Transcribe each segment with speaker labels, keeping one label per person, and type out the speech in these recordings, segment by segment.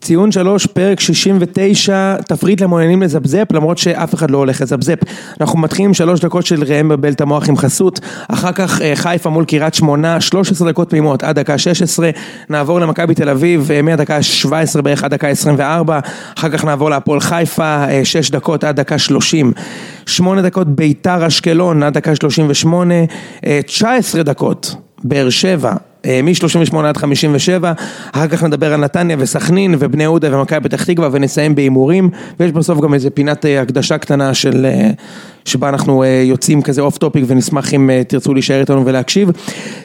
Speaker 1: ציון שלוש, פרק 69, תפריט למעוניינים לזפזפ, למרות שאף אחד לא הולך לזפזפ. אנחנו מתחילים עם שלוש דקות של ראם מבלבל את המוח עם חסות, אחר כך אה, חיפה מול קריית שמונה, 13 דקות פעימות עד דקה 16, נעבור למכבי תל אביב, אה, מהדקה 17 בערך עד דקה 24, אחר כך נעבור להפועל חיפה, 6 דקות עד דקה 30. 8 דקות ביתר אשקלון עד דקה 38, אה, 19 דקות באר שבע. אה, מ-38 עד 57, אחר כך נדבר על נתניה וסכנין ובני יהודה ומכבי פתח תקווה ונסיים בהימורים ויש בסוף גם איזה פינת אה, הקדשה קטנה של אה, שבה אנחנו אה, יוצאים כזה אוף טופיק ונשמח אם אה, תרצו להישאר איתנו ולהקשיב.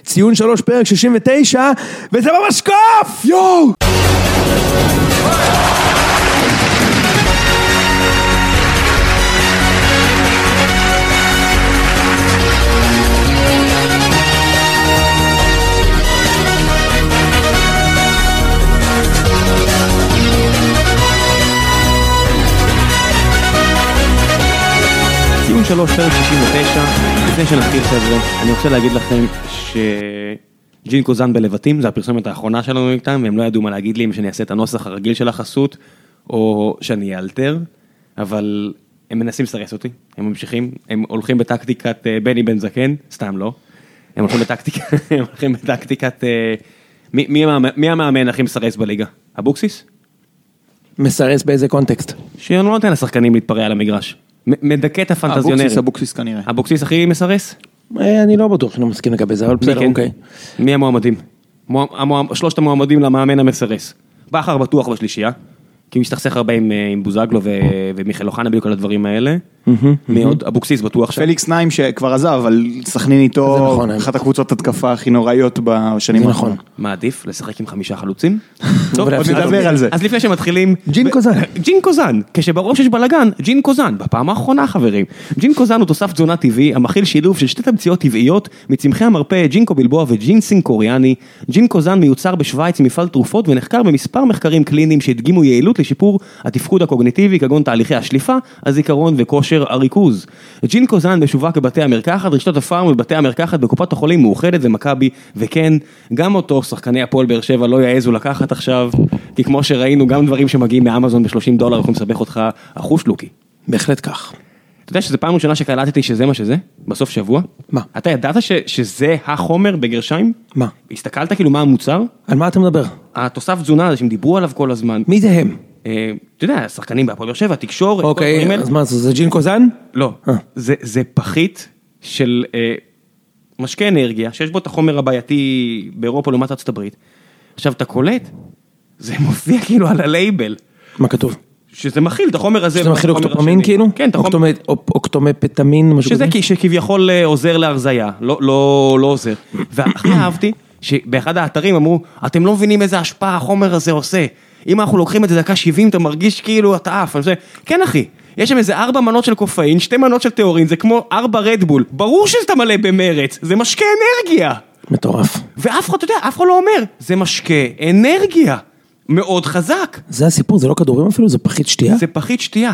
Speaker 1: ציון 3 פרק 69 וזה ממש קוף! יואו!
Speaker 2: ציון שלוש, פרק 69, לפני שנתחיל חבר'ה, אני רוצה להגיד לכם שג'ין קוזן בלבטים, זו הפרסומת האחרונה שלנו איתם, והם לא ידעו מה להגיד לי אם שאני אעשה את הנוסח הרגיל של החסות, או שאני אאלתר, אבל הם מנסים לסרס אותי, הם ממשיכים, הם הולכים בטקטיקת אה, בני בן זקן, סתם לא, הם הולכים בטקטיקה, הם הולכים בטקטיקת, אה, מי- מי המאמן- מי המאמן הכי מסרס בליגה? אבוקסיס?
Speaker 1: מסרס באיזה קונטקסט?
Speaker 2: שלא נותן לשחקנים להתפרע על המגרש. מ- מדכא את הפנטזיונרים.
Speaker 3: אבוקסיס, אבוקסיס כנראה.
Speaker 2: אבוקסיס הכי מסרס?
Speaker 1: אה, אני לא בטוח שאני מסכים לגבי זה אבל
Speaker 2: מי
Speaker 1: בסדר
Speaker 2: כן?
Speaker 1: אוקיי.
Speaker 2: מי המועמדים? מוע- המוע- שלושת המועמדים למאמן המסרס. בכר בטוח בשלישייה, כי הוא הסתכסך הרבה עם, אה, עם בוזגלו ו- ומיכאל אוחנה בדיוק על הדברים האלה. מי עוד? אבוקסיס בטוח שם.
Speaker 3: כן. פליקס נעים שכבר עזב, אבל סכנין
Speaker 1: זה
Speaker 3: איתו,
Speaker 1: נכון,
Speaker 3: אחת הקבוצות התקפה הכי נוראיות בשנים
Speaker 2: לא.
Speaker 1: זה נכון.
Speaker 2: מה עדיף? לשחק עם חמישה חלוצים? טוב,
Speaker 1: ולהפסיד
Speaker 2: אז-
Speaker 3: נדבר על זה.
Speaker 2: אז לפני שמתחילים...
Speaker 1: ג'ין
Speaker 2: ב-
Speaker 1: קוזן.
Speaker 2: ג'ין קוזן, כשבראש יש בלאגן, ג'ין קוזן, בפעם האחרונה חברים. ג'ין קוזן הוא תוסף תזונה טבעי, המכיל שילוב של שתי תמציות טבעיות מצמחי המרפא ג'ינקו בלבוע וג'ינסינג קוריאני. ג'ין קוזן מיוצר בשוויץ ממפעל תרופות ונחקר במספר מחקרים קליניים שהדגימו יעילות לשיפור התפקוד הקוגניטיבי כגון תהליכי השליפה, הזיכרון וכושר הריכוז. ג'ין קוזן משווק בבתי המרקחת, רשתות הפארם ובתי המרקחת בקופת החולים מאוחדת ומכבי, וכן, גם אותו שחקני הפועל באר שבע לא יעזו לקחת עכשיו, כי כמו שראינו גם דברים שמגיעים מאמזון ב-30 דולר יכולים לסבך אותך אחוש לוקי.
Speaker 1: בהחלט כך.
Speaker 2: אתה יודע שזו פעם ראשונה שקלטתי שזה מה שזה? בסוף שבוע?
Speaker 1: מה?
Speaker 2: אתה ידעת ש- שזה החומר בגרשיים?
Speaker 1: מה?
Speaker 2: הסתכלת כאילו מה המוצר?
Speaker 1: על מה אתה מדבר?
Speaker 2: התוסף תזונה הזה שהם דיברו עליו כל הזמן.
Speaker 1: מי זה הם?
Speaker 2: אה, אתה יודע, השחקנים בהפועל באר שבע, תקשורת, כל הדברים
Speaker 1: אוקיי,
Speaker 2: האלה.
Speaker 1: אז מה זה, זה ג'ין קוזן?
Speaker 2: לא,
Speaker 1: אה.
Speaker 2: זה, זה פחית של אה, משקה אנרגיה, שיש בו את החומר הבעייתי באירופה לעומת ארצות הברית. עכשיו, אתה קולט, זה מופיע כאילו על הלייבל,
Speaker 1: מה כתוב?
Speaker 2: שזה מכיל את החומר הזה.
Speaker 1: שזה מכיל
Speaker 2: והחומר
Speaker 1: אוקטופמין
Speaker 2: השני.
Speaker 1: כאילו?
Speaker 2: כן, את החומר,
Speaker 1: אוקטומט- אופ- אוקטומפטמין, משהו כזה?
Speaker 2: שזה כי- שכביכול אה, עוזר להרזייה, לא, לא, לא עוזר. והכי אהבתי, שבאחד האתרים אמרו, אתם לא מבינים איזה השפעה החומר הזה עושה. אם אנחנו לוקחים את זה דקה 70, אתה מרגיש כאילו אתה עף. אני חושב, כן אחי, יש שם איזה ארבע מנות של קופאין, שתי מנות של טהורין, זה כמו ארבע רדבול. ברור שאתה מלא במרץ, זה משקה אנרגיה.
Speaker 1: מטורף.
Speaker 2: ואף אחד, אתה יודע, אף אחד לא אומר, זה משקה אנרגיה. מאוד חזק.
Speaker 1: זה הסיפור, זה לא כדורים אפילו, זה פחית שתייה?
Speaker 2: זה פחית שתייה.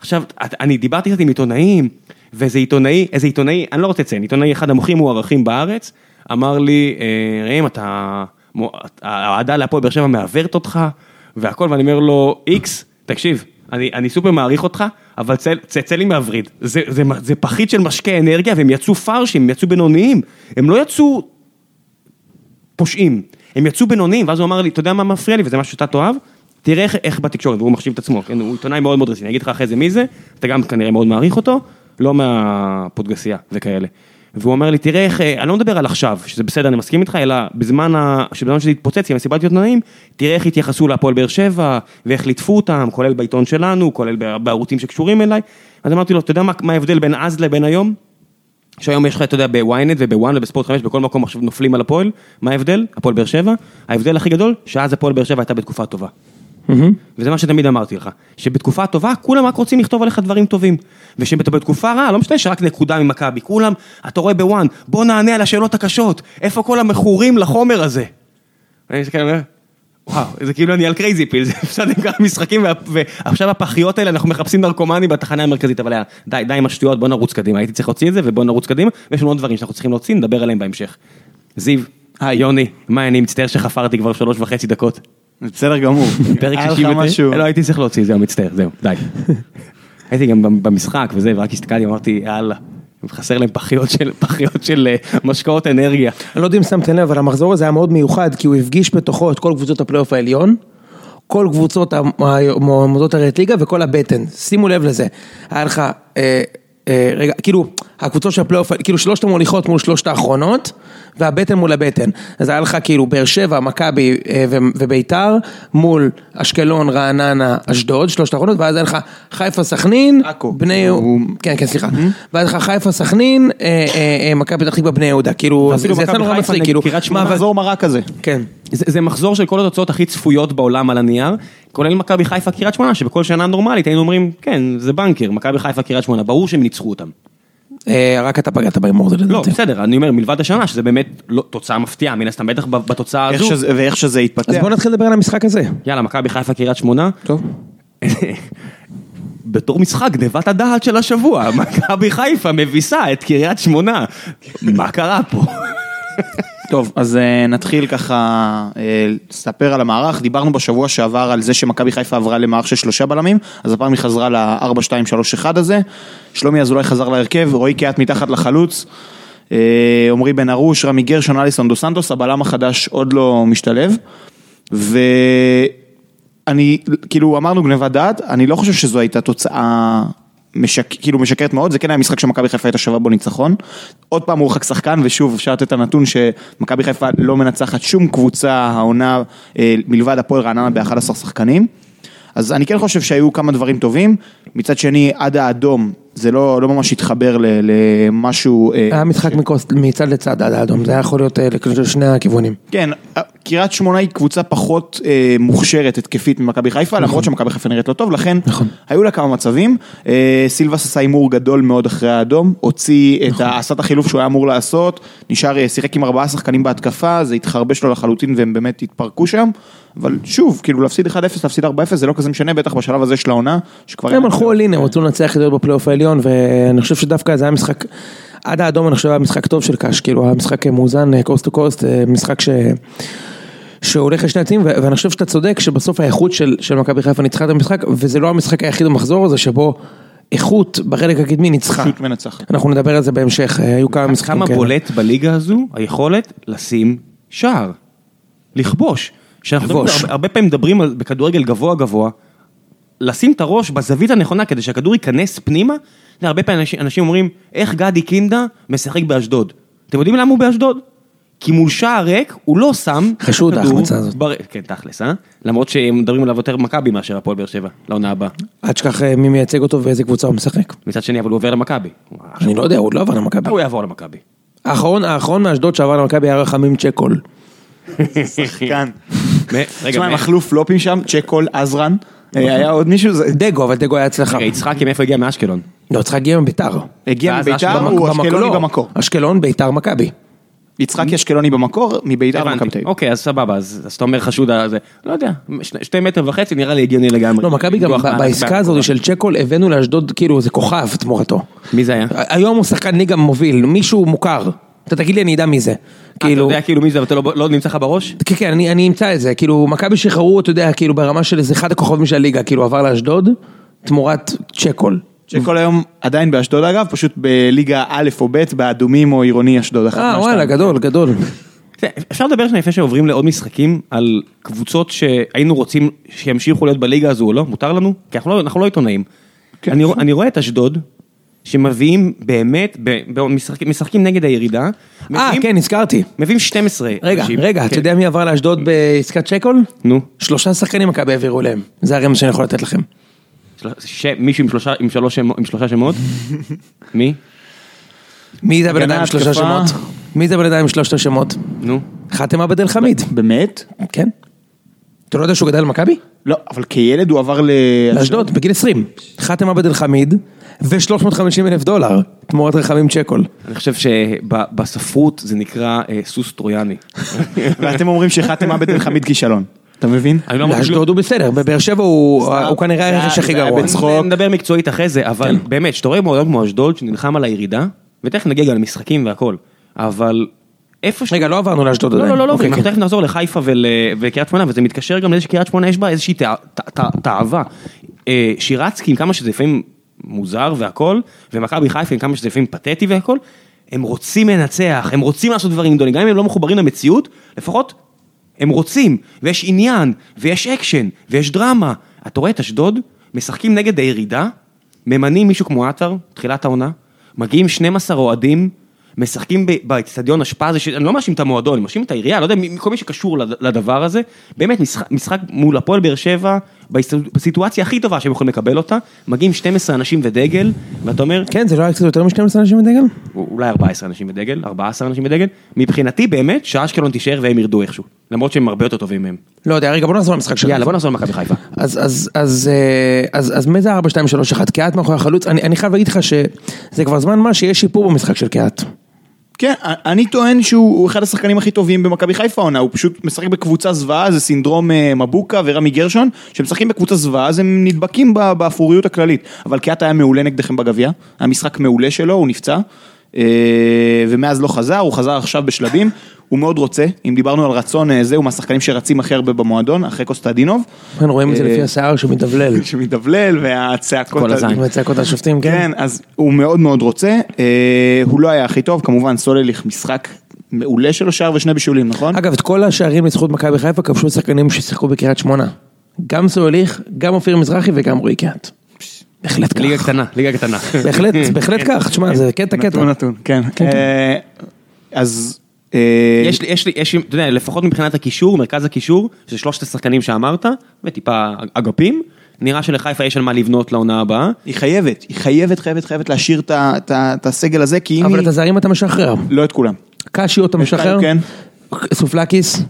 Speaker 2: עכשיו, את- אני דיברתי קצת עם עיתונאים, ואיזה עיתונאי, איזה עיתונאי, אני לא רוצה לציין, עיתונאי אחד המוחים מוערכים בארץ, אמר לי, אה, ראם, אתה, מו- האהדה להפועל באר שבע מעוורת אותך, והכל, ואני אומר לו, איקס, תקשיב, אני, אני סופר מעריך אותך, אבל צא, צא, צא לי מהווריד. זה, זה, מ- זה פחית של משקה אנרגיה, והם יצאו פרשים, הם יצאו בינוניים, הם לא יצאו פושעים. הם יצאו בינוניים, ואז הוא אמר לי, אתה יודע מה מפריע לי, וזה משהו שאתה תאהב, תראה איך, איך בתקשורת, והוא מחשיב את עצמו, כן, הוא עיתונאי מאוד מאוד רציני, אני אגיד לך אחרי זה מי זה, אתה גם כנראה מאוד מעריך אותו, לא מהפודגסייה וכאלה. והוא אומר לי, תראה איך, אה, אני לא מדבר על עכשיו, שזה בסדר, אני מסכים איתך, אלא בזמן ה- שבזמן שזה התפוצץ עם מסיבת עיתונאים, תראה איך התייחסו להפועל באר שבע, ואיך ליטפו אותם, כולל בעיתון שלנו, כולל ב- בערוצים שקשורים אליי. אז אמרתי לו, אתה יודע מה, מה ההבדל בין אז לבין היום? שהיום יש לך, אתה יודע, בוויינט ובוואן ובספורט 5, בכל מקום עכשיו נופלים על הפועל, מה ההבדל? הפועל באר שבע? ההבדל הכי גדול, שאז הפועל באר שבע הייתה בתקופה טובה. וזה מה שתמיד אמרתי לך, שבתקופה טובה כולם רק רוצים לכתוב עליך דברים טובים. ושאתה בתקופה רעה, לא משנה שרק נקודה ממכבי, כולם, אתה רואה בוואן, בוא נענה על השאלות הקשות, איפה כל המכורים לחומר הזה? אני מסתכל ואומר, וואו, זה כאילו אני על קרייזי פיל, זה הפסדנו כמה משחקים, וה- ועכשיו הפחיות האלה, אנחנו מחפשים נרקומנים בתחנה המרכזית, אבל היה, די, די עם השטויות, בוא נרוץ קדימה, הייתי צריך להוציא את זה, ובוא נרוץ קדימה, ויש לנו עוד דברים שאנחנו צריכים להוציא, נדבר עליהם בהמשך. זיו, היי יוני, מה אני מצטער שחפרתי כבר שלוש וחצי דקות.
Speaker 1: נכון.
Speaker 3: זה בסדר גמור.
Speaker 2: פרק
Speaker 3: היה לך
Speaker 2: 69,
Speaker 3: משהו?
Speaker 2: לא הייתי צריך להוציא, זהו, מצטער, זהו, די. הייתי גם במשחק וזה, ורק הסתכלתי, אמרתי, יאללה, חסר להם פחיות של, פחיות של אה, משקאות אנרגיה.
Speaker 1: אני לא יודע אם שמתם לב, אבל המחזור הזה היה מאוד מיוחד, כי הוא הפגיש בתוכו את כל קבוצות הפלייאוף העליון, כל קבוצות המועמדות הרי ליגה וכל הבטן. שימו לב לזה. היה לך, אה, אה, רגע, כאילו, הקבוצות של הפלייאוף, כאילו שלושת המוליכות מול שלושת האחרונות, והבטן מול הבטן. אז היה לך כאילו באר שבע, מכבי אה, ו- וביתר, מול אשקלון, רעננה, אשדוד, שלושת האחרונות, ואז היה לך חיפה, סכנין,
Speaker 3: עכו.
Speaker 1: בני... כן, כן, סליחה. ואז היה לך חיפה, סכנין, אה, אה, אה, מכבי פתח תקווה, בני יהודה. כאילו,
Speaker 2: ואפילו
Speaker 1: זה יצא
Speaker 2: מכבי
Speaker 1: נורא
Speaker 2: חיפה
Speaker 1: מצחיק,
Speaker 2: נגד
Speaker 1: כאילו,
Speaker 2: קריית שמונה.
Speaker 1: מה, אבל-
Speaker 3: מחזור מרה כזה.
Speaker 1: כן.
Speaker 2: זה, זה מחזור של כל התוצאות הכי צפויות בעולם על הנייר, כולל מכבי חיפה קריית שמונה, שבכל שנה נורמלית היינו אומרים, כן, זה בנקר, מכבי חיפה קריית שמונה, ברור שהם ניצחו אותם.
Speaker 1: אה, רק אתה פגעת בהימור הזה
Speaker 2: לא,
Speaker 1: לדעתי.
Speaker 2: בסדר, אני אומר, מלבד השנה, שזה באמת לא, תוצאה מפתיעה, מן הסתם, בטח ב- בתוצאה
Speaker 3: איך
Speaker 2: הזו.
Speaker 3: שזה- ואיך שזה
Speaker 1: אז
Speaker 3: התפתח.
Speaker 1: בוא נתחיל לדבר על המשחק הזה.
Speaker 2: יאללה, מכבי חיפה קריית שמונה,
Speaker 1: טוב.
Speaker 2: בתור משחק גנבת הדעת של השבוע, מכבי חיפה מביסה את קריית שמונה. מה קרה פה?
Speaker 3: טוב, אז אה, נתחיל ככה אה, לספר על המערך. דיברנו בשבוע שעבר על זה שמכבי חיפה עברה למערך של שלושה בלמים, אז הפעם היא חזרה ל-4-2-3-1 הזה. שלומי אזולאי חזר להרכב, רועי קיאט מתחת לחלוץ. אה, עמרי בן ארוש, רמי גרשון, אליסון דו סנטוס, הבלם החדש עוד לא משתלב. ואני, כאילו, אמרנו גניבת דעת, אני לא חושב שזו הייתה תוצאה משק, כאילו משקרת מאוד, זה כן היה משחק שמכבי חיפה הייתה שווה בו ניצחון. עוד פעם הורחק שחקן, ושוב, אפשר לתת את הנתון שמכבי חיפה לא מנצחת שום קבוצה העונה אה, מלבד הפועל רעננה ב-11 שחקנים. אז אני כן חושב שהיו כמה דברים טובים, מצד שני, עד האדום, זה לא, לא ממש התחבר ל- למשהו... אה,
Speaker 1: היה משחק מקוס- מצד לצד עד האדום, זה היה יכול להיות אה, לכל- שני הכיוונים.
Speaker 3: כן, קריית שמונה היא קבוצה פחות אה, מוכשרת התקפית ממכבי חיפה, למרות שמכבי חיפה נראית לא טוב, לכן
Speaker 1: נכון.
Speaker 3: היו לה כמה מצבים. אה, סילבס עשה הימור גדול מאוד אחרי האדום, הוציא
Speaker 1: נכון.
Speaker 3: את ה... עשה את החילוף שהוא היה אמור לעשות, נשאר, אה, שיחק עם ארבעה שחקנים בהתקפה, זה התחרבש לו לחלוטין והם באמת התפרקו שם, אבל שוב, כאילו להפסיד 1-0, להפסיד 4-0, זה לא כזה משנה, בטח בשלב הזה של העונה, שכבר...
Speaker 1: הם הלכו על הנה, הם רצו לנצח את זה בפלייאוף העליון, ואני חושב שדווקא זה היה משחק, עד האדום אני חושב היה משחק טוב של קאש, כאילו היה משחק מאוזן, קוסט טו קוסט, אה, משחק ש... שהולך לשני הצדדים, ו- ואני חושב שאתה צודק שבסוף האיכות של, של מכבי חיפה ניצחה את המשחק, וזה לא המשחק היחיד במחזור הזה שבו איכות בחלק הקדמי ניצחה.
Speaker 3: פשוט מנצחת.
Speaker 1: אנחנו נדבר על זה בהמשך, אה, היו כמה משחקים
Speaker 2: כמה
Speaker 1: כאלה.
Speaker 2: בולט בליגה הזו היכולת לשים שער, לכבוש. שאנחנו
Speaker 1: לכבוש.
Speaker 2: הרבה- הרבה פעמים מדברים על- בכדורגל גבוה גבוה, לשים את הראש בזווית הנכונה כדי שהכדור ייכנס פנימה, אתה יודע, הרבה פעמים אנשים, אנשים אומרים, איך גדי קינדה משחק באשדוד? אתם יודעים למה הוא באשדוד? כי מול שער ריק הוא לא שם את
Speaker 1: חשוד
Speaker 2: הכדור
Speaker 1: ההחמצה הזאת.
Speaker 2: בר... כן, תכלס, אה? למרות שהם מדברים עליו יותר מכבי מאשר הפועל באר שבע, לעונה הבאה.
Speaker 1: אל תשכח אה, מי מייצג אותו ואיזה קבוצה הוא משחק.
Speaker 2: מצד שני, אבל הוא עובר למכבי.
Speaker 1: אני לא יודע, הוא עוד לא עבר למכבי.
Speaker 2: אה, הוא יעבור למכבי.
Speaker 1: האחרון, האחרון מאשדוד שעבר למכבי היה רחמים צ'קול.
Speaker 3: שחקן.
Speaker 2: מ- כן. רגע,
Speaker 3: תשמע,
Speaker 2: מ-
Speaker 3: הם אכלו פלופים שם, צ'קול, עזרן,
Speaker 1: נכון.
Speaker 3: אה, היה עוד מישהו, זה-
Speaker 1: דגו, אבל דגו היה אצלך.
Speaker 2: רגע, יצחקי מאיפה הגיע מאשקלון?
Speaker 1: לא, יצחק הגיע מביתר.
Speaker 3: הגיע
Speaker 2: ואז
Speaker 3: מביתר,
Speaker 2: אשקלון
Speaker 3: הוא
Speaker 1: במקור-
Speaker 3: אשקלוני
Speaker 1: לא,
Speaker 3: במקור.
Speaker 1: אשקלון, ביתר, מכבי.
Speaker 3: יצחקי אשקלוני במקור, מביתר למכבי תל
Speaker 2: הבנתי,
Speaker 3: אביב.
Speaker 2: אוקיי, אז סבבה, אז אז אתה אומר חשוד הזה, לא יודע, שני- שתי מטר וחצי נראה לי הגיוני לגמרי.
Speaker 1: לא, מכבי גם
Speaker 2: ביטוח
Speaker 1: ב-
Speaker 2: מענק
Speaker 1: בעסקה
Speaker 2: בענק.
Speaker 1: הזאת של צ'קול הבאנו לאשדוד, כאילו, זה כוכב תמורתו.
Speaker 2: מי
Speaker 1: אה,
Speaker 2: זה היה?
Speaker 1: היום הוא שחקן ליגה מוביל, מישהו מוכר. אתה תגיד לי, אני אדע מי זה.
Speaker 2: אה, אתה
Speaker 1: כאילו...
Speaker 2: יודע כאילו מי זה, אבל אתה לא- לא נמצא לך בראש?
Speaker 1: כן, כן, אני, אני אמצא את זה. כאילו, מכבי שחררו, אתה יודע, כאילו, ברמה של איזה אחד הכוכבים של הליגה, כאילו, עבר לאשדוד, תמורת צ'קול.
Speaker 3: שכל היום עדיין באשדוד אגב, פשוט בליגה א' או ב', באדומים או עירוני אשדוד. אחת
Speaker 1: אה,
Speaker 3: מהשתיים.
Speaker 1: וואלה, גדול, גדול.
Speaker 2: תראה, אפשר לדבר שנייה לפני שעוברים לעוד משחקים, על קבוצות שהיינו רוצים שימשיכו להיות בליגה הזו או לא? מותר לנו? כי אנחנו לא- אנחנו לא עיתונאים.
Speaker 3: כן,
Speaker 2: אני רוא- אני רואה את אשדוד, שמביאים באמת, ב- במשחק- משחקים נגד הירידה.
Speaker 1: אה,
Speaker 2: מביאים-
Speaker 1: כן, נזכרתי.
Speaker 2: מביאים 12
Speaker 1: רגע,
Speaker 2: אנשים.
Speaker 1: רגע,
Speaker 2: כן.
Speaker 1: אתה יודע מי עבר לאשדוד בעסקת צ'קול?
Speaker 2: נו.
Speaker 1: שלושה שחקנים מכבי העבירו אליהם. זה הרמז שאני יכול לתת לכם.
Speaker 2: של- ש- מישהו עם שלושה- עם שלוש שמו- עם שלושה שמות? מי?
Speaker 1: מי זה הבן
Speaker 3: הגנה,
Speaker 1: אדם עם שלושה
Speaker 3: התקפה.
Speaker 1: שמות? מי זה הבן אדם עם שלושת השמות?
Speaker 2: נו.
Speaker 1: חתם עבד אל חמיד.
Speaker 3: באמת?
Speaker 1: כן. אתה לא יודע שהוא גדל במכבי?
Speaker 3: לא, אבל כילד הוא עבר ל...
Speaker 1: לאשדוד, בגיל 20. חתם עבד אל חמיד ו-350 אלף דולר תמורת רחמים צ'קול.
Speaker 2: אני חושב שבספרות זה נקרא אה, סוס טרויאני.
Speaker 3: ואתם אומרים שחתם עבד אל חמיד כישלון. אתה מבין?
Speaker 2: אני לא אמרתי כלום.
Speaker 1: לאשדוד הוא בסדר, בבאר שבע הוא הוא כנראה
Speaker 3: זה היה-
Speaker 1: הרכש הכי
Speaker 3: זה היה
Speaker 1: גרוע.
Speaker 3: בצחוק. צחוק.
Speaker 2: נדבר מקצועית אחרי זה, אבל באמת, כשאתה רואה מועדון כמו אשדוד שנלחם על הירידה, ותכף נגיע גם למשחקים והכל, אבל איפה ש...
Speaker 1: רגע, לא עברנו לאשדוד
Speaker 2: לא,
Speaker 1: עדיין.
Speaker 2: לא, לא, לא,
Speaker 1: אוקיי,
Speaker 2: אנחנו
Speaker 1: כן.
Speaker 2: תכף נחזור לחיפה ול- ולקריית שמונה, וזה מתקשר גם לזה שקריית שמונה יש בה איזושהי תא- תא- תא- תאווה. אה, שירצקי, עם כמה שזה לפעמים מוזר והכל, ומכבי חיפה, עם כמה שזה לפעמים פתטי והכל, הם רוצים לנצח, הם רוצים לעשות דברים גדולים, גם אם הם לא מחוברים למציאות, לפחות הם רוצים, ויש עניין, ויש אקשן, ויש דרמה. אתה רואה את אשדוד, משחקים נגד הירידה, ממנים מישהו כמו עטר, תחילת העונה, מגיעים 12 אוהדים, משחקים ב- באצטדיון אשפה, זה ש... אני לא מאשים את המועדון, אני מאשים את העירייה, לא יודע, מ- כל מי שקשור לד- לדבר הזה, באמת משחק, משחק מול הפועל באר שבע, בהסת- בסיטואציה הכי טובה שהם יכולים לקבל אותה, מגיעים 12 אנשים ודגל, ואתה אומר,
Speaker 1: כן, זה לא היה קצת יותר מ-12 אנשים בדגל?
Speaker 2: אולי 14 אנשים בדגל, 14 אנשים בדגל, מבחינתי באמת שאשקלון תישאר והם ירדו איכשהו, למרות שהם הרבה יותר טובים מהם.
Speaker 1: לא יודע, רגע, בוא נחזור למשחק שלנו.
Speaker 2: יאללה בוא נחזור למכבי חיפה.
Speaker 1: אז, אז, אז, אה, אז, אז מי זה 4, 2, 3, 1? קהת מאחורי החלוץ? אני, אני חייב להגיד לך שזה כבר זמן מה שיש שיפור במשחק של קהת.
Speaker 3: כן, אני טוען שהוא הוא אחד השחקנים הכי טובים במכבי חיפה העונה, הוא פשוט משחק בקבוצה זוועה, זה סינדרום אה, מבוקה ורמי גרשון, שמשחקים בקבוצה זוועה אז הם נדבקים ב- באפוריות הכללית. אבל קיאט היה מעולה נגדכם בגביע, היה משחק מעולה שלו, הוא נפצע, אה, ומאז לא חזר, הוא חזר עכשיו בשלבים, הוא מאוד רוצה, אם דיברנו על רצון אה, זה, הוא מהשחקנים שרצים הכי הרבה במועדון, אחרי קוסטדינוב,
Speaker 1: כן, רואים את זה
Speaker 3: אה,
Speaker 1: לפי השיער שהוא מתדבלל.
Speaker 3: שמדבלל והצעקות,
Speaker 2: כל הזין.
Speaker 1: עם הצעקות על שופטים, כן?
Speaker 3: כן, אז הוא מאוד מאוד רוצה, אה, הוא לא היה הכי טוב, כמובן סולליך משחק מעולה שלו, שער ושני בישולים, נכון?
Speaker 1: אגב, את כל השערים לזכות מכבי חיפה כבשו שחקנים ששיחקו בקריית שמונה. גם סוליך, גם אופיר מזרחי וגם רועי קהת. בהחלט
Speaker 2: ליגה
Speaker 1: כך.
Speaker 2: קטנה, ליגה קטנה.
Speaker 1: בהחלט, בהחלט כך. תשמע, זה קטע קטע.
Speaker 3: נתון נתון, כן.
Speaker 1: כן, כן.
Speaker 3: אה, אז... אה,
Speaker 2: יש לי, יש לי, יש לי, אתה יודע, לפחות מבחינת הקישור, מרכז הקישור, שזה שלושת השחקנים שאמרת, וטיפה אגפים, נראה שלחיפה יש על מה לבנות לעונה הבאה.
Speaker 3: היא חייבת, היא חייבת, חייבת, חייבת להשאיר את ה- את ה- את הסגל הזה, כי אם
Speaker 1: אבל
Speaker 3: היא...
Speaker 1: את הזרים אתה משחרר.
Speaker 3: לא את כולם.
Speaker 1: קשיו אתה משחרר?
Speaker 3: כן.
Speaker 1: סופלקיס?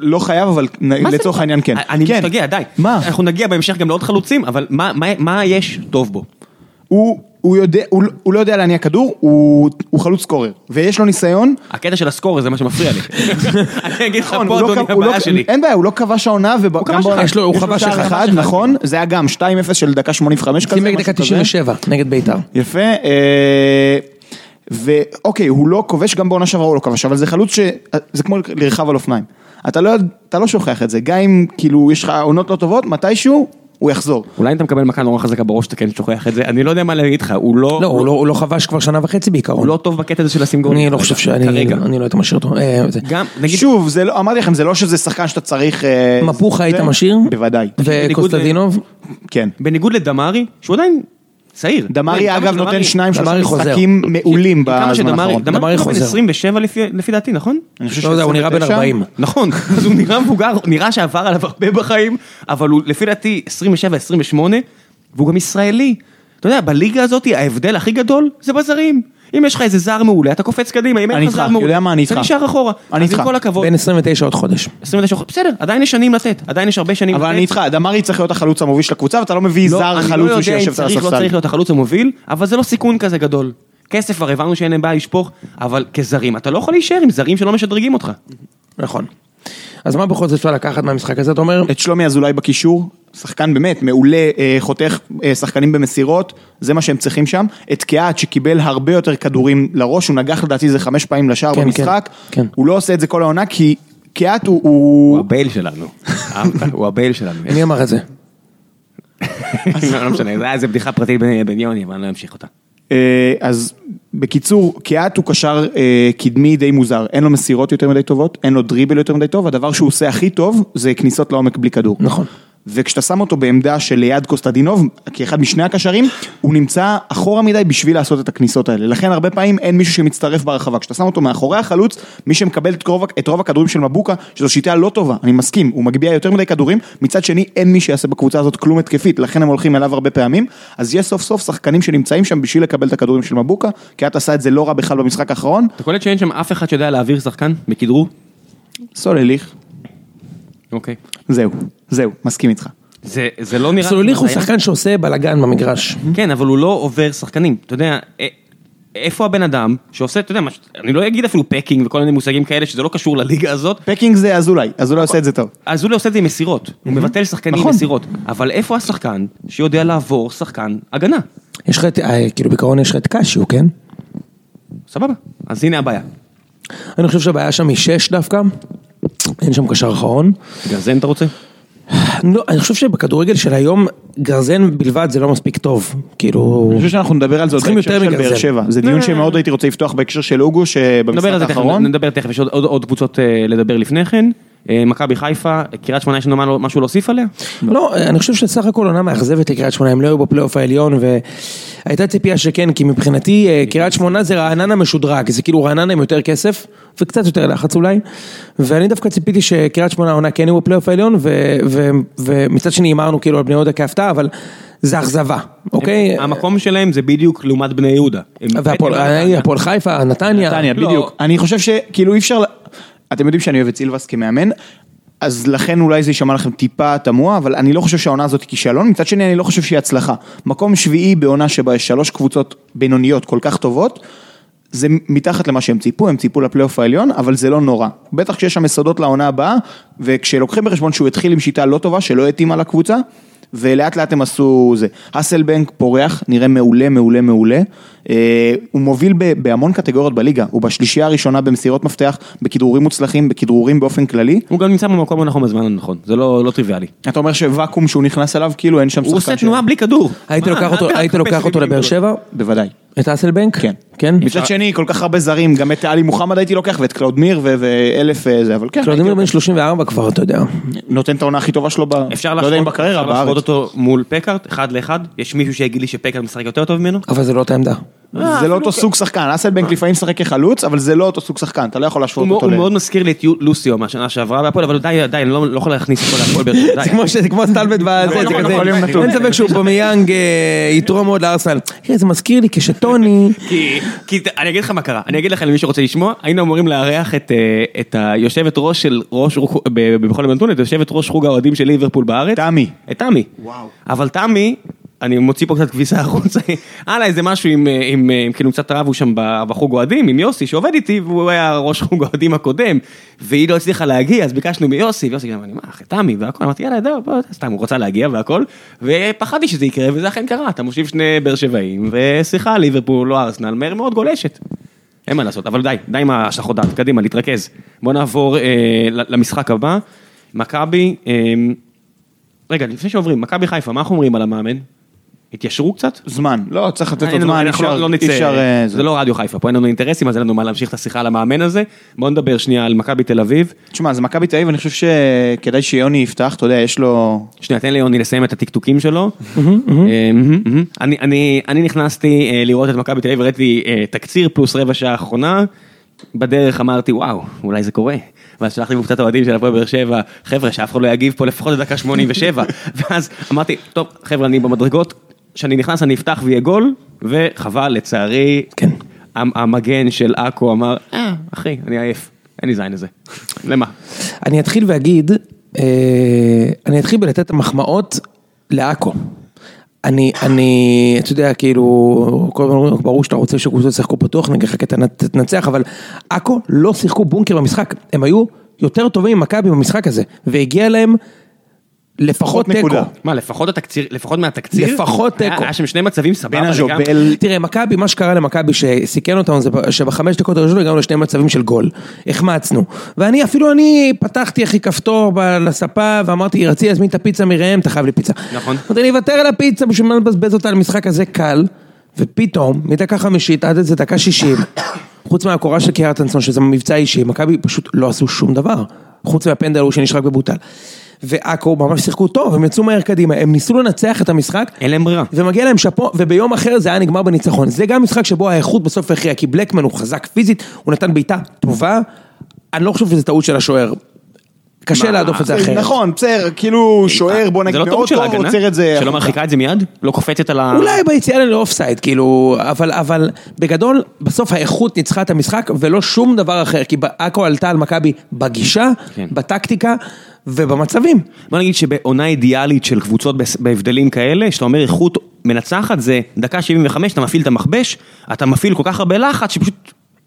Speaker 3: לא חייב, אבל
Speaker 2: מה זה?
Speaker 3: לצורך העניין כן.
Speaker 2: אני
Speaker 3: כן.
Speaker 2: משתגע, די.
Speaker 3: מה?
Speaker 2: אנחנו נגיע בהמשך גם לעוד חלוצים, אבל מה- מה- מה יש טוב בו?
Speaker 3: הוא... הוא, יודע, הוא, לא- הוא לא יודע להניע כדור, הוא, הוא חלוץ סקורר, ויש לו ניסיון,
Speaker 2: הקטע של הסקורר זה מה שמפריע לי. אני אגיד לך
Speaker 3: נכון,
Speaker 2: פה,
Speaker 3: הוא לא
Speaker 2: אדוני,
Speaker 3: כב- הוא לא-
Speaker 2: הבעיה שלי.
Speaker 3: אין בעיה, הוא לא כבש העונה, הוא
Speaker 2: כבש אחד.
Speaker 1: יש לו- הוא כבש אחד.
Speaker 3: אחד, נכון, זה היה גם 2-0 של דקה 85 כזה,
Speaker 1: שים נגד
Speaker 3: משהו
Speaker 1: דקה
Speaker 3: כזה. לא,
Speaker 1: 97, נגד ביתר.
Speaker 3: יפה, אה, ואוקיי, הוא לא כובש, גם בעונה שעברה הוא לא כבש, אבל זה חלוץ ש... זה כמו לרכב על אופניים. אתה לא, אתה לא שוכח את זה, גם אם כאילו יש לך עונות לא טובות, מתישהו הוא יחזור.
Speaker 2: אולי אם אתה מקבל מכה נורא חזקה בראש, אתה כן שוכח את זה, אני לא יודע מה להגיד לך, הוא לא...
Speaker 1: לא, הוא לא- הוא לא חבש כבר שנה וחצי
Speaker 2: הוא
Speaker 1: בעיקרון.
Speaker 2: לא טוב בקטע הזה של לשים גולים.
Speaker 1: אני לא חושב שאני...
Speaker 2: כרגע.
Speaker 1: אני לא הייתי משאיר אותו. אה, זה.
Speaker 2: גם, נגיד,
Speaker 3: שוב, זה לא, אמרתי לכם, זה לא שזה שחקן שאתה צריך... אה,
Speaker 1: מפוחה
Speaker 3: זה-
Speaker 1: היית משאיר?
Speaker 3: בוודאי,
Speaker 1: וקוסטדינוב?
Speaker 3: כן.
Speaker 2: בניגוד לדמרי, שהוא עדיין צעיר. כן,
Speaker 3: דמרי
Speaker 2: כמה
Speaker 3: אגב
Speaker 2: שדמרי-
Speaker 3: נותן שניים שלושה
Speaker 1: דמרי חוזר.
Speaker 3: משחקים מעולים
Speaker 2: כמה
Speaker 3: בזמן
Speaker 2: שדמרי-
Speaker 3: האחרון.
Speaker 1: דמרי
Speaker 2: דמרי הוא בן
Speaker 1: חוזר.
Speaker 2: 27 לפי- לפי דעתי, נכון?
Speaker 3: אני חושב
Speaker 1: לא יודע, הוא נראה בן
Speaker 3: 29.
Speaker 1: 40.
Speaker 2: נכון, אז הוא נראה מבוגר, הוא נראה שעבר עליו הרבה בחיים, אבל הוא לפי דעתי 27-28, והוא גם ישראלי. אתה יודע, בליגה הזאת ההבדל הכי גדול זה בזרים. אם יש לך איזה זר מעולה, אתה קופץ קדימה, אם אין
Speaker 3: אני
Speaker 2: לך
Speaker 3: איתך,
Speaker 2: זר מעולה,
Speaker 3: יודע מה, אני איתך.
Speaker 2: אתה נשאר אחורה.
Speaker 3: אני
Speaker 2: אז עם
Speaker 3: איתך.
Speaker 2: כל הכבוד,
Speaker 1: בן 29 עוד חודש.
Speaker 2: 29, בסדר, עדיין יש שנים לתת, עדיין יש הרבה שנים לתת.
Speaker 3: אבל אני איתך, דמרי צריך להיות החלוץ המוביל של הקבוצה, ואתה לא מביא
Speaker 2: לא,
Speaker 3: זר
Speaker 2: אני
Speaker 3: חלוץ
Speaker 2: לא יודע
Speaker 3: בשביל
Speaker 2: אם
Speaker 3: לשבת על
Speaker 2: צריך, לא
Speaker 3: הספסל.
Speaker 2: צריך להיות החלוץ המוביל, אבל זה לא סיכון כזה גדול. כסף כבר הבנו שאין להם בעיה לשפוך, אבל כזרים, אתה לא יכול להישאר עם זרים שלא משדרגים אותך.
Speaker 1: נכון. אז מה בכל זאת אפשר לקחת מהמשחק הזה, אתה אומר?
Speaker 3: את שלומי אזולאי בקישור, שחקן באמת מעולה, אה, חותך אה, שחקנים במסירות, זה מה שהם צריכים שם. את קיאט שקיבל הרבה יותר כדורים לראש, הוא נגח לדעתי איזה חמש פעמים לשער
Speaker 1: כן,
Speaker 3: במשחק.
Speaker 1: כן, כן.
Speaker 3: הוא לא עושה את זה כל העונה כי קיאט הוא... הוא...
Speaker 2: הבייל שלנו. אהבת, הוא הבייל שלנו.
Speaker 1: מי אמר את זה?
Speaker 2: לא לא משנה, זה היה איזה בדיחה פרטית בין בין יוני, אבל אני לא אמשיך אותה.
Speaker 3: אה, אז בקיצור, קיאט הוא קשר אה, קדמי די מוזר, אין לו מסירות יותר מדי טובות, אין לו דריבל יותר מדי טוב, הדבר שהוא עושה הכי טוב זה כניסות לעומק בלי כדור.
Speaker 1: נכון.
Speaker 3: וכשאתה שם אותו בעמדה שליד קוסטדינוב, כאחד משני הקשרים, הוא נמצא אחורה מדי בשביל לעשות את הכניסות האלה. לכן הרבה פעמים אין מישהו שמצטרף ברחבה. כשאתה שם אותו מאחורי החלוץ, מי שמקבל את, קרוב, את רוב הכדורים של מבוקה, שזו שיטה לא טובה, אני מסכים, הוא מגביה יותר מדי כדורים, מצד שני אין מי שיעשה בקבוצה הזאת כלום התקפית, לכן הם הולכים אליו הרבה פעמים, אז יש סוף סוף שחקנים שנמצאים שם בשביל לקבל את הכדורים של מבוקה, כי את עשה את זה לא רע בכלל במשחק האחרון,
Speaker 2: אתה קולט שאין שם אף אחד שיודע להעביר שחקן מכדרור?
Speaker 3: סולליך,
Speaker 2: אוקיי.
Speaker 3: זהו, זהו, מסכים איתך.
Speaker 2: זה זה לא נראה...
Speaker 1: סולליך הוא
Speaker 2: היה-
Speaker 1: שחקן שעושה בלאגן במגרש.
Speaker 2: כן, אבל הוא לא עובר שחקנים. אתה יודע, א- איפה הבן אדם שעושה, אתה יודע, מה ש- אני לא אגיד אפילו פקינג וכל מיני מושגים כאלה שזה לא קשור לליגה הזאת,
Speaker 3: פקינג זה אזולאי, אזולאי עושה את זה טוב.
Speaker 2: אז הוא לא עושה את זה עם מסירות, הוא מבטל שחקנים עם
Speaker 3: נכון.
Speaker 2: מסירות, אבל איפה השחקן שיודע לעבור שחקן הגנה?
Speaker 1: יש לך את, אה, כאילו בעיקרון יש לך את קשיו, כן?
Speaker 2: סבבה, אז הנה הבעיה.
Speaker 1: אני חושב שהבעיה שם היא שש דווקא, אין שם קשר אחרון.
Speaker 2: גרזן אתה רוצה?
Speaker 1: לא, אני חושב שבכדורגל של היום, גרזן בלבד זה לא מספיק טוב. כאילו...
Speaker 3: אני חושב שאנחנו נדבר על זה עוד
Speaker 1: צריכים
Speaker 3: בהקשר
Speaker 1: יותר
Speaker 3: של באר
Speaker 1: מגרזן.
Speaker 3: שבע. זה דיון שמאוד הייתי רוצה לפתוח בהקשר של אוגו,
Speaker 2: אה. נדבר על
Speaker 3: שבמשחק
Speaker 2: זה תכף,
Speaker 3: האחרון,
Speaker 2: נדבר תכף, יש עוד- עוד עוד קבוצות אה, לדבר לפני כן. אה, מכבי חיפה, קריית שמונה יש לנו מה- משהו להוסיף עליה?
Speaker 1: לא, אני חושב שסך הכל עונה מאכזבת לקריית שמונה, הם לא היו בפלייאוף העליון והייתה ציפייה שכן, כי מבחינתי אה, קריית שמונה זה רעננה משודרג, זה כאילו רעננה עם יותר כסף וקצת יותר לחץ אולי, ואני דווקא ציפיתי שקריית שמונה העונה כן יהיו בפלייאוף העליון, ו- ו- ומצד שני הימרנו כאילו על בני יהודה כהפתעה, אבל זה אכזבה, אוקיי?
Speaker 2: המקום שלהם זה בדיוק לעומת בני יהודה. הם-
Speaker 1: והפועל אה, הפועל חיפה, נתניה,
Speaker 3: נתניה,
Speaker 2: לא.
Speaker 3: בדיוק. אני חושב שכאילו אי אפשר, ל- אתם יודעים שאני אוהב את סילבס כמאמן, אז לכן אולי זה יישמע לכם טיפה תמוה, אבל אני לא חושב שהעונה הזאת היא כישלון, מצד שני אני לא חושב שהיא הצלחה. מקום שביעי בעונה שבה יש שלוש קבוצות בינוניות כל כך טובות, זה מתחת למה שהם ציפו, הם ציפו לפלייאוף העליון, אבל זה לא נורא. בטח כשיש שם יסודות לעונה הבאה, וכשלוקחים בחשבון שהוא התחיל עם שיטה לא טובה, שלא התאימה לקבוצה, ולאט לאט הם עשו זה. האסלבנק פורח, נראה מעולה, מעולה, מעולה. אה, הוא מוביל ב- בהמון קטגוריות בליגה, הוא בשלישייה הראשונה במסירות מפתח, בכדרורים מוצלחים, בכדרורים באופן כללי.
Speaker 2: הוא גם נמצא במקום הנכון בזמן הנכון, זה לא לא טריוויאלי.
Speaker 3: אתה אומר שוואקום שהוא נכנס אליו, כאילו אין שם שחקן
Speaker 2: הוא עושה
Speaker 3: ש-
Speaker 2: תנועה בלי כדור.
Speaker 1: היית
Speaker 2: מה,
Speaker 1: לוקח
Speaker 2: אל
Speaker 1: אותו-
Speaker 2: תחפש
Speaker 1: היית לוקח אותו
Speaker 2: ריבים
Speaker 1: לבאר שבע?
Speaker 3: בוודאי.
Speaker 1: את אסלבנק?
Speaker 3: כן.
Speaker 1: כן?
Speaker 2: אה.
Speaker 3: מצד שני, כל כך הרבה זרים, גם את עלי מוחמד הייתי לוקח, ואת קלאודמיר ו- ואלף אה, זה, אבל כן. הייתי
Speaker 1: קלודימיר בן 34 כבר, אתה יודע.
Speaker 3: נותן את העונה הכי טובה שלו, ב...
Speaker 2: אפשר
Speaker 3: לא יודע אם
Speaker 2: להשוות
Speaker 3: בקריירה,
Speaker 2: אפשר להשוות
Speaker 3: בארץ.
Speaker 2: אותו מול פקארט, אחד לאחד, יש מישהו שיגיד לי שפקארט משחק יותר טוב ממנו?
Speaker 1: אבל זה לא אותה עמדה.
Speaker 2: אה,
Speaker 3: זה לא
Speaker 2: כן.
Speaker 3: אותו סוג שחקן, אסלבנק לפעמים משחק כחלוץ, אבל זה לא אותו סוג שחקן, אתה לא יכול
Speaker 2: הוא
Speaker 3: להשוות
Speaker 2: מאוד-
Speaker 3: אותו.
Speaker 2: הוא
Speaker 3: ל-
Speaker 2: מאוד מזכיר לי את יו- לוסיו מהשנה שעברה בהפועל, אבל די, די, אני לא לא יכול להכניס אותו להפועל באר שבע, די.
Speaker 1: זה כמו ש- זה כמו סטלבט בזה, זה
Speaker 2: נכון,
Speaker 1: כזה,
Speaker 2: נכון, יום נתון.
Speaker 1: אין ספק שהוא במיאנג יתרום מאוד לארסנל. תראה, זה מזכיר לי כשטוני,
Speaker 2: כי, כי ת- אני אגיד לך מה קרה, אני אגיד לך למי שרוצה לשמוע, היינו אמורים לארח את, אה, את היושבת ראש של ראש, רוח- ב- בכל יום נתון, את יושבת ראש חוג האוהדים של ליברפול בארץ.
Speaker 3: תמי.
Speaker 2: את תמי.
Speaker 3: וואו.
Speaker 2: אבל תמי, אני מוציא פה קצת כביסה החוצה, היה לה איזה משהו עם, אה, עם, אה, עם כאילו קצת רב הוא שם ב- בחוג אוהדים, עם יוסי שעובד איתי, והוא היה ראש חוג אוהדים הקודם, והיא לא הצליחה להגיע, אז ביקשנו מיוסי, ויוסי אמר לי, מה, אחי, תמי, והכל, אמרתי, יאללה, די, בוא, סתם, הוא רוצה להגיע והכל, ופחדתי שזה יקרה, וזה אכן קרה, אתה מושיב שני באר שבעים, ושיחה ליברפול, לא ארסנל, מהר מאוד גולשת. אין מה לעשות, אבל די, די עם ההשלכות דעת, קדימה, להתרכז. בוא נעבור אה, ל- למשחק הבא, מכבי, אה, רגע, לפני שעוברים, מכבי חיפה, מה אנחנו אומרים על המאמן? התיישרו קצת?
Speaker 3: זמן, לא, צריך לתת עוד
Speaker 2: אין לנו-
Speaker 3: זמן, אי
Speaker 2: אנחנו
Speaker 3: אפשר,
Speaker 2: לא
Speaker 3: אי אפשר,
Speaker 2: נצא,
Speaker 3: אה,
Speaker 2: זה לא רדיו חיפה, פה אין לנו אינטרסים, אז אין לנו מה להמשיך את השיחה על המאמן הזה. בואו נדבר שנייה על מכבי תל אביב.
Speaker 3: תשמע, זה מכבי תל אביב, אני חושב שכדאי שיוני יפתח, אתה יודע, יש לו...
Speaker 2: שנייה, תן ליוני לסיים את הטקטוקים שלו. אה, מהמם, מהמם. אני- אני אני נכנסתי אה, לראות את מכבי תל אביב, ראיתי אה, תקציר פלוס רבע שעה האחרונה. בדרך אמרתי, וואו, אולי זה קורה. ואז שלחתי בקבוצת האוהדים של הפועל באר שבע, חבר'ה, שאף אחד לא יגיב פה לפחות לדקה 87. ואז אמרתי, טוב, חבר'ה, אני במדרגות, כשאני נכנס אני אפתח ויהיה גול, וחבל, לצערי,
Speaker 1: כן.
Speaker 2: המ- המגן של עכו אמר, אה, אחי, אני עייף, אין לי זין לזה. למה?
Speaker 1: אני אתחיל ואגיד, אה, אני אתחיל בלתת מחמאות לעכו. אני, אני, אתה יודע, כאילו, כל הזמן אומרים, ברור שאתה רוצה שקבוצות ישחקו פתוח נגד לך כי אתה נת- תנצח, אבל עכו לא שיחקו בונקר במשחק, הם היו יותר טובים ממכבי במשחק הזה, והגיע להם לפחות
Speaker 3: פחות נקודה.
Speaker 1: תיקו.
Speaker 2: מה, לפחות התקציר, לפחות מהתקציר?
Speaker 1: לפחות
Speaker 2: היה-
Speaker 1: תיקו.
Speaker 2: היה שם שני מצבים סבבה.
Speaker 3: בן
Speaker 2: לגמרי.
Speaker 3: הז'ובל,
Speaker 1: תראה, מכבי, מה שקרה למכבי שסיכן אותנו זה שבחמש דקות הראשונות הגענו לשני מצבים של גול. החמצנו. ואני, אפילו אני פתחתי אחי כפתור ב- לספה ואמרתי, רציתי להזמין את הפיצה מראם, אתה חייב לי פיצה.
Speaker 2: נכון.
Speaker 1: אמרתי, אני אוותר על הפיצה בשביל מה לבזבז אותה על משחק כזה קל, ופתאום, מדקה חמישית עד איזה דקה שישים, חוץ מהקורה של קיארטנסון, שזה מבצע אישי, מכבי פשוט לא עשו שום דבר, חוץ מהפנדל ההוא שנשרק ובוטל. ועכו ממש שיחקו טוב, הם יצאו מהר קדימה, הם ניסו לנצח את המשחק,
Speaker 2: אין להם ברירה.
Speaker 1: ומגיע להם שאפו, וביום אחר זה היה נגמר בניצחון. זה גם משחק שבו האיכות בסוף הכריעה, כי בלקמן הוא חזק פיזית, הוא נתן בעיטה טובה, אני לא חושב שזו טעות של השוער. קשה
Speaker 2: מה?
Speaker 1: להדוף את זה אחרת.
Speaker 3: נכון, בסדר, כאילו שוער, בוא
Speaker 2: זה
Speaker 3: נגיד,
Speaker 2: לא טעות
Speaker 3: מאוד
Speaker 2: של
Speaker 3: טוב, עוצר
Speaker 2: ההגנה?
Speaker 3: את זה.
Speaker 2: שלא מרחיקה את זה מיד? לא קופצת על ה...
Speaker 1: אולי ביציאה לאופסייד, כאילו, אבל, אבל בגדול, בסוף האיכות ניצחה את המשחק, ולא שום דבר אחר, כי עכו עלתה על מכבי בגישה,
Speaker 2: כן. לא
Speaker 1: בטקטיקה ובמצבים.
Speaker 2: בוא נגיד שבעונה אידיאלית של קבוצות בס- בהבדלים כאלה, שאתה אומר איכות מנצחת זה דקה 75, אתה מפעיל את המכבש, אתה מפעיל כל כך הרבה לחץ שפשוט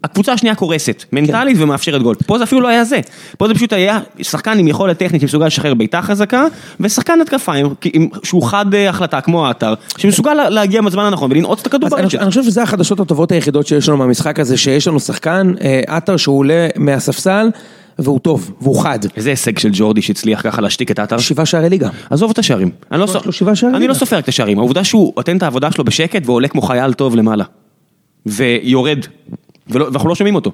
Speaker 2: הקבוצה השנייה קורסת,
Speaker 3: כן.
Speaker 2: מנטלית ומאפשרת גול. פה זה אפילו לא היה זה. פה זה פשוט היה שחקן עם יכולת טכנית שמסוגל לשחרר בעיטה חזקה, ושחקן התקפה עם- עם- שהוא חד אה, החלטה, כמו העטר, שמסוגל לה- להגיע בזמן הנכון ולנעוץ את הכדור
Speaker 1: אז אני,
Speaker 2: ברשת.
Speaker 1: חושב- אני חושב שזה החדשות הטובות היחידות שיש לנו מהמשחק הזה, שיש לנו שחקן, אה, עטר, שהוא עולה מהספסל, והוא טוב, והוא חד.
Speaker 2: איזה הישג של ג'ורדי שהצליח ככה להשתיק את העטר.
Speaker 1: שבעה שערי ליגה.
Speaker 2: עזוב את השערים. אני לא,
Speaker 1: יש
Speaker 2: סופ-
Speaker 1: לו שבעה שערים.
Speaker 2: אני לא סופר את השערים, העובדה שהוא נותן את העבודה שלו בשקט ועולה כמו חייל טוב למעלה. ויורד. ולא, ואנחנו לא שומעים אותו.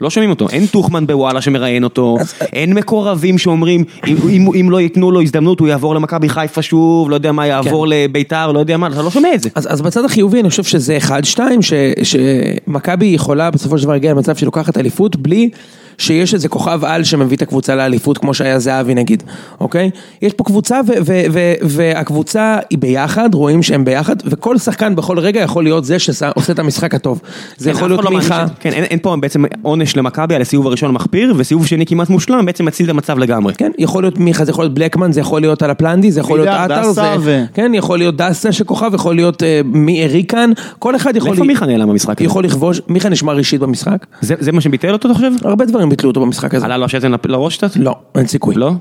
Speaker 2: לא שומעים אותו, אין טוחמן בוואלה שמראיין אותו, אין מקורבים שאומרים אם, אם, אם לא ייתנו לו הזדמנות הוא יעבור למכבי חיפה שוב, לא יודע מה,
Speaker 1: כן.
Speaker 2: יעבור לביתר, לא יודע מה, אתה לא שומע את זה.
Speaker 1: אז, אז בצד החיובי אני חושב שזה אחד, שתיים, ש- שמכבי יכולה בסופו של דבר להגיע למצב שהיא לוקחת אליפות בלי שיש איזה כוכב על שמביא את הקבוצה לאליפות, כמו שהיה זהבי נגיד, אוקיי? יש פה קבוצה ו- ו- ו- והקבוצה היא ביחד, רואים שהם ביחד, וכל שחקן בכל רגע יכול להיות זה שעושה את המשחק הטוב. זה
Speaker 2: כן,
Speaker 1: יכול
Speaker 2: אף אחד
Speaker 1: להיות
Speaker 2: לא מאמין
Speaker 1: מיכה.
Speaker 2: ש- כן, אין, אין פה בעצם עונש למכבי על הסיבוב הראשון מחפיר, וסיבוב שני כמעט מושלם, בעצם מציל את המצב לגמרי.
Speaker 1: כן, יכול להיות מיכה, זה יכול להיות בלקמן, זה יכול להיות אלפלנדי, זה יכול להיות
Speaker 3: מידן,
Speaker 1: עטר, זה...
Speaker 3: דסה ו-
Speaker 1: כן, יכול להיות דסה שכוכב, יכול להיות אה, מירי כאן, כל אחד יכול...
Speaker 2: לאיפה
Speaker 1: לי-
Speaker 2: מיכה נעלם במשחק הזה?
Speaker 1: יכול לכבוש, מיכה נשמע ראשית במשחק,
Speaker 2: זה, זה מה שביטל אותו אתה חושב?
Speaker 1: הרבה דברים ביטלו אותו במשחק הזה.
Speaker 2: עלה לו השתן לפ- לראש קצת?
Speaker 1: לא, אין סיכוי.
Speaker 2: לא?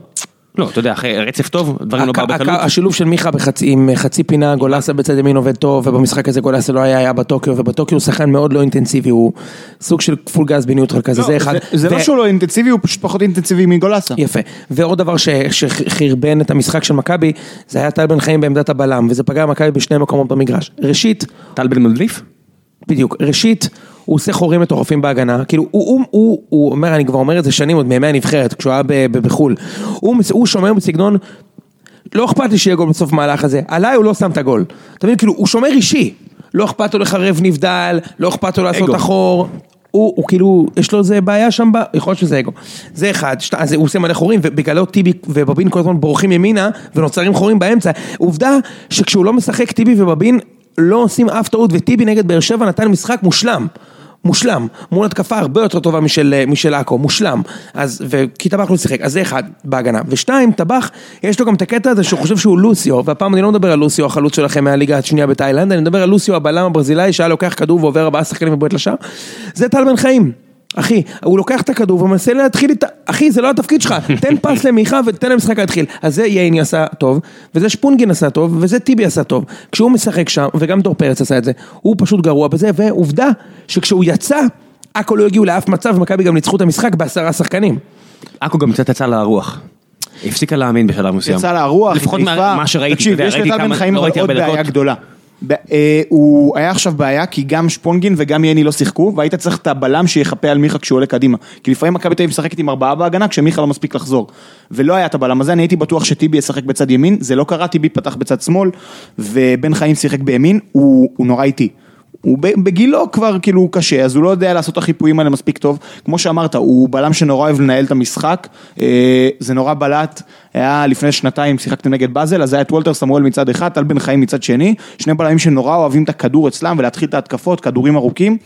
Speaker 2: לא, אתה יודע, אחרי רצף טוב, דברים לא
Speaker 1: הכ-
Speaker 2: באו
Speaker 1: הכ-
Speaker 2: בקלות.
Speaker 1: השילוב של מיכה בחצי- עם חצי פינה, גולסה בצד ימין עובד טוב, ובמשחק הזה גולסה לא היה, היה בטוקיו, ובטוקיו הוא שחקן מאוד לא אינטנסיבי, הוא סוג של פול גז בניוטרל כזה, זה אחד.
Speaker 3: זה
Speaker 1: ו-
Speaker 3: לא שהוא לא אינטנסיבי, הוא פשוט פחות אינטנסיבי מגולסה.
Speaker 1: יפה. ועוד דבר ש- שחרבן את המשחק של מכבי, זה היה טל בן חיים בעמדת הבלם, וזה פגע במכבי בשני מקומות במגרש. ראשית,
Speaker 2: טל בן מדליף?
Speaker 1: בדיוק, ראשית, הוא עושה חורים מטורפים בהגנה, כאילו, הוא, הוא, הוא, הוא אומר, אני כבר אומר את זה שנים עוד מימי הנבחרת, כשהוא היה ב- ב- בחו"ל, הוא, מס- הוא שומר בסגנון, לא אכפת לי שיהיה גול בסוף המהלך הזה, עליי הוא לא שם את הגול, אתה מבין, כאילו, הוא שומר אישי, לא אכפת לו לחרב נבדל, לא אכפת לו לעשות
Speaker 2: אגו.
Speaker 1: אחור, הוא, הוא כאילו, יש לו איזה בעיה שם, ב... יכול להיות שזה אגו, זה אחד, שת... אז הוא עושה מלא חורים, ובגללו טיבי ובבין כל הזמן בורחים ימינה, ונוצרים חורים באמצע, עובדה שכשהוא לא משחק טיבי ובבין, לא עושים אף טעות, וטיבי נגד באר שבע נתן משחק מושלם. מושלם, מול התקפה הרבה יותר טובה משל, אה, משל עכו, מושלם. אז, וכי טבח לא שיחק, אז זה אחד, בהגנה. ושתיים, טבח, יש לו גם את הקטע הזה שהוא חושב שהוא לוסיו, והפעם אני לא מדבר על לוסיו החלוץ שלכם מהליגה השנייה בתאילנד, אני מדבר על לוסיו הבלם הברזילאי שהיה לוקח כדור ועובר ארבעה שחקנים ובועט לשער, זה טל בן חיים. אחי, הוא לוקח את הכדור ומנסה להתחיל איתה, אחי זה לא התפקיד שלך, תן פס למיכה ותן למשחק להתחיל. אז זה ייני עשה טוב, וזה שפונגין עשה טוב, וזה טיבי עשה טוב. כשהוא משחק שם, וגם דור פרץ עשה את זה, הוא פשוט גרוע בזה, ועובדה שכשהוא יצא, עכו לא הגיעו לאף מצב, ומכבי גם ניצחו את המשחק בעשרה שחקנים.
Speaker 2: עכו גם קצת יצא לה הרוח. הפסיקה להאמין בשלב מסוים.
Speaker 3: יצא לה הרוח,
Speaker 2: לפחות
Speaker 3: היא חיפה.
Speaker 2: מה- מה שראיתי,
Speaker 3: תקשיב,
Speaker 2: אתה יודע,
Speaker 3: יש
Speaker 2: ראיתי
Speaker 3: לטל בן
Speaker 2: כמה-
Speaker 3: חיים
Speaker 2: לא
Speaker 3: אבל
Speaker 2: ראיתי
Speaker 3: עוד
Speaker 2: הרבה
Speaker 3: בעיה
Speaker 2: דקות.
Speaker 3: גדולה. ב- אה, הוא היה עכשיו בעיה כי גם שפונגין וגם יני לא שיחקו והיית צריך את הבלם שיחפה על מיכה כשהוא עולה קדימה כי לפעמים מכבי תל אביב משחקת עם ארבעה בהגנה כשמיכה לא מספיק לחזור ולא היה את הבלם הזה אני הייתי בטוח שטיבי ישחק בצד ימין זה לא קרה טיבי פתח בצד שמאל ובן חיים שיחק בימין הוא הוא נורא איטי הוא ב- בגילו כבר כאילו הוא קשה, אז הוא לא יודע לעשות את החיפויים האלה מספיק טוב. כמו שאמרת, הוא בלם שנורא אוהב לנהל את המשחק, אה, זה נורא בלט, היה לפני שנתיים, שיחקתם נגד באזל, אז היה את וולטר סמואל מצד אחד, טל בן חיים מצד שני, שני בלמים שנורא אוהבים את הכדור אצלם ולהתחיל את ההתקפות, כדורים ארוכים.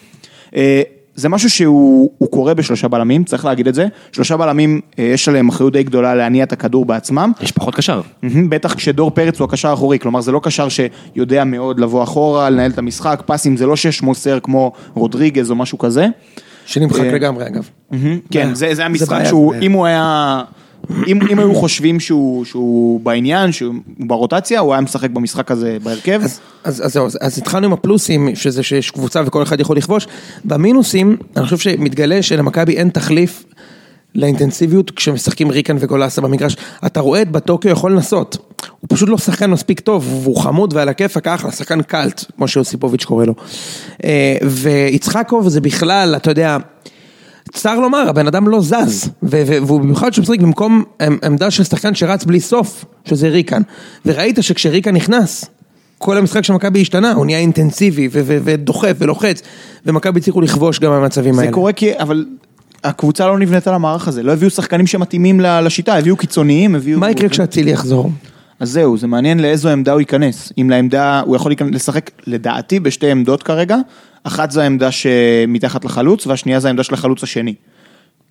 Speaker 3: אה, זה משהו שהוא הוא קורה בשלושה בלמים, צריך להגיד את זה. שלושה בלמים, אה, יש עליהם אחריות די גדולה להניע את הכדור בעצמם.
Speaker 2: יש פחות קשר.
Speaker 3: מהמם, בטח כשדור פרץ הוא הקשר האחורי, כלומר זה לא קשר שיודע מאוד לבוא אחורה, לנהל את המשחק, פסים זה לא שש מוסר כמו רודריגז או משהו כזה.
Speaker 1: שנמחק
Speaker 3: אה,
Speaker 1: לגמרי אגב.
Speaker 3: מהמם, כן, זה, זה המשחק
Speaker 1: בעיה,
Speaker 3: שהוא,
Speaker 1: אה, זה בעיה.
Speaker 3: אם הוא היה, אם, אם היו חושבים שהוא, שהוא בעניין, שהוא ברוטציה, הוא היה משחק במשחק הזה בהרכב.
Speaker 1: אז, אז, אז זהו, אז, אז התחלנו עם הפלוסים, שזה שיש קבוצה וכל אחד יכול לכבוש. במינוסים, אני חושב שמתגלה שלמכבי אין תחליף לאינטנסיביות כשמשחקים ריקן וגולסה במגרש. אתה רואה את בטוקיו יכול לנסות. הוא פשוט לא שחקן מספיק טוב, והוא חמוד ועל הכיפאק, אחלה, שחקן קאלט, כמו שיוסיפוביץ' קורא לו. אה, ויצחקוב זה בכלל, אתה יודע... צר לומר, הבן אדם לא זז, ו- ו- והוא במיוחד שהוא משחק במקום עמ- עמדה של שחקן שרץ בלי סוף, שזה ריקן. וראית שכשריקן נכנס, כל המשחק של מכבי השתנה, הוא נהיה אינטנסיבי ו- ו- ודוחף ולוחץ, ומכבי הצליחו לכבוש גם במצבים האלה.
Speaker 3: זה קורה כי, אבל הקבוצה לא נבנתה למערך הזה, לא הביאו שחקנים שמתאימים ל- לשיטה, הביאו קיצוניים, הביאו...
Speaker 1: מה יקרה כשאצילי יחזור?
Speaker 3: אז זהו, זה מעניין לאיזו עמדה הוא ייכנס. אם לעמדה, הוא יכול להיכנס- לשחק לדעתי בשתי עמדות כרגע, אחת זו העמדה שמתחת לחלוץ, והשנייה זו העמדה של החלוץ השני.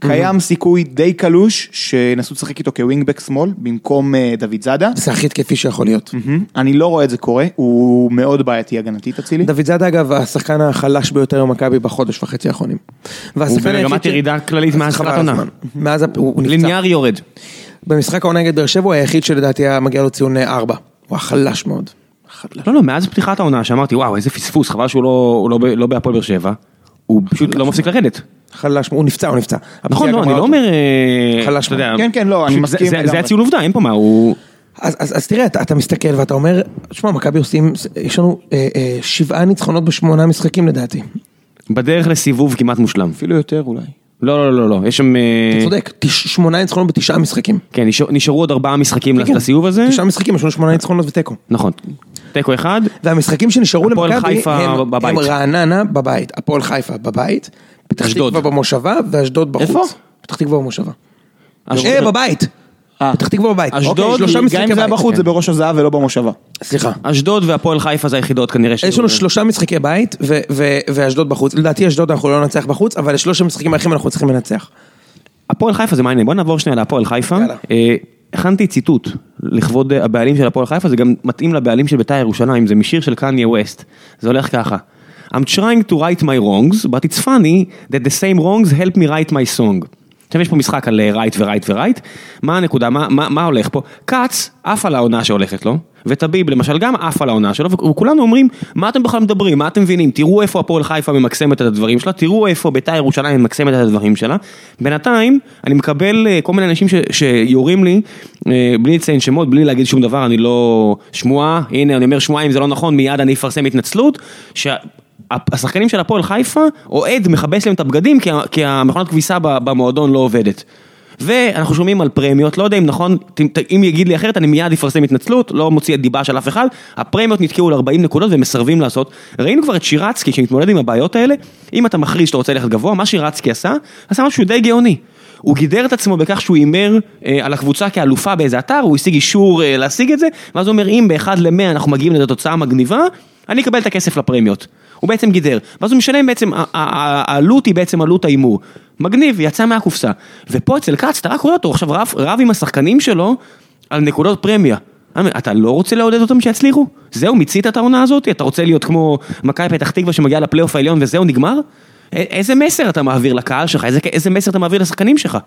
Speaker 1: Mhm.
Speaker 3: קיים סיכוי די קלוש שינסו לשחק איתו כווינגבק שמאל במקום אה, דוד זאדה.
Speaker 1: זה הכי התקפי שיכול להיות.
Speaker 3: אני לא רואה את זה קורה, הוא מאוד בעייתי הגנתית אצילי.
Speaker 1: דוד זאדה אגב השחקן החלש ביותר במכבי בחודש וחצי האחרונים.
Speaker 2: הוא
Speaker 1: והשחקן היחיד
Speaker 2: במגמת
Speaker 1: ש-
Speaker 2: ירידה כללית
Speaker 1: אז
Speaker 2: מאז
Speaker 1: חבל
Speaker 2: תחילת
Speaker 1: על
Speaker 2: עונה.
Speaker 1: הזמן. מאז הפ- הוא הוא נפצע.
Speaker 2: ליניאר יורד.
Speaker 1: במשחק העונה נגד באר שבע הוא היחיד שלדעתי היה מגיע לו ציון 4. הוא היה חלש מאוד. חלש.
Speaker 2: לא, לא, מאז פתיחת העונה שאמרתי, וואו, איזה פספוס, חבל שהוא לא- הוא לא ב- לא בהפועל באר שבע. הוא פשוט לא מפסיק לרדת.
Speaker 1: חלש, הוא נפצע, הוא נפצע.
Speaker 2: נכון,
Speaker 1: הפציעה
Speaker 2: לא,
Speaker 1: גמרה
Speaker 2: אני לא
Speaker 1: אותו.
Speaker 2: אומר... אה,
Speaker 1: חלש
Speaker 2: אתה יודע,
Speaker 1: מאוד.
Speaker 3: כן, כן, לא, אני
Speaker 2: פשוט
Speaker 3: מסכים
Speaker 2: זה-
Speaker 3: לגמרי.
Speaker 2: זה הציון עובדה, אין פה מה, הוא...
Speaker 1: אז, אז, אז תראה, אתה, אתה מסתכל ואתה אומר, תשמע, מכבי עושים, יש לנו אה, אה, שבעה ניצחונות בשמונה משחקים לדעתי.
Speaker 2: בדרך לסיבוב כמעט מושלם.
Speaker 3: אפילו יותר אולי.
Speaker 2: לא, לא, לא, לא, יש שם... אה,
Speaker 1: אתה צודק, תש, שמונה ניצחונות בתשעה משחקים.
Speaker 2: כן, נשאר- נשארו עוד ארבעה משחקים
Speaker 1: כן.
Speaker 2: לסיבוב הזה.
Speaker 1: תשעה משחקים, יש לנו שמונה ניצחונות ותיקו.
Speaker 2: נכון. תיקו אחד,
Speaker 1: והמשחקים שנשארו
Speaker 2: הפועל
Speaker 1: למכבי
Speaker 2: חיפה
Speaker 1: הם,
Speaker 2: בבית.
Speaker 1: הם רעננה בבית, הפועל חיפה בבית, פתח
Speaker 2: אשדוד.
Speaker 1: תקווה במושבה ואשדוד בחוץ.
Speaker 2: איפה?
Speaker 1: פתח תקווה במושבה.
Speaker 2: אשדוד.
Speaker 1: אה, בבית.
Speaker 3: אה.
Speaker 1: פתח תקווה בבית. אוקיי,
Speaker 3: אשדוד,
Speaker 1: שלושה
Speaker 3: גם
Speaker 1: משחקי
Speaker 3: אם זה היה
Speaker 1: בית. כן.
Speaker 3: בחוץ, זה בראש הזהב ולא במושבה.
Speaker 1: סליחה.
Speaker 2: אשדוד והפועל חיפה זה היחידות כנראה ש...
Speaker 1: אה, יש לנו שלושה משחקי בית ו- ו- ואשדוד בחוץ. לדעתי אשדוד אנחנו לא ננצח בחוץ, אבל שלושה משחקים האחרים אנחנו צריכים לנצח.
Speaker 2: הפועל חיפה זה מעניין, בוא נעבור שנייה להפועל חיפה.
Speaker 1: יאללה.
Speaker 2: אה, הכנתי ציטוט לכבוד אה, הבעלים של הפועל חיפה, זה גם מתאים לבעלים של בית"ר ירושלים, זה משיר של קניה ווסט. זה הולך ככה. I'm trying to write my wrongs, but it's funny that the same wrongs help me write my song. עכשיו יש פה משחק על אה, רייט ורייט ורייט, מה הנקודה, מה, מה, מה הולך פה? כץ עף על העונה שהולכת לא? לו, וטביב למשל גם עף על העונה שלו, ו- וכולנו אומרים, מה אתם בכלל מדברים, מה אתם מבינים, תראו איפה הפועל חיפה ממקסמת את הדברים שלה, תראו איפה בית"ר ירושלים ממקסמת את הדברים שלה. בינתיים, אני מקבל אה, כל מיני אנשים ש, שיורים לי, אה, בלי לציין שמות, בלי להגיד שום דבר, אני לא... שמועה, הנה אני אומר שמועה, אם זה לא נכון, מיד אני אפרסם התנצלות, שה... השחקנים של הפועל חיפה, אוהד מכבס להם את הבגדים כי, ה- כי המכונת כביסה ב- במועדון לא עובדת. ואנחנו שומעים על פרמיות, לא יודע אם נכון, ת- ת- אם יגיד לי אחרת אני מיד אפרסם התנצלות, לא מוציא את דיבה של אף אחד, הפרמיות נתקעו ל-40 נקודות ומסרבים לעשות. ראינו כבר את שירצקי שמתמודד עם הבעיות האלה, אם אתה מכריז שאתה רוצה ללכת גבוה, מה שירצקי עשה, עשה משהו די גאוני. הוא גידר את עצמו בכך שהוא הימר אה, על הקבוצה כאלופה באיזה אתר, הוא השיג אישור אה, להשיג את זה, ואז הוא אומר אם באחד למאה אנחנו מגיעים לאיזו תוצאה מגניבה, אני אקבל את הכסף לפרמיות. הוא בעצם גידר, ואז הוא משלם בעצם, ה- ה- ה- העלות היא בעצם עלות ההימור. מגניב, יצא מהקופסה. ופה אצל כץ, אתה רק רואה אותו עכשיו רב, רב עם השחקנים שלו על נקודות פרמיה. אני אומר, אתה לא רוצה לעודד אותם שיצליחו? זהו, מיצית את העונה הזאת? אתה רוצה להיות כמו מכבי פתח תקווה שמגיעה לפלייאוף העליון וזהו, נגמר? א- איזה מסר אתה מעביר לקהל שלך? איזה, איזה מסר אתה מעביר לשחקנים שלך?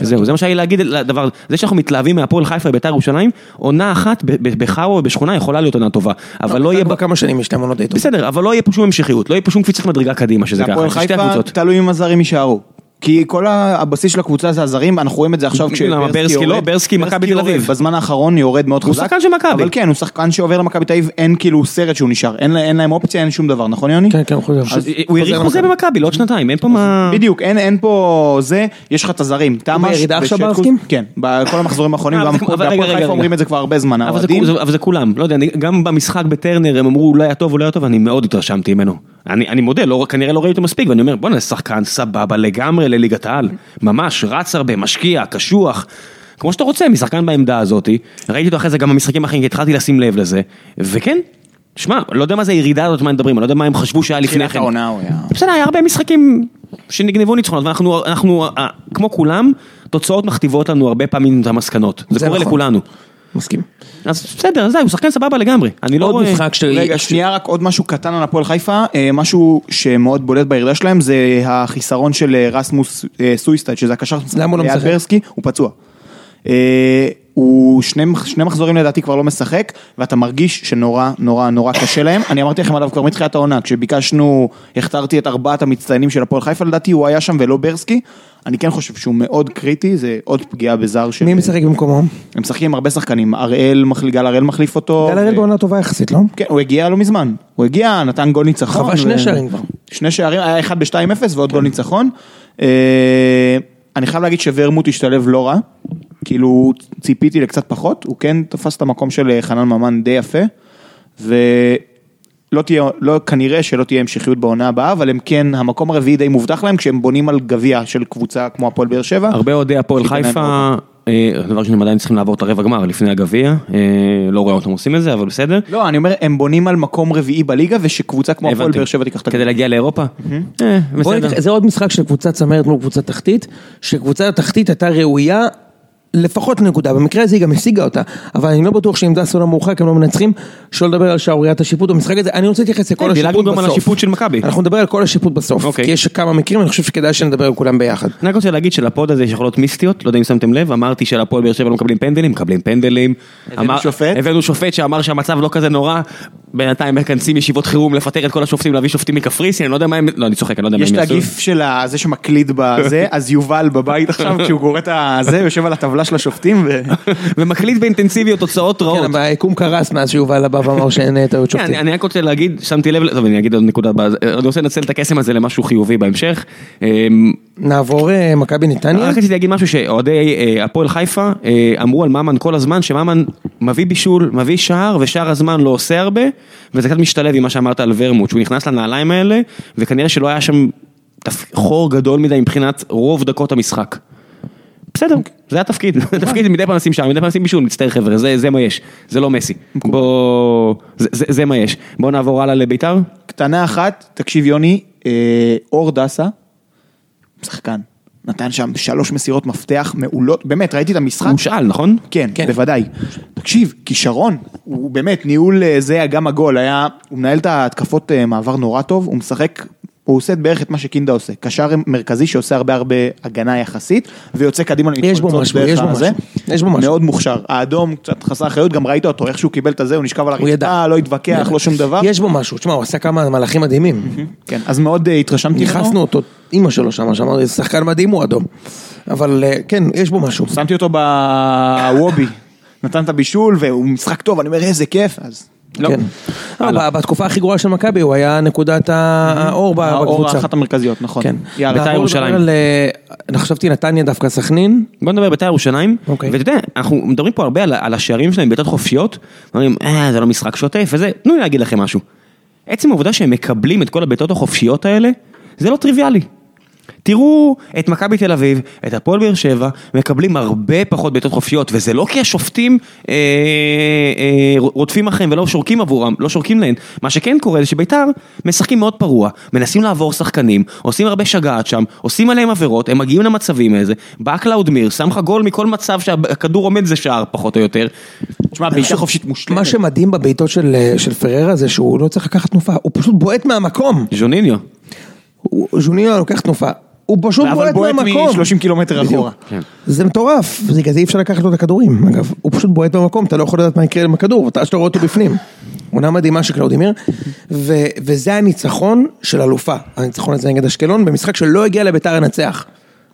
Speaker 2: זהו, זה מה שהיה לי להגיד על הדבר, זה שאנחנו מתלהבים מהפועל חיפה ובית"ר ירושלים, עונה אחת ב- ב- בחאווה ובשכונה יכולה להיות עונה טובה, אבל לא יהיה...
Speaker 1: כבר כמה שנים יש להם עונות די טובות.
Speaker 2: בסדר, אבל לא יהיה פה שום המשכיות, לא יהיה פה שום קפיצת מדרגה קדימה שזה ככה,
Speaker 3: הפועל
Speaker 2: זה שתי
Speaker 3: חיפה,
Speaker 2: הקבוצות.
Speaker 3: תלוי אם הזרים יישארו. כי כל ה- הבסיס של הקבוצה זה הזרים, אנחנו רואים את זה עכשיו
Speaker 2: למה, ברסקי לא? ברסקי, מכבי תל
Speaker 3: יורד,
Speaker 2: אביב.
Speaker 3: בזמן האחרון יורד מאוד חזק.
Speaker 2: שחקן של מכבי.
Speaker 3: אבל כן, הוא שחקן שעובר למכבי תל אביב, אין כאילו סרט שהוא נשאר. אין לה- אין להם אופציה, אין שום דבר, נכון יוני?
Speaker 1: כן, כן, הוא חוזר.
Speaker 2: אז הוא יריב חוזה במכבי לעוד שנתיים, אין פה מה...
Speaker 3: בדיוק, אין, אין פה זה, יש לך את הזרים, תמ"ש.
Speaker 1: בירידה עכשיו
Speaker 3: ושטקוס-
Speaker 1: באבקים?
Speaker 3: כן, בכל המחזורים האחרונים,
Speaker 2: אה, אבל
Speaker 3: גם
Speaker 2: זה- אבל רגע,
Speaker 3: בהפועל
Speaker 2: רגע,
Speaker 3: חיפה
Speaker 2: רגע.
Speaker 3: אומרים את זה כבר הרבה זמן,
Speaker 2: אבל זה-
Speaker 3: האוהדים.
Speaker 2: זה- אבל זה כולם, לא יודע, אני- גם במשחק בטרנר הם אמרו אולי הטוב, אולי הטוב, אני מאוד התרשמתי ממנו. אני אני מודה, לא- כנראה לא ראיתי אותו מספיק, ואני אומר, בואנה, זה שחקן סבבה לגמרי לליגת העל. ממש, רץ הרבה, משקיע, קשוח. כמו שאתה רוצה, משחקן בעמדה הזאתי. ראיתי אותו אחרי זה גם במשחקים האחרים, כי התחלתי לשים לב לזה. וכן, שמע, לא יודע מה זה הירידה הזאת, מה הם מדברים, אני לא יודע מה הם חשבו שהיה לפני
Speaker 3: תחילת
Speaker 2: כן.
Speaker 3: העונה הוא היה-
Speaker 2: בסדר, היה הרבה משחקים שנגנבו ניצחונות, ואנחנו, אנחנו, אה, כמו כולם, תוצאות מכתיבות לנו הרבה פעמים את המסקנות. זה
Speaker 1: זה
Speaker 2: קורה
Speaker 1: נכון.
Speaker 2: לכולנו.
Speaker 1: מסכים.
Speaker 2: אז בסדר, זהו, הוא שחקן סבבה לגמרי. אני לא
Speaker 1: עוד
Speaker 2: רואה...
Speaker 1: משחק של...
Speaker 3: רגע, שנייה, רק עוד משהו קטן על הפועל חיפה, אה, משהו שמאוד בולט בירידה שלהם, זה החיסרון של אה, רסמוס אה, סויסטייד, שזה הקשר
Speaker 1: למה הוא לא
Speaker 3: ליד
Speaker 1: משחק?
Speaker 3: ברסקי, הוא פצוע. אה, הוא שני, מח- שני מחזורים לדעתי כבר לא משחק, ואתה מרגיש שנורא נורא נורא קשה להם. אני אמרתי לכם עליו כבר מתחילת העונה, כשביקשנו, הכתרתי את ארבעת המצטיינים של הפועל חיפה, לדעתי הוא היה שם ולא ברסקי. אני כן חושב שהוא מאוד קריטי, זה עוד פגיעה בזר ש...
Speaker 1: מי משחק במקומו?
Speaker 3: הם משחקים עם הרבה שחקנים, הראל, מחליף- גל הראל מחליף אותו.
Speaker 2: אוקיי.
Speaker 3: אה,
Speaker 1: גל הראל
Speaker 3: ו-
Speaker 1: בעונה טובה יחסית, לא?
Speaker 3: כן, הוא הגיע לא מזמן. הוא הגיע, נתן גול ניצחון.
Speaker 1: חבל שני שערים כבר. כן.
Speaker 3: שני שערים, היה אחד ב-2-0 ועוד גול ניצחון. אה, אני חייב להגיד שוורמוט השתלב לא רע. כאילו, ציפיתי לקצת פחות. הוא כן תפס את המקום של אה, חנן ממן די יפה. ולא תהיה, לא, כנראה שלא תהיה המשכיות בעונה הבאה, אבל הם כן, המקום הרביעי די מובטח להם כשהם בונים על גביע של קבוצה כמו הפועל באר שבע.
Speaker 2: הרבה אוהדי הפועל
Speaker 3: שייתן להם
Speaker 2: חיפה אה, דבר ראשון, הם עדיין צריכים לעבור את הרבע גמר לפני הגביע, אה, לא רואה אותם עושים את זה, אבל בסדר.
Speaker 3: לא, אני אומר, הם בונים על מקום רביעי בליגה, ושקבוצה כמו הפועל
Speaker 2: הבנתי.
Speaker 3: באר שבע
Speaker 1: כן,
Speaker 3: תיקח את
Speaker 2: כדי
Speaker 3: הגביע.
Speaker 2: להגיע לאירופה? אה,
Speaker 1: בוא
Speaker 2: בסדר.
Speaker 1: ניקח- זה עוד משחק של קבוצת צמרת מול קבוצת תחתית, שקבוצת התחתית הייתה ראויה לפחות נקודה, במקרה הזה היא גם השיגה אותה, אבל אני לא בטוח שאם זה הסולם מורחק הם לא מנצחים, שלא לדבר על שערוריית השיפוט במשחק הזה, אני רוצה להתייחס לכל
Speaker 2: כן,
Speaker 1: השיפוט
Speaker 2: דילגנו
Speaker 1: בסוף.
Speaker 2: גם על השיפוט של מכבי.
Speaker 1: אנחנו נדבר על כל השיפוט בסוף,
Speaker 2: אוקיי.
Speaker 1: כי יש כמה מקרים, אני חושב שכדאי שנדבר על כולם ביחד.
Speaker 2: אני רק רוצה להגיד שלפוד הזה יש יכולות מיסטיות, לא יודע אם שמתם לב, אמרתי שלפועל באר שבע לא מקבלים פנדלים, מקבלים פנדלים. אמר-
Speaker 3: שופט?
Speaker 2: הבאנו שופט שאמר שהמצב לא כזה נורא, בינתיים מכנסים ישיבות חירום לפטר את כל השופטים, להביא שופטים מקפריסין, אני לא יודע מה הם, לא, אני צוחק, אני לא יודע מה
Speaker 3: יש
Speaker 2: הם
Speaker 3: את
Speaker 2: יעשו.
Speaker 3: הגיף של ה- זה שמקליד בזה, אז יובל בבית עכשיו, כשהוא קורא את הזה, יושב על הטבלה של השופטים, ו...
Speaker 2: ומקליט באינטנסיביות תוצאות
Speaker 1: כן,
Speaker 2: רעות.
Speaker 1: אבל היקום קרס מאז שיובל הבא ואמר שאין אה, טעות
Speaker 2: כן,
Speaker 1: שופטים.
Speaker 2: אני אני רק רוצה להגיד, שמתי לב, טוב אני אגיד עוד נקודה, בזה, אני רוצה לנצל את הקסם הזה למשהו חיובי בהמשך. אמ,
Speaker 1: נעבור אה, מכבי נתניה?
Speaker 2: רק רציתי להגיד משהו שאוהדי אה, הפועל חיפה אה, אמרו על ממן כל הזמן, שממן מביא בישול, מביא שער, ושאר הזמן לא עושה הרבה, וזה קצת משתלב עם מה שאמרת על ורמוט, שהוא נכנס לנעליים האלה, וכנראה שלא היה שם תפ- חור גדול מדי מבחינת רוב דקות המשחק. בסדר, זה התפקיד, התפקיד מדי פעם לשים שער, מדי פעם לשים בישול, מצטער חבר'ה, זה זה מה יש, זה לא מסי, בוא, זה- זה זה מה יש. בואו נעבור הלאה לביתר.
Speaker 3: קטנה אחת, תקשיב יוני, אה, אור דסה, שחקן, נתן שם שלוש מסירות מפתח מעולות, באמת, ראיתי את המשחק.
Speaker 2: הוא שאל, נכון?
Speaker 3: כן,
Speaker 1: כן.
Speaker 3: כן, בוודאי. תקשיב, כישרון, הוא באמת, ניהול אה, זה, גם הגול היה, הוא מנהל את ההתקפות אה, מעבר נורא טוב, הוא משחק, הוא עושה בערך את מה שקינדה עושה, קשר מרכזי שעושה הרבה הרבה הגנה יחסית, ויוצא קדימה
Speaker 1: יש בו משהו, יש בו
Speaker 3: הזה.
Speaker 1: משהו, יש בו משהו.
Speaker 3: מאוד מוכשר. האדום קצת חסר אחריות, גם ראית אותו, איך שהוא קיבל את הזה, הוא נשכב על
Speaker 1: הוא ידע.
Speaker 3: הרצפה, לא התווכח, לא שום דבר.
Speaker 1: יש בו משהו, תשמע, הוא עשה כמה מהלכים מדהימים.
Speaker 3: כן, אז מאוד אה, התרשמתי ממנו.
Speaker 1: ניכסנו אותו, אימא שלו שם, שאמר לי, שחקן מדהים הוא אדום. אבל אה, כן, יש בו משהו.
Speaker 3: שמתי אותו בוובי, נתן את הבישול, והוא משחק טוב, אני אומר, איזה כיף, אז...
Speaker 2: לא.
Speaker 1: כן. אה,
Speaker 2: הלאה.
Speaker 1: ב- בתקופה הכי גרועה של מכבי הוא היה נקודת האור ב-
Speaker 3: האור
Speaker 1: בקבוצה.
Speaker 3: אחת המרכזיות, נכון.
Speaker 1: כן.
Speaker 3: יאללה,
Speaker 2: בית"ר
Speaker 1: נעבור
Speaker 2: ירושלים.
Speaker 1: לדבר על, אה, אני חשבתי נתניה דווקא סכנין.
Speaker 2: בוא נדבר בית"ר ירושלים,
Speaker 1: אוקיי.
Speaker 2: ואתה יודע, אנחנו מדברים פה הרבה על, על השערים שלהם בעיטות חופשיות, אומרים, אה, זה לא משחק שוטף וזה, תנו לי להגיד לכם משהו. עצם העובדה שהם מקבלים את כל הבעיטות החופשיות האלה, זה לא טריוויאלי. תראו את מכבי תל אביב, את הפועל באר שבע, מקבלים הרבה פחות בעיטות חופשיות, וזה לא כי השופטים אה, אה, רודפים אחריהם ולא שורקים עבורם, לא שורקים להן. מה שכן קורה זה שביתר משחקים מאוד פרוע, מנסים לעבור שחקנים, עושים הרבה שגעת שם, עושים עליהם עבירות, הם מגיעים למצבים האלה, בא קלאודמיר, שם לך גול מכל מצב שהכדור עומד זה שער פחות או יותר.
Speaker 3: תשמע, בעיטה חופשית מושלמת.
Speaker 1: מה שמדהים בבעיטות של, אה, של פררה זה שהוא לא צריך לקחת תנופה, הוא פשוט בועט מהמקום.
Speaker 2: ז'וניניו.
Speaker 1: הוא- ז'וניו לוקח תנופה, הוא פשוט
Speaker 3: אבל
Speaker 1: בועט
Speaker 3: בועט
Speaker 1: מהמקום.
Speaker 3: מ-30 קילומטר
Speaker 1: בדיוק.
Speaker 3: אחורה.
Speaker 1: זה מטורף, זה בגלל זה אי אפשר לקחת לו את הכדורים, אגב, הוא פשוט בועט במקום, אתה לא יכול לדעת מה יקרה עם הכדור, ואתה שאתה רואה אותו בפנים. עונה מדהימה של קלאודימיר, ו- וזה הניצחון של אלופה, הניצחון הזה נגד אשקלון, במשחק שלא הגיע לביתר לנצח.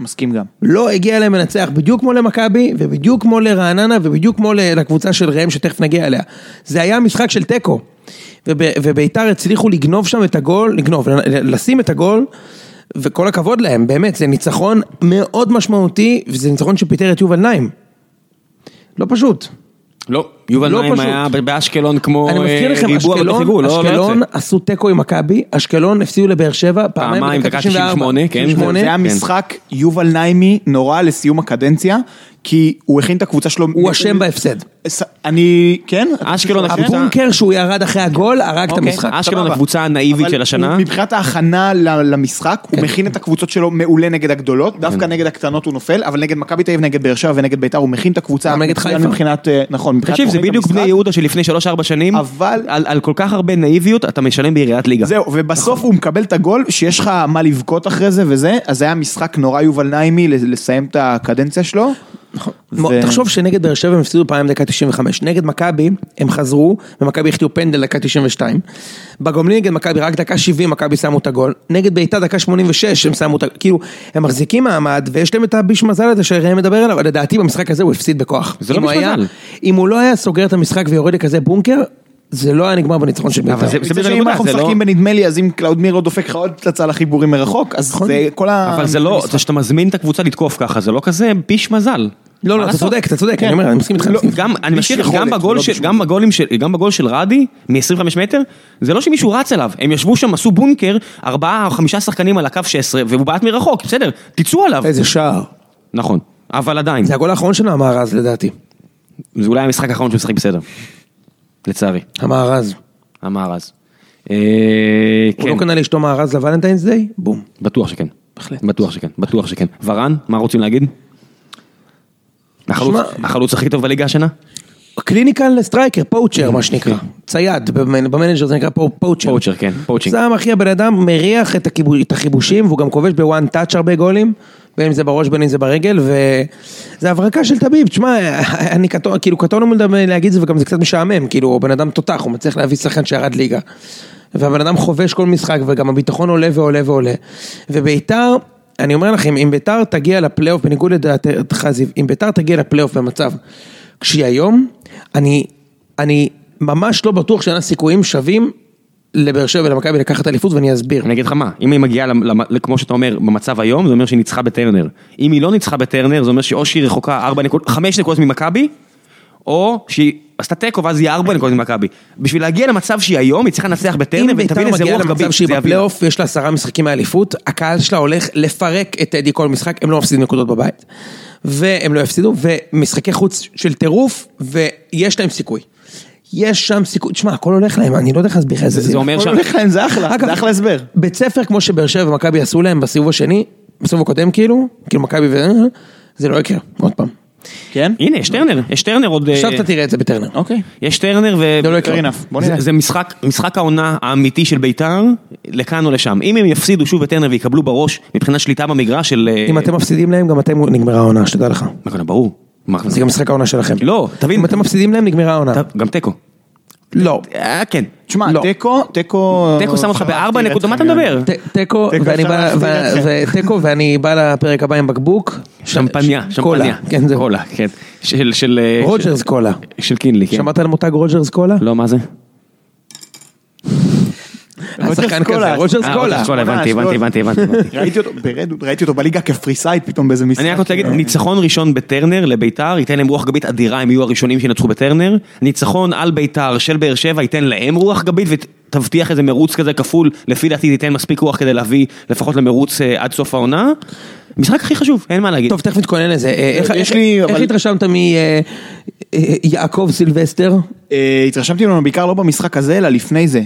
Speaker 3: מסכים גם.
Speaker 1: לא הגיע להם לנצח, בדיוק כמו למכבי, ובדיוק כמו לרעננה, ובדיוק כמו ל- לקבוצה של ראם שתכף נגיע אליה. זה היה משחק של תיקו, וב, וביתר הצליחו לגנוב שם את הגול, לגנוב, ל- ל- לשים את הגול, וכל הכבוד להם, באמת, זה ניצחון מאוד משמעותי, וזה ניצחון שפיטר את יובל נעים. לא פשוט.
Speaker 2: לא, יובל
Speaker 1: לא
Speaker 2: נעים
Speaker 1: פשוט.
Speaker 2: היה באשקלון כמו
Speaker 1: אני מזכיר
Speaker 2: אה,
Speaker 1: לכם,
Speaker 2: ריבוע ולא חיבור,
Speaker 1: אשקלון,
Speaker 2: לא- לא
Speaker 1: אשקלון
Speaker 2: יוצא.
Speaker 1: עשו תיקו עם מכבי, אשקלון הפסידו לבאר שבע,
Speaker 2: פעמיים,
Speaker 1: פעמיים
Speaker 2: דקה
Speaker 1: בדקה 98,
Speaker 2: 98, כן,
Speaker 3: זה היה משחק יובל ניימי נורא לסיום הקדנציה, כי הוא הכין את הקבוצה שלו...
Speaker 1: הוא אשם בהפסד.
Speaker 3: ס- אני... כן?
Speaker 2: אשקלון
Speaker 3: אשם?
Speaker 2: הקבוצה-
Speaker 1: הבונקר שהוא ירד אחרי הגול, הרג את
Speaker 2: אוקיי,
Speaker 1: המשחק.
Speaker 2: אשקלון
Speaker 3: סבבה.
Speaker 2: הקבוצה הנאיבית
Speaker 3: אבל
Speaker 2: של השנה. כן.
Speaker 3: הוא- מבחינת ההכנה ל- למשחק, הוא מכין את הקבוצות שלו מעולה נגד הגדולות, דווקא נגד הקטנות הוא נופל, אבל נגד מכבי תל אביב, נגד באר שבע ונגד ביתר, הוא מכין את הקבוצה.
Speaker 1: גם נגד
Speaker 3: מצוין
Speaker 1: חיפה.
Speaker 3: מבחינת... אה, נכון, מבחינת...
Speaker 2: תקשיב, זה
Speaker 3: תוכנית
Speaker 2: בדיוק בני
Speaker 3: המשחק.
Speaker 2: יהודה שלפני 3-4 שנים,
Speaker 3: אבל-
Speaker 2: על, על כל כך הרבה נאיביות אתה משלם בעיריית ליגה.
Speaker 3: זהו, ובסוף הוא מקבל את הגול, שיש לך מה לבכות אחרי זה וזה, אז זה היה משחק נורא יובל נעימי לסיים את הקדנציה שלו.
Speaker 1: ו...
Speaker 3: ו-
Speaker 1: תחשוב שנגד באר שבע הם הפסידו פעם דקה 95, נגד מכבי הם חזרו ומכבי החטיאו פנדל דקה 92. בגומלין נגד מכבי רק דקה 70 מכבי שמו את הגול, נגד בעיטה דקה 86 הם שמו את הגול, כאילו הם מחזיקים מעמד ויש להם את הביש מזל הזה שראם מדבר עליו, אבל לדעתי במשחק הזה הוא הפסיד בכוח.
Speaker 2: זה לא
Speaker 1: אם הוא
Speaker 2: ביש
Speaker 1: היה-
Speaker 2: מזל.
Speaker 1: אם הוא לא היה סוגר את המשחק ויורד לכזה בונקר, זה לא היה נגמר בניצחון של בית"ר.
Speaker 2: זה-
Speaker 3: זה
Speaker 2: בדיוק
Speaker 3: בדיוק אם
Speaker 2: הנקודה,
Speaker 3: אנחנו
Speaker 2: זה לא-
Speaker 3: משחקים בנדמה לי, אז אם קלאודמיר לא דופק לך עוד פצצה לחיבורים מרחוק, אז זה כל ה...
Speaker 2: נכון. אבל זה לא, זה שאתה מזמין את הקבוצה לתקוף ככה, זה לא כזה ביש מזל.
Speaker 1: לא,
Speaker 2: מה
Speaker 1: לא, אתה
Speaker 2: לעשות?
Speaker 1: צודק, אתה צודק, אני אומר, אני מסכים איתך. אני
Speaker 2: לא,
Speaker 1: מסכים איתך.
Speaker 2: גם, אני
Speaker 3: ביש
Speaker 2: מכיר,
Speaker 3: יכולת,
Speaker 2: גם בגול
Speaker 3: לא
Speaker 2: של-
Speaker 3: ביש
Speaker 2: גם בגולים של- גם בגול של רדי, מ-25 מטר, זה לא שמישהו רץ אליו, הם ישבו שם, עשו בונקר, ארבעה או חמישה שחקנים על הקו 16, והוא בעט מרחוק, בסדר, תצאו עליו.
Speaker 1: איזה שער.
Speaker 2: נכון. אבל עדיין.
Speaker 1: זה הגול האחרון שלו, המארז לדעתי.
Speaker 2: זה אולי המשחק האחרון שהוא משחק בסדר. לצערי,
Speaker 1: המארז.
Speaker 2: אמר אז. אה,
Speaker 1: הוא
Speaker 2: כן,
Speaker 1: לא קנה לאשתו מארז לוולנטיינס דיי? בום.
Speaker 2: בטוח שכן.
Speaker 1: בהחלט.
Speaker 2: בטוח שכן, בטוח שכן. ורן, מה רוצים להגיד? החלוץ-
Speaker 1: שמע-
Speaker 2: החלוץ הכי טוב בליגה השנה?
Speaker 1: קליניקל סטרייקר, פואוצ'ר מה שנקרא. צייד, במנ- במנג'ר זה נקרא פו- פואוצ'ר.
Speaker 2: פואוצ'ר, כן, פואוצ'ינג.
Speaker 1: זה אחי הבן אדם מריח את הכיבו- את הכיבושים, והוא גם כובש בוואן טאץ' הרבה גולים, בין אם זה בראש בין אם זה ברגל, וזה הברקה של טביב, תשמע, אני קטון, כאילו קטון אמור לדבר- להגיד את זה וגם זה קצת משעמם, כאילו, הוא בן אדם תותח, הוא מצליח להביא שחקן שירד ליגה. והבן אדם חובש כל משחק, וגם הביטחון עולה ועולה ועולה. וביתר, אני אומר לכם, אם ביתר תגיע לפלייאוף, בניגוד לדעתך זיו, אם ביתר תגיע לפלייאוף במצב כשהיא היום, אני, אני ממש לא בטוח שאין לה סיכויים שווים לבאר שבע ולמכבי לקחת אליפות ואני אסביר.
Speaker 2: אני אגיד לך מה, אם היא מגיעה, למ- למ- כמו שאתה אומר, במצב היום, זה אומר שהיא ניצחה בטרנר. אם היא לא ניצחה בטרנר, זה אומר שאו שהיא רחוקה 4 נקודות, 5 נקודות ממכבי, או שהיא עשתה תיקו ואז היא 4 נקודות ממכבי. בשביל להגיע למצב שהיא היום, היא צריכה לנצח בטרנר,
Speaker 1: אם ביתר
Speaker 2: ותבין איזה
Speaker 1: מגיעה
Speaker 2: רוח גבית
Speaker 1: למצב שהיא
Speaker 2: זה יביא. לה.
Speaker 1: בפלייאוף, יש לה עשרה משחקים מהאליפות, הקהל שלה הולך לפרק את טדי כל משחק, הם לא מפסידים נקודות בבית. והם לא יפסידו, ומשחקי חוץ של טירוף, ויש להם סיכוי. יש שם סיכוי, תשמע, הכל הולך להם, אני לא יודע איך להסביר לך את זה.
Speaker 2: זה אומר
Speaker 3: הכל
Speaker 2: שם-
Speaker 3: הולך להם, זה אחלה,
Speaker 1: אגב,
Speaker 3: זה אחלה הסבר.
Speaker 1: בית ספר כמו שבאר שבע ומכבי עשו להם בסיבוב השני, בסיבוב הקודם כאילו, כאילו מכבי ו... זה לא יקרה, עוד פעם.
Speaker 3: כן?
Speaker 2: הנה, יש טרנר, יש טרנר עוד... אה,
Speaker 1: עכשיו אתה תראה את זה בטרנר.
Speaker 3: אוקיי.
Speaker 2: יש טרנר ו...
Speaker 1: זה לא
Speaker 3: fair
Speaker 1: יקרה.
Speaker 3: enough, בוא
Speaker 2: זה,
Speaker 3: נראה.
Speaker 2: זה משחק, משחק העונה האמיתי של ביתר, לכאן או לשם. אם הם יפסידו שוב בטרנר ויקבלו בראש מבחינת שליטה במגרש של... אה,
Speaker 1: אם אתם מפסידים להם, גם אתם נגמרה העונה, שתדע לך.
Speaker 2: מה קורה, ברור. מה,
Speaker 1: זה גם משחק העונה שלכם.
Speaker 2: לא, תבין.
Speaker 1: אם אתם מפסידים להם, נגמרה העונה.
Speaker 2: אתה- גם תיקו.
Speaker 1: לא.
Speaker 2: אה, כן.
Speaker 3: תשמע,
Speaker 1: לא.
Speaker 3: תיקו, תיקו...
Speaker 2: תיקו שם אותך בארבע נקודות, מה אתה מדבר?
Speaker 1: ת- תיקו,
Speaker 3: תיקו,
Speaker 1: ואני
Speaker 3: אפשר
Speaker 1: בא-
Speaker 3: להפסיד
Speaker 1: ו-
Speaker 3: אתכם.
Speaker 1: ו- תיקו, ואני בא לפרק הבא עם בקבוק. ש-
Speaker 2: שמפניה,
Speaker 1: ש-
Speaker 2: שמפניה.
Speaker 1: קולה, כן, זה
Speaker 2: קולה, כן. של... של אה,
Speaker 1: רוג'רס קולה.
Speaker 2: של- של קינלי, כן.
Speaker 1: שמעת על מותג רוג'רס קולה?
Speaker 2: לא, מה זה?
Speaker 1: היה שחקן
Speaker 3: רוג'רס קולה.
Speaker 1: כזה, רוג'רס
Speaker 2: אה,
Speaker 1: קולה.
Speaker 2: רוג'רס קולה, הבנתי, הבנתי, הבנתי, הבנתי. הבנתי.
Speaker 3: ראיתי אותו, ברד- ראיתי אותו בליגה כפריסאית פתאום באיזה משחק. אה,
Speaker 2: אני רק רוצה להגיד, ניצחון ראשון בטרנר לביתר, ייתן להם רוח גבית אדירה, הם יהיו הראשונים שינצחו בטרנר. ניצחון על ביתר של באר שבע ייתן להם רוח גבית ותבטיח איזה מרוץ כזה כפול, לפי דעתי תיתן מספיק רוח כדי להביא לפחות למרוץ אה, עד סוף העונה. משחק הכי חשוב, אין מה להגיד.
Speaker 1: טוב, תכף נתכונן לזה. אה, איך-
Speaker 3: יש
Speaker 1: איך-
Speaker 3: לי,
Speaker 1: איך
Speaker 3: אבל-
Speaker 1: התרשמת מיעקב סילבסטר?
Speaker 3: אה, התרשמתי ממנו בעיקר לא במשחק הזה, אלא לפני זה.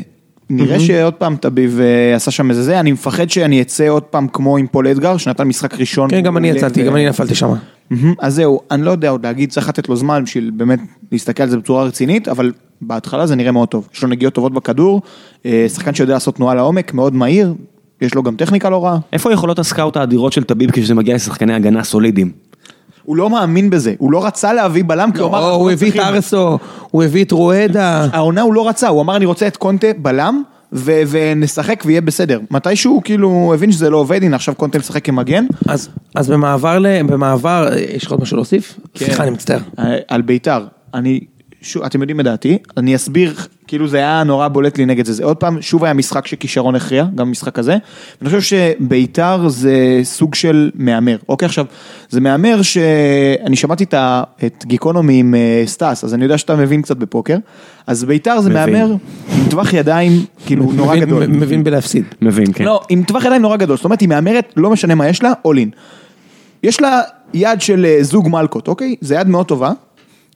Speaker 3: נראה שעוד פעם תביב אה, עשה שם איזה זה, אני מפחד שאני אצא עוד פעם כמו עם פול אדגר, שנתן משחק ראשון.
Speaker 1: כן, גם אני
Speaker 3: מעולה,
Speaker 1: יצאתי,
Speaker 3: ו-
Speaker 1: גם אני נפלתי שם.
Speaker 3: מהמם. אז זהו, אני לא יודע עוד להגיד, צריך לתת לו זמן בשביל באמת להסתכל על זה בצורה רצינית, אבל בהתחלה זה נראה מאוד טוב. יש לו נגיעות טובות בכדור, אה, שחקן שיודע לעשות תנועה לעומק, מאוד מהיר, יש לו גם טכניקה לא רעה.
Speaker 2: איפה יכולות הסקאוט האדירות של טביב כשזה מגיע לשחקני הגנה סולידיים?
Speaker 3: הוא לא מאמין בזה, הוא לא רצה להביא בלם, כי הוא אמר...
Speaker 1: או,
Speaker 3: "אנחנו
Speaker 1: הוא
Speaker 3: לא
Speaker 1: הביא את
Speaker 3: צריכים".
Speaker 1: ארסו, הוא הביא את רואדה.
Speaker 3: העונה הוא לא רצה, הוא אמר אני רוצה את קונטה בלם, ו- ונשחק ויהיה בסדר. מתישהו כאילו הוא הבין שזה לא עובד, הנה עכשיו קונטה משחק כמגן.
Speaker 1: אז- אז במעבר, ל- במעבר, אה, יש לך עוד משהו להוסיף? סליחה, אני מצטער.
Speaker 3: אה, על בית"ר, אני, שוב, אתם יודעים את דעתי, אני אסביר, כאילו זה היה נורא בולט לי נגד זה, זה עוד פעם, שוב היה משחק שכישרון הכריע, גם משחק הזה, אני חושב שבית"ר זה סוג של מהמר, אוקיי עכשיו, זה מהמר שאני שמעתי את ה- את גיקונומי עם אה, סטאס, אז אני יודע שאתה מבין קצת בפוקר, אז בית"ר זה
Speaker 2: מבין.
Speaker 3: מהמר עם טווח ידיים, כאילו נורא
Speaker 1: מבין-
Speaker 3: גדול.
Speaker 1: מבין בלהפסיד.
Speaker 2: מבין, כן.
Speaker 3: לא, עם טווח ידיים נורא גדול, זאת אומרת היא מהמרת, לא משנה מה יש לה, all in. יש לה יד של אה, זוג מלקות, אוקיי? זה יד מאוד טובה.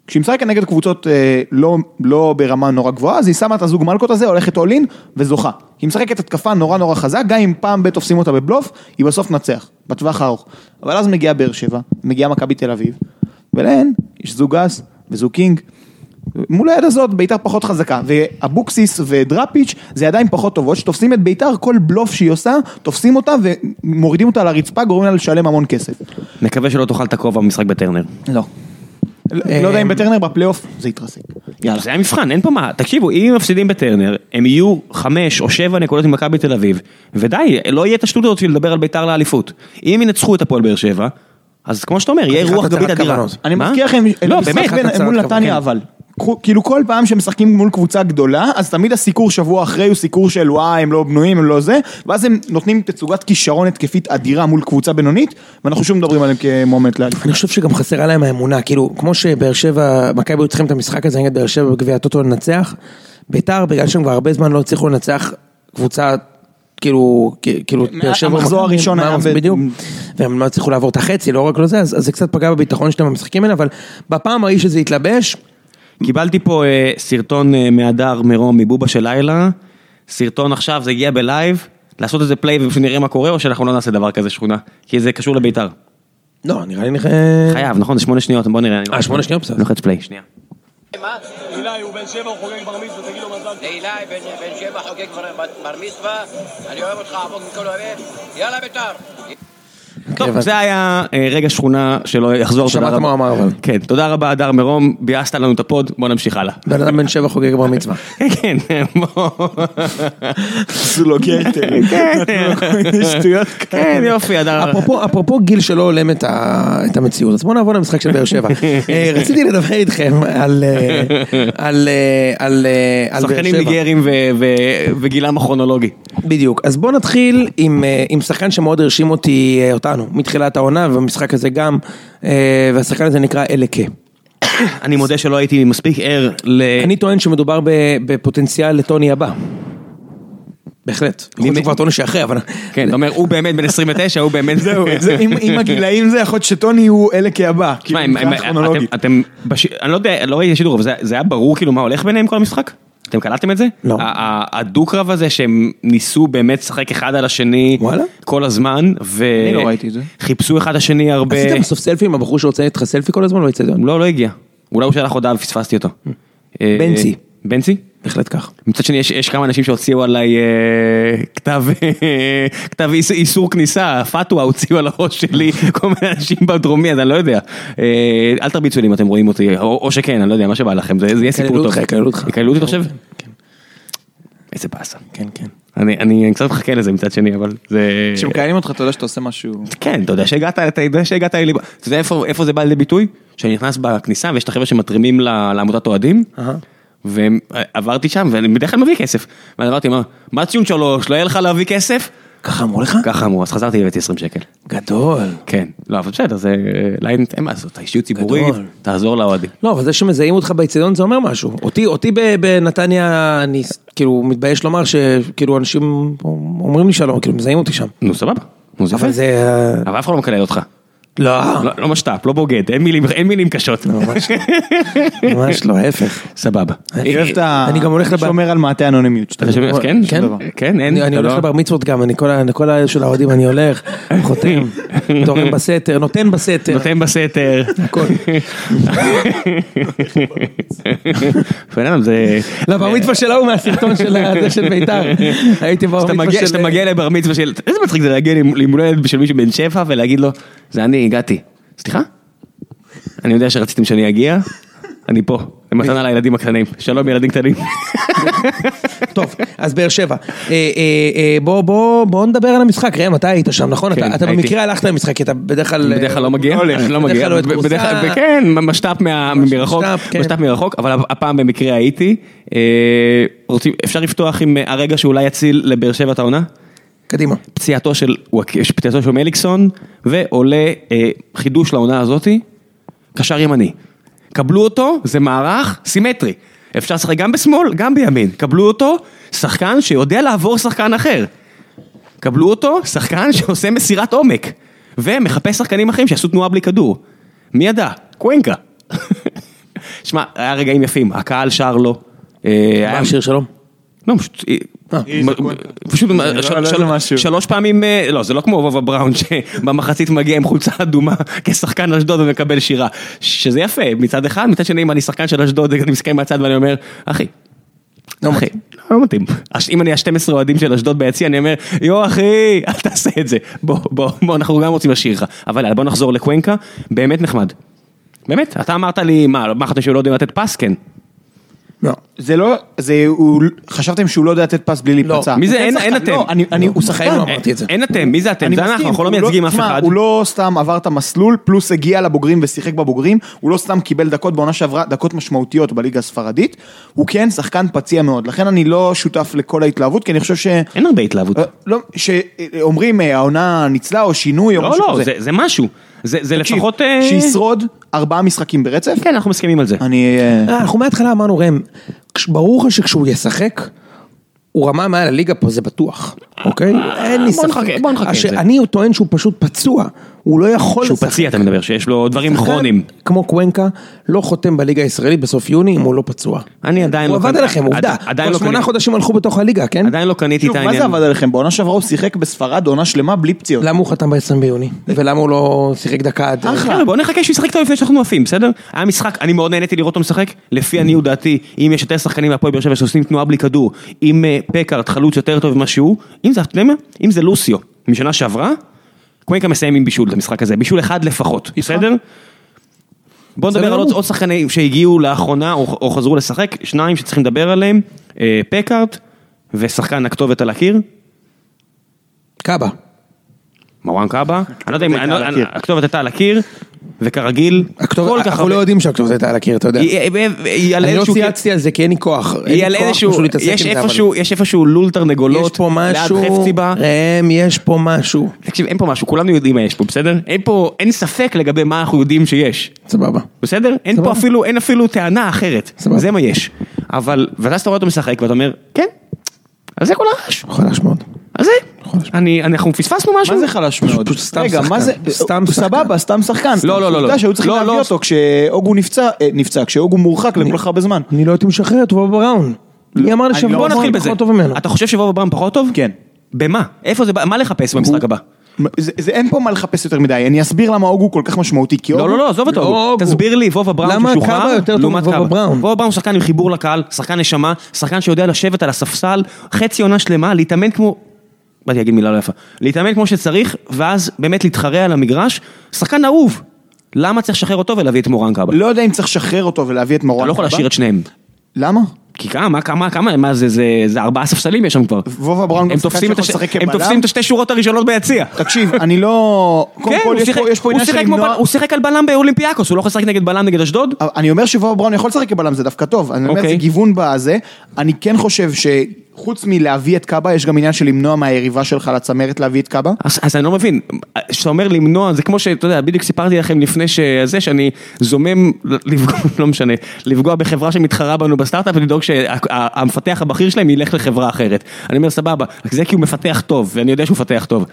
Speaker 3: כשהיא משחקת נגד קבוצות אה, לא, לא ברמה נורא גבוהה, אז היא שמה את הזוג מלקות הזה, הולכת all in וזוכה. היא משחקת התקפה נורא נורא חזק, גם אם פעם ב' תופסים אותה בבלוף, היא בסוף נצח, בטווח הארוך. אבל אז מגיעה באר שבע, מגיעה מכבי תל אביב, ולהן יש זוג אס וזוג קינג. מול היד הזאת ביתר פחות חזקה, ואבוקסיס ודראפיץ' זה ידיים פחות טובות, שתופסים את ביתר, כל בלוף שהיא עושה, תופסים אותה ומורידים אותה לרצפה, גורמים לה לשלם המון כסף.
Speaker 2: נקווה שלא תאכל את הכובע במשחק בטרנר.
Speaker 3: לא. לא יודע
Speaker 2: אה,
Speaker 3: אם בטרנר בפלייאוף זה יתרסק. יאללה.
Speaker 2: זה היה מבחן, אין פה מה. תקשיבו, אם הם מפסידים בטרנר, הם יהיו חמש או שבע נקודות ממכבי תל אביב, ודי, לא יהיה את השטות הזאת של לדבר על ביתר לאליפות. אם ינצחו את הפועל באר שבע, אז כמו שאתה אומר, יהיה
Speaker 1: חתיכת
Speaker 2: רוח גבית
Speaker 1: הצהרת
Speaker 2: אדירה.
Speaker 1: כוונות.
Speaker 3: אני
Speaker 2: מה?
Speaker 3: מזכיר לכם, את
Speaker 2: לא,
Speaker 3: המשחק
Speaker 2: באמת.
Speaker 3: בין-
Speaker 1: חצי
Speaker 3: מול
Speaker 1: הצהרת כוונות, כן.
Speaker 3: נתניה אבל. קחו- כאילו כל פעם שמשחקים מול קבוצה גדולה, אז תמיד הסיקור שבוע אחרי הוא סיקור של וואי, הם לא בנויים, הם לא זה, ואז הם נותנים תצוגת כישרון התקפית אדירה מול קבוצה בינונית, ואנחנו שוב מדברים עליהם כמועמד לאליפות.
Speaker 1: אני חושב שגם חסרה להם האמונה, כאילו, כמו שבאר שבע, מכבי היו צריכים את המשחק הזה נגד באר שבע בגביע הטוטו לנצח, ביתר, בגלל שהם כבר הרבה זמן לא הצליחו לנצח קבוצה כאילו, כ- כאילו, באר שבע-
Speaker 3: המחזור הראשון
Speaker 1: מה-
Speaker 3: היה ב-
Speaker 1: בדיוק, והם לא הצליחו לעבור את החצי, לא רק לא זה, אז אז זה קצת פגע בביטחון שלהם במשחקים האלה, אבל בפעם ההיא שזה התלבש,
Speaker 2: קיבלתי פה אה, סרטון אה, מהדר מרום מבובה של לילה, סרטון עכשיו, זה הגיע בלייב, לעשות איזה פליי ופשוט נראה מה קורה, או שאנחנו לא נעשה דבר כזה שכונה, כי זה קשור לבית"ר.
Speaker 1: לא, נראה לי נראה...
Speaker 2: חייב, נכון? זה שמונה שניות, בוא נראה. אני לא-
Speaker 1: אה, שמונה שניות בסדר.
Speaker 2: אני לוחץ פליי, שנייה.
Speaker 4: אילי הוא בן שבע, הוא חוגג בר מצווה, תגיד לו מזל טוב.
Speaker 5: לאילי, בן בן שבע חוגג בר- בר מצווה, אני אוהב אותך עמוק מכל אוהב, יאללה בית"ר!
Speaker 2: טוב,
Speaker 1: הבנתי.
Speaker 2: זה היה אה, רגע שכונה שלא יחזור.
Speaker 1: שמעת
Speaker 2: תודה רבה.
Speaker 1: מה הוא אמר, אבל.
Speaker 2: כן, תודה רבה, הדר מרום, ביאסת לנו את הפוד, בוא נמשיך הלאה.
Speaker 1: בן אדם בן שבע חוגג בר מצווה.
Speaker 2: כן, בוא.
Speaker 3: סולוגיה היתרים. כן. שטויות
Speaker 2: כן, יופי, הדר.
Speaker 1: אפרופו, אפרופו גיל שלא הולם את, ה, את המציאות, אז בואו נעבור למשחק של באר שבע. אה, רציתי לדבר איתכם על, אה, על, אה, על, אה, על באר
Speaker 2: שחקנים
Speaker 1: שבע.
Speaker 2: ניגרים ו- ו- וגילם הכרונולוגי.
Speaker 1: בדיוק, אז בואו נתחיל עם, אה, עם שחקן שמאוד הרשים אותי, אה, אותנו, מתחילת העונה, ובמשחק הזה גם, אה, והשחקן הזה נקרא אלקה.
Speaker 2: אה. אני מודה שלא הייתי מספיק ער ל...
Speaker 1: אני טוען שמדובר ב- בפוטנציאל לטוני הבא. בהחלט. יכול להיות שהוא כבר טוען שאחרי, אבל...
Speaker 2: כן, אתה אומר, הוא באמת בן 29, הוא באמת... זהו,
Speaker 3: עם הגילאים זה יכול להיות שטוני הוא אלה כהבא. כאילו,
Speaker 2: תשמע, הם- הם- אתם- אתם... בש- אני לא יודע, לא ראיתי שידור, אבל זה- זה היה ברור כאילו מה הולך ביניהם כל המשחק? אתם קלטתם את זה?
Speaker 1: לא.
Speaker 2: ה- ה- הדו-קרב הזה שהם ניסו באמת לשחק אחד על השני
Speaker 1: וואלה?
Speaker 2: כל הזמן, ו...
Speaker 3: אני לא ראיתי את זה.
Speaker 2: חיפשו אחד את השני הרבה...
Speaker 1: עשית בסוף סלפי עם הבחור שרוצה איתך סלפי כל הזמן באצטדיון?
Speaker 2: לא, לא הגיע. אולי הוא שלח הודעה ופספסתי אותו.
Speaker 3: Hmm.
Speaker 2: אה,
Speaker 1: בנצי.
Speaker 2: בנצי?
Speaker 1: בהחלט כך.
Speaker 2: מצד שני יש, יש כמה אנשים שהוציאו עליי אה, כתב, אה, כתב איס, איסור כניסה, פתווה הוציאו על הראש שלי כל מיני אנשים בדרומי, אז אני לא יודע. אה, אל תרביצו לי אם אתם רואים אותי, או, או שכן, אני לא יודע, מה שבא לכם, זה, זה יהיה סיפור
Speaker 1: יקללו
Speaker 2: טוב.
Speaker 1: אותך, יקללו אותך.
Speaker 2: יקללו אותי, אתה חושב?
Speaker 1: כן.
Speaker 2: איזה באסה.
Speaker 1: כן, כן.
Speaker 2: אני, אני, אני קצת מחכה לזה מצד שני, אבל זה...
Speaker 3: כשמקיימים אותך אתה יודע שאתה עושה משהו.
Speaker 2: כן, אתה יודע שהגעת, אתה יודע שהגעת, אלי- אתה יודע איפה, איפה זה בא לידי ביטוי? שאני נכנס בכניסה ויש את החבר'ה שמתרימים ל- לעמותת אוהדים,
Speaker 1: אהה.
Speaker 2: ועברתי שם, ואני בדרך כלל מביא כסף. ואז אמרתי, מה, מה הציון שלו, שלא יהיה לך להביא כסף?
Speaker 1: ככה אמרו לך?
Speaker 2: ככה אמרו, אז חזרתי והבאתי 20 שקל.
Speaker 1: גדול.
Speaker 2: כן, לא, אבל בסדר, זה ליין, אין מה לעשות, אתה אישיות ציבורית,
Speaker 1: גדול.
Speaker 2: תעזור לאוהדים.
Speaker 1: לא, אבל זה שמזהים אותך באצטדיון זה אומר משהו. אותי, אותי ב- בנתניה, אני ס- כאילו מתבייש לומר שכאילו אנשים אומרים לי שלום, כאילו מזהים אותי שם.
Speaker 2: נו, סבבה. נו, זה
Speaker 1: אבל
Speaker 2: יפה.
Speaker 1: זה... אה,
Speaker 2: אבל אף אחד לא מקלל אותך.
Speaker 1: לא,
Speaker 2: לא- לא משת"פ, לא בוגד, אין מילים- אין מילים קשות.
Speaker 1: ממש אה. ממש לא, ההפך.
Speaker 2: סבבה.
Speaker 3: אני אוהב את ה...
Speaker 1: אני גם הולך לב-
Speaker 3: שומר על מעטה האנונימיות שאתה
Speaker 2: אתה שומע? אז כן?
Speaker 1: כן?
Speaker 2: כן, אין.
Speaker 1: אני- אני
Speaker 2: אתה
Speaker 1: הולך
Speaker 2: לא-
Speaker 1: לבר מצוות גם, אני כל ה- כל ה... של האוהדים אני הולך, חותם, תורם בסתר, נותן בסתר.
Speaker 2: נותן בסתר.
Speaker 1: הכל.
Speaker 2: בן אדם זה...
Speaker 1: לא, בר מצווה שלה הוא מהסרטון של הזה של בית"ר. הייתי בר
Speaker 2: כשאתה
Speaker 1: מצווה
Speaker 2: מגיע-
Speaker 1: של...
Speaker 2: כשאתה מגיע לבר מצווה של... איזה מצחיק זה להגיע לימולדת של מישהו בן שפע ולהגיד לו, זה אני הגעתי. סליחה? אני יודע שרציתם שאני אגיע, אני פה. למתנה לילדים הקטנים. שלום ילדים קטנים.
Speaker 1: טוב, אז באר שבע. אה, אה, אה, בוא, בוא, בוא נדבר על המשחק, ראם, אתה היית שם, נכון?
Speaker 2: כן,
Speaker 1: אתה, אתה
Speaker 2: הייתי.
Speaker 1: במקרה הלכת למשחק, כי אתה בדרך כלל... אה,
Speaker 2: בדרך כלל לא מגיע, אני לא
Speaker 1: בדרך
Speaker 2: מגיע,
Speaker 1: כלל אוהד
Speaker 2: ב- בדרך
Speaker 1: קבוצה.
Speaker 2: כלל- כן, משת"פ מה- מרחוק,
Speaker 1: משת"פ, כן.
Speaker 2: משת"פ מרחוק, אבל הפעם במקרה הייתי. אה, רוצים- אפשר לפתוח עם אה, הרגע שאולי יציל לבאר שבע את העונה?
Speaker 1: קדימה.
Speaker 2: פציעתו של, וואק- פציעתו של מליקסון, ועולה אה, חידוש לעונה הזאתי, קשר ימני. קבלו אותו, זה מערך סימטרי. אפשר לשחק גם בשמאל, גם בימין. קבלו אותו, שחקן שיודע לעבור שחקן אחר. קבלו אותו, שחקן שעושה מסירת עומק. ומחפש שחקנים אחרים שיעשו תנועה בלי כדור. מי ידע? קוונקה. שמע, היה רגעים יפים, הקהל שר לו. אה, היה-
Speaker 1: מה השיר שלום?
Speaker 2: לא, פשוט...
Speaker 1: אה.
Speaker 2: מ- פשוט אה,
Speaker 3: לא- לא-
Speaker 2: של-
Speaker 3: לא
Speaker 2: של-
Speaker 3: זה משהו.
Speaker 2: שלוש פעמים, אה, לא, זה לא כמו וובה בראון שבמחצית מגיע עם חולצה אדומה כשחקן אשדוד ומקבל שירה. שזה יפה מצד אחד, מצד שני אם אני שחקן של אשדוד אני מסתכל מהצד ואני אומר, אחי.
Speaker 1: לא
Speaker 2: אחי, לא מתאים. אש- אם אני ה-12 אוהדים של אשדוד ביציע, אני אומר, יו אחי, אל תעשה את זה. בוא, בוא, בוא, אנחנו גם רוצים לשיר לך. אבל יאללה, בוא נחזור לקוונקה, באמת נחמד. באמת, אתה אמרת לי, מה, מה חשבתם שלא יודעים לתת פס? כן.
Speaker 1: לא.
Speaker 3: זה לא, זה, הוא, חשבתם שהוא לא יודע לתת פס בלי להיפצע.
Speaker 2: מי זה?
Speaker 3: הוא כן
Speaker 2: אין-
Speaker 3: שחקן,
Speaker 2: אין אתם. אה,
Speaker 3: לא, אני, אני, הוא שחקן.
Speaker 1: בחיים לא אמרתי את זה.
Speaker 2: אין אתם, מי זה אתם?
Speaker 3: אני
Speaker 2: זה
Speaker 3: מסכים,
Speaker 2: אנחנו, אנחנו לא
Speaker 3: הוא
Speaker 2: מייצגים אף
Speaker 3: תשמע,
Speaker 2: אחד.
Speaker 3: הוא לא סתם עבר את המסלול, פלוס הגיע לבוגרים ושיחק בבוגרים, הוא לא סתם קיבל דקות בעונה שעברה, דקות משמעותיות בליגה הספרדית, הוא כן שחקן פציע מאוד, לכן אני לא שותף לכל ההתלהבות, כי אני חושב ש...
Speaker 2: אין הרבה התלהבות.
Speaker 3: אה, לא, שאומרים אה, העונה ניצלה או שינוי או
Speaker 2: לא,
Speaker 3: משהו
Speaker 2: לא,
Speaker 3: כזה.
Speaker 2: זה- זה משהו. זה זה
Speaker 3: תקשיב,
Speaker 2: לפחות... אה,
Speaker 3: שישרוד ארבעה משחקים ברצף,
Speaker 2: כן, אנחנו מסכימים על זה.
Speaker 3: אני... אה,
Speaker 1: אה, אנחנו מההתחלה אמרנו, ראם, כש- ברור לך שכשהוא ישחק, הוא רמה מעל הליגה פה, זה בטוח. אוקיי? אין לי
Speaker 2: אה,
Speaker 1: ספק.
Speaker 2: בוא נחכה- בוא נחכה
Speaker 1: הש-
Speaker 2: את זה.
Speaker 1: אני טוען שהוא פשוט פצוע, הוא לא יכול
Speaker 2: שהוא
Speaker 1: לשחק.
Speaker 2: פציע אתה מדבר, שיש לו דברים
Speaker 1: שחקן
Speaker 2: כרוניים.
Speaker 1: כמו קוונקה, לא חותם בליגה הישראלית בסוף יוני אם הוא לא פצוע.
Speaker 2: אני עדיין
Speaker 1: הוא
Speaker 2: לא...
Speaker 1: עבד
Speaker 2: קנ-
Speaker 1: עליכם,
Speaker 2: עד-
Speaker 1: עובדה.
Speaker 2: עדיין
Speaker 1: כבר
Speaker 2: לא
Speaker 1: שמונה
Speaker 2: קניתי-
Speaker 1: חודשים הלכו בתוך הליגה, כן?
Speaker 2: עדיין לא קניתי את
Speaker 3: שוב, מה זה
Speaker 2: העניין.
Speaker 3: עבד עליכם? בעונה שעברה הוא שיחק בספרד עונה שלמה בלי
Speaker 2: לא
Speaker 3: פציעות.
Speaker 1: למה הוא חתם ב-20 ביוני?
Speaker 2: אה.
Speaker 1: ולמה הוא לא שיחק דקה עד...
Speaker 2: חבר'ה, בואו כן, נחכה שהוא ישחק טוב לפני שאנחנו עפים, בסדר? היה משחק, אני מאוד נהניתי לראות אותו משחק. לפי עניות דעתי, אם יש יותר שחקנים מהפועל באר שבע שעושים תנועה בלי כדור, אם אה, פקארט חלוץ יותר טוב ממה שהוא, אם זה, אתה יודע מה? אם זה לוסיו משנה שעברה, קווינקה מסיים עם בישול את המשחק הזה, בישול אחד לפחות, בסדר? בואו נדבר
Speaker 3: לא
Speaker 1: בסדר
Speaker 2: על עוד
Speaker 1: גמור.
Speaker 2: עוד שחקנים שהגיעו לאחרונה או או חזרו לשחק, שניים שצריכים לדבר עליהם, אה, פקארט ושחקן הכתובת על הקיר,
Speaker 1: קאבה.
Speaker 2: מרואן קאבה, אני לא יודע אם,
Speaker 3: הכתובת
Speaker 2: אני לא-
Speaker 3: הייתה על הקיר.
Speaker 2: הכתובת הייתה על הקיר, וכרגיל,
Speaker 1: הכתובת- אנחנו
Speaker 2: הרבה-
Speaker 1: לא יודעים שהכתובת הייתה על הקיר, אתה יודע.
Speaker 2: היא- היא- היא על
Speaker 1: אני לא
Speaker 2: איזשהו...
Speaker 1: צייצתי על זה כי אין לי כוח. אין לי
Speaker 2: היא על
Speaker 1: כוח
Speaker 2: איזשהו...
Speaker 1: פשוט להתעסק
Speaker 2: יש
Speaker 1: עם זה, אבל-
Speaker 2: איפשהו- יש איפשהו לול
Speaker 1: יש
Speaker 2: תרנגולות,
Speaker 1: פה משהו, אה,
Speaker 2: ליד חפציבה. אה,
Speaker 1: ראם, יש פה משהו.
Speaker 2: תקשיב, אין פה משהו, כולנו יודעים מה יש פה, בסדר? אין פה, אין ספק לגבי מה אנחנו יודעים שיש.
Speaker 1: סבבה.
Speaker 2: בסדר? אין פה
Speaker 1: סבבה.
Speaker 2: אפילו, אין אפילו טענה אחרת.
Speaker 1: סבבה.
Speaker 2: זה מה יש. אבל, ואז אתה רואה אותו משחק ואתה אומר, כן, על זה כל הרעש.
Speaker 1: חלש מאוד.
Speaker 2: על זה.
Speaker 1: נכון.
Speaker 2: אני, אנחנו פספסנו משהו?
Speaker 3: מה זה חלש מאוד?
Speaker 1: פשוט סתם
Speaker 3: רגע,
Speaker 1: שחקן.
Speaker 3: מה זה?
Speaker 1: סתם
Speaker 3: הוא
Speaker 1: שחקן.
Speaker 3: סבבה, סתם שחקן.
Speaker 2: לא, לא, לא,
Speaker 3: עובדה
Speaker 2: לא.
Speaker 3: שהיו צריכים
Speaker 2: לא,
Speaker 3: להביא
Speaker 2: לא.
Speaker 3: אותו כשהוגו נפצע, אה, נפצע, כשהוגו מורחק לכל כך הרבה זמן.
Speaker 1: אני לא הייתי משחרר את וובה בראון. מי אמר לי
Speaker 3: אני לא-
Speaker 1: שבוא
Speaker 2: בוא נתחיל בזה.
Speaker 1: נכון, פחות טוב ממנו.
Speaker 2: אתה חושב שווב אברהם פחות טוב?
Speaker 3: כן.
Speaker 2: במה? איפה זה, בא- מה לחפש במשחק הבא?
Speaker 3: זה- זה אין פה מה לחפש יותר מדי, אני אסביר למה הוגו כל כך משמעותי, כי
Speaker 2: לא,
Speaker 3: הוגו...
Speaker 2: לא, לא, עזוב
Speaker 1: לא,
Speaker 2: אותו.
Speaker 1: אוגו.
Speaker 2: תסביר לי, וובה בראון
Speaker 1: למה
Speaker 2: ששוחרר,
Speaker 1: קאבה יותר טוב
Speaker 2: לעומת
Speaker 1: מוובה
Speaker 2: קאבה.
Speaker 1: בראון?
Speaker 2: וובה בראון הוא שחקן עם חיבור לקהל, שחקן נשמה, שחקן שיודע לשבת על הספסל, חצי עונה שלמה, להתאמן כמו... באתי להגיד מילה לא יפה. להתאמן כמו שצריך, ואז באמת להתחרע על המגרש. שחקן אהוב. למה צריך לשחרר אותו ולהביא את מורן קאבה?
Speaker 3: לא יודע אם צריך לשחרר אותו ולהביא את מרואן
Speaker 2: אתה לא יכול
Speaker 3: קאבה.
Speaker 2: להשאיר את שניהם.
Speaker 3: למה?
Speaker 2: כי כמה, כמה, כמה, מה זה, זה, זה ארבעה ספסלים יש שם כבר.
Speaker 3: וובה בראון
Speaker 2: הם
Speaker 3: הוא שחקן
Speaker 2: תופסים את
Speaker 3: שיכול
Speaker 2: הש-
Speaker 3: לשחק
Speaker 2: הם
Speaker 3: כבלם?
Speaker 2: תופסים את השתי שורות הראשונות ביציע.
Speaker 3: תקשיב, אני לא... קודם
Speaker 2: כן,
Speaker 3: כל,
Speaker 2: הוא
Speaker 3: יש
Speaker 2: שיחק-
Speaker 3: פה- יש פה
Speaker 2: הוא
Speaker 3: עניין של
Speaker 2: שיחק כמו בל-
Speaker 3: למנוע...
Speaker 2: הוא שיחק על בלם באולימפיאקוס, הוא לא יכול לשחק נגד בלם נגד אשדוד?
Speaker 3: אני אומר שוובה בראון יכול לשחק כבלם, זה דווקא טוב. אני אומר,
Speaker 2: אוקיי.
Speaker 3: זה גיוון בזה. אני כן חושב שחוץ מלהביא את קאבה, יש גם עניין של למנוע מהיריבה שלך לצמרת להביא את קאבה.
Speaker 2: אז, אז אני לא מבין, כשאתה אומר למנוע, זה כמו שאתה יודע, בדיוק סיפרתי לכם לפני שזה, שאני זומם, לפגוע, לא משנה, לפגוע בחברה שמתחרה בנו בסטארט-אפ ולדאוג שהמפתח הבכיר שלהם ילך לחברה אחרת. אני אומר, סבבה, רק זה כי הוא מפתח טוב, ואני יודע שהוא מפתח טוב.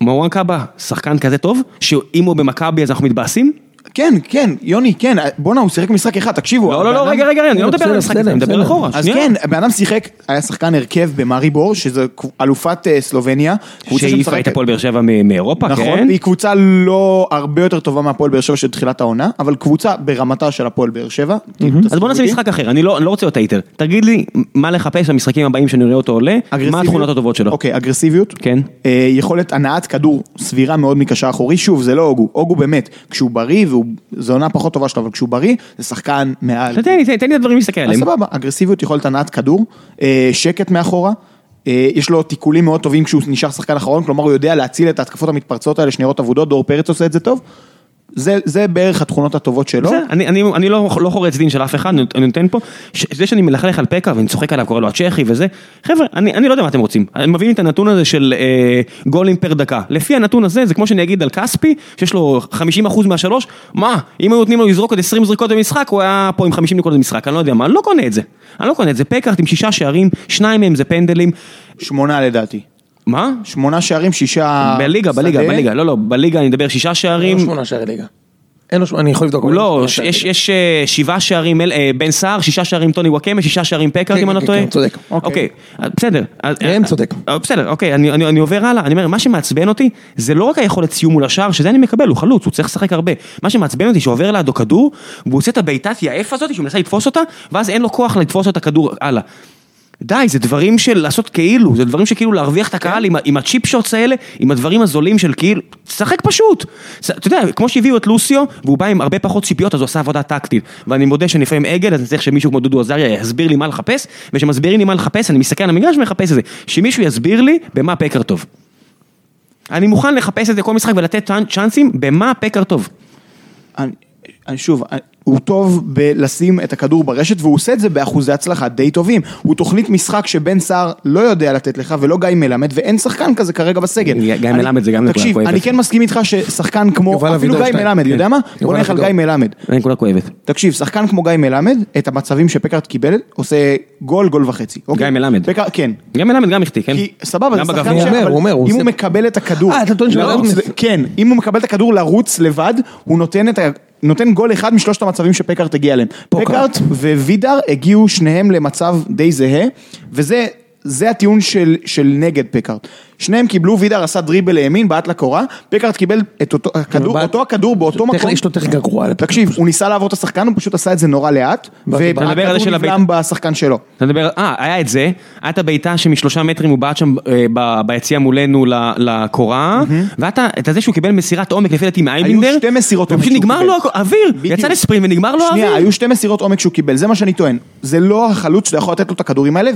Speaker 2: מרואן קאבה, שחקן כזה טוב, שאם הוא במכבי אז אנחנו מתבאסים?
Speaker 3: כן, כן, יוני, כן, בואנה, הוא שיחק משחק אחד, תקשיבו.
Speaker 2: לא, לא,
Speaker 3: הבן
Speaker 2: לא,
Speaker 3: אדם-
Speaker 2: רגע, רגע, רגע, אני לא
Speaker 1: בסדר,
Speaker 2: מדבר על המשחק הזה,
Speaker 1: בסדר,
Speaker 2: אני מדבר
Speaker 1: בסדר.
Speaker 2: אחורה,
Speaker 3: אז
Speaker 2: שנייה.
Speaker 3: כן, הבן אדם שיחק, היה שחקן הרכב במאריבור, שזו אלופת אה, סלובניה. קבוצה
Speaker 2: שהעיפה
Speaker 3: שמשחקת-
Speaker 2: את הפועל באר שבע מ- מאירופה,
Speaker 3: נכון,
Speaker 2: כן?
Speaker 3: היא קבוצה לא הרבה יותר טובה מהפועל באר שבע של תחילת העונה, אבל קבוצה ברמתה של הפועל באר שבע.
Speaker 2: אז בוא נעשה משחק אחר, אני לא אני לא רוצה להיות הייטר. תגיד לי מה לחפש במשחקים הבאים שנראה אותו עולה, מה
Speaker 3: אגרסיביות.
Speaker 2: התכונות הטובות שלו.
Speaker 3: אוקיי, אגרסיביות.
Speaker 2: כן.
Speaker 3: אה, יכולת הנעת כדור סבירה מאוד מקשר אחורי. שוב, זה לא הוגו. הוגו באמת, כשהוא בריא, והוא- זו עונה פחות טובה שלו, אבל כשהוא בריא, זה שחקן מעל.
Speaker 2: אתה תן לי, תן- תן לי את הדברים להסתכל
Speaker 3: אז
Speaker 2: עליהם.
Speaker 3: סבבה, אגרסיביות, יכולת הנעת כדור, אה, שקט מאחורה. אה, יש לו תיקולים מאוד טובים כשהוא נשאר שחקן אחרון, כלומר הוא יודע להציל את ההתקפות המתפרצות האלה, שנראות אבודות, דור פרץ עושה את זה טוב. זה, זה בערך התכונות הטובות שלו.
Speaker 2: בסדר, אני, אני, אני לא, לא חורץ דין של אף אחד, אני, אני נותן פה, ש, זה שאני מלכלך על פקע ואני צוחק עליו, קורא לו הצ'כי וזה, חבר'ה, אני, אני לא יודע מה אתם רוצים, הם מביאים את הנתון הזה של אה, גולים פר דקה, לפי הנתון הזה, זה כמו שאני אגיד על כספי, שיש לו 50% מהשלוש, מה, אם היו נותנים לו לזרוק עוד 20 זריקות במשחק, הוא היה פה עם 50 נקודות במשחק, אני לא יודע מה, אני לא קונה את זה, אני לא קונה את זה, פקארט עם שישה שערים, שניים מהם זה פנדלים,
Speaker 3: שמונה לדעתי.
Speaker 2: מה?
Speaker 3: שמונה שערים, שישה...
Speaker 2: בליגה, בליגה,
Speaker 3: שדה.
Speaker 2: בליגה, לא, לא, בליגה אני מדבר שישה שערים,
Speaker 1: אין לו לא, שמונה שערי ליגה. אין לו שמונה, אני יכול לבדוק. אבל אין לו שמונה
Speaker 2: לא, ש-
Speaker 1: שערי
Speaker 2: יש,
Speaker 1: ליגה.
Speaker 2: יש אה, שבעה שערים, אל- אה, בן סער, שישה שערים טוני וואקמה, שישה שערים פקארט,
Speaker 1: כן,
Speaker 2: אם אני לא
Speaker 1: כן,
Speaker 2: טועה.
Speaker 1: כן, צודק.
Speaker 2: אוקיי, אז בסדר. אז-
Speaker 1: ראם
Speaker 2: אה,
Speaker 1: צודק.
Speaker 2: אה, בסדר, אוקיי, אני- אני אני עובר הלאה, אני אומר, מה שמעצבן אותי, זה לא רק היכולת סיום מול השער, שזה אני מקבל, הוא חלוץ, הוא צריך לשחק הרבה. מה שמעצבן אותי, שעובר לידו כדור, והוא עושה את הבעיטת יעף הזאת, שהוא מנסה לתפוס אותה, ואז אין לו כוח לתפוס את הכדור הלאה. די, זה דברים של לעשות כאילו, זה דברים שכאילו להרוויח את הקהל עם, ה- עם הצ'יפ שוטס האלה, עם הדברים הזולים של כאילו, תשחק פשוט. ס- אתה יודע, כמו שהביאו את לוסיו, והוא בא עם הרבה פחות ציפיות, אז הוא עשה עבודה טקטית. ואני מודה שאני לפעמים עגל, אז אני צריך שמישהו כמו דודו עזריה יסביר לי מה לחפש, וכשמסבירים לי מה לחפש, אני מסתכל על המגרש ומחפש את זה. שמישהו יסביר לי במה פקר טוב. אני מוכן לחפש את זה כל משחק ולתת צ'אנ- צ'אנסים במה פקר טוב.
Speaker 3: אני, אני שוב, אני, הוא טוב בלשים את הכדור ברשת, והוא עושה את זה באחוזי הצלחה די טובים. הוא תוכנית משחק שבן סער לא יודע לתת לך, ולא גיא מלמד, ואין שחקן כזה כרגע בסגל.
Speaker 2: גיא
Speaker 3: אני-
Speaker 2: מלמד זה גם נקודה
Speaker 3: תקשיב,
Speaker 2: כואבת.
Speaker 3: אני כן מסכים איתך ששחקן כמו,
Speaker 1: יובל
Speaker 3: אפילו
Speaker 1: אבידור
Speaker 3: גיא
Speaker 1: שתיים. כן.
Speaker 3: מלמד, יודע מה? בוא
Speaker 1: יובל
Speaker 3: נלך על גיא
Speaker 1: אבידור.
Speaker 3: מלמד.
Speaker 2: אין נקודה כואבת.
Speaker 3: תקשיב, שחקן כמו גיא מלמד, את המצבים שפקארט קיבל, עושה גול, גול וחצי. אוקיי?
Speaker 2: גיא מלמד.
Speaker 3: פקארט, כן.
Speaker 2: גם מלמד גם החטיא, כן?
Speaker 3: כי סבבה,
Speaker 2: גם
Speaker 3: זה
Speaker 2: בגביע.
Speaker 3: שחקן
Speaker 1: הוא
Speaker 3: ש...
Speaker 1: אומר,
Speaker 3: אבל
Speaker 1: הוא אומר, הוא
Speaker 3: אם
Speaker 1: עושה-
Speaker 3: הוא מקבל את הכדור,
Speaker 1: אה, אתה
Speaker 2: לא,
Speaker 1: טוען שהוא
Speaker 3: לרוץ-
Speaker 1: לרוץ.
Speaker 3: כן, אם הוא מקבל את הכדור לרוץ לבד, הוא נותן את ה... נותן גול אחד משלושת המצבים שפקארט הגיע אליהם. פקארט ווידר הגיעו שניהם למצב די זהה, וזה זה הטיעון של, של נגד פקארט. שניהם קיבלו, וידר עשה דריבל לימין, בעט לקורה, פקארט קיבל את אותו הכדור,
Speaker 1: ובעט-
Speaker 3: אותו הכדור באותו מקום.
Speaker 1: טכני- יש לו טכניקה גרועה. לפ-
Speaker 3: תקשיב, הוא ניסה לעבור את השחקן, הוא פשוט עשה את זה נורא לאט,
Speaker 2: אתה מדבר על זה
Speaker 3: והכדור
Speaker 2: של הבעיטה.
Speaker 3: נבלם בשחקן שלו.
Speaker 2: אתה מדבר, אה, היה את זה, היה את הבעיטה שמשלושה מטרים הוא בעט שם אה, ב- ביציע מולנו ל- לקורה, ואתה, את זה שהוא קיבל מסירת עומק לפי דעתי מאייבינדר,
Speaker 3: שתי מסירות עומק
Speaker 2: ופשוט
Speaker 3: שהוא
Speaker 2: נגמר
Speaker 3: קיבל.
Speaker 2: לו הכ- אוויר,
Speaker 3: בדיוק.
Speaker 2: יצא לספרינט ונגמר לו
Speaker 3: שנייה,
Speaker 2: אוויר.
Speaker 3: היו שתי מסירות עומק שהוא קיבל, זה מה שאני טוען. זה לא החלוץ שאתה יכול לתת לו את הכדורים האלה,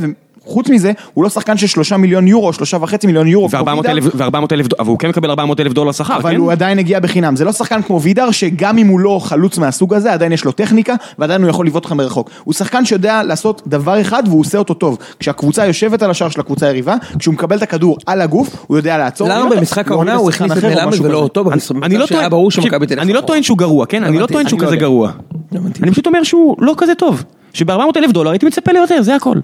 Speaker 3: וחוץ מזה, הוא לא שחקן של שלושה מיליון יורו, שלושה וחצי מיליון יורו. כמו
Speaker 2: ו-400
Speaker 3: וידר,
Speaker 2: אלף, ו-400 אלף, דו- אבל הוא כן מקבל 400 אלף דולר שכר,
Speaker 3: אבל
Speaker 2: כן?
Speaker 3: הוא עדיין הגיע בחינם, זה לא שחקן כמו וידר שגם אם הוא לא חלוץ מהסוג הזה עדיין יש לו טכניקה ועדיין הוא יכול לבעוט אותך מרחוק. הוא שחקן שיודע לעשות דבר אחד והוא עושה אותו טוב. כשהקבוצה יושבת על השער של הקבוצה היריבה, כשהוא מקבל את הכדור על הגוף, הוא יודע לעצור.
Speaker 1: למה
Speaker 3: להוריד
Speaker 1: במשחק
Speaker 3: אותו,
Speaker 1: העונה הוא
Speaker 3: להוריד
Speaker 1: החליף את
Speaker 3: לא לשחקן אחר או
Speaker 1: מלמד
Speaker 3: משהו
Speaker 1: ולא
Speaker 3: כזה.
Speaker 1: אותו? במצב
Speaker 2: אני לא טוען,
Speaker 1: שהיה ברור שמכבי
Speaker 2: תקשיב,
Speaker 1: תל אביב.
Speaker 2: אני לא טוען שהוא גרוע, כן? אני לא
Speaker 1: הבנתי,
Speaker 2: טוען
Speaker 1: אני
Speaker 2: שהוא
Speaker 1: לא
Speaker 2: כזה
Speaker 1: יודע.
Speaker 2: גרוע.
Speaker 1: הבנתי.
Speaker 2: אני פשוט אומר שהוא לא כזה טוב. שב-400 אלף דולר הייתי מצפה ליותר, זה הכל.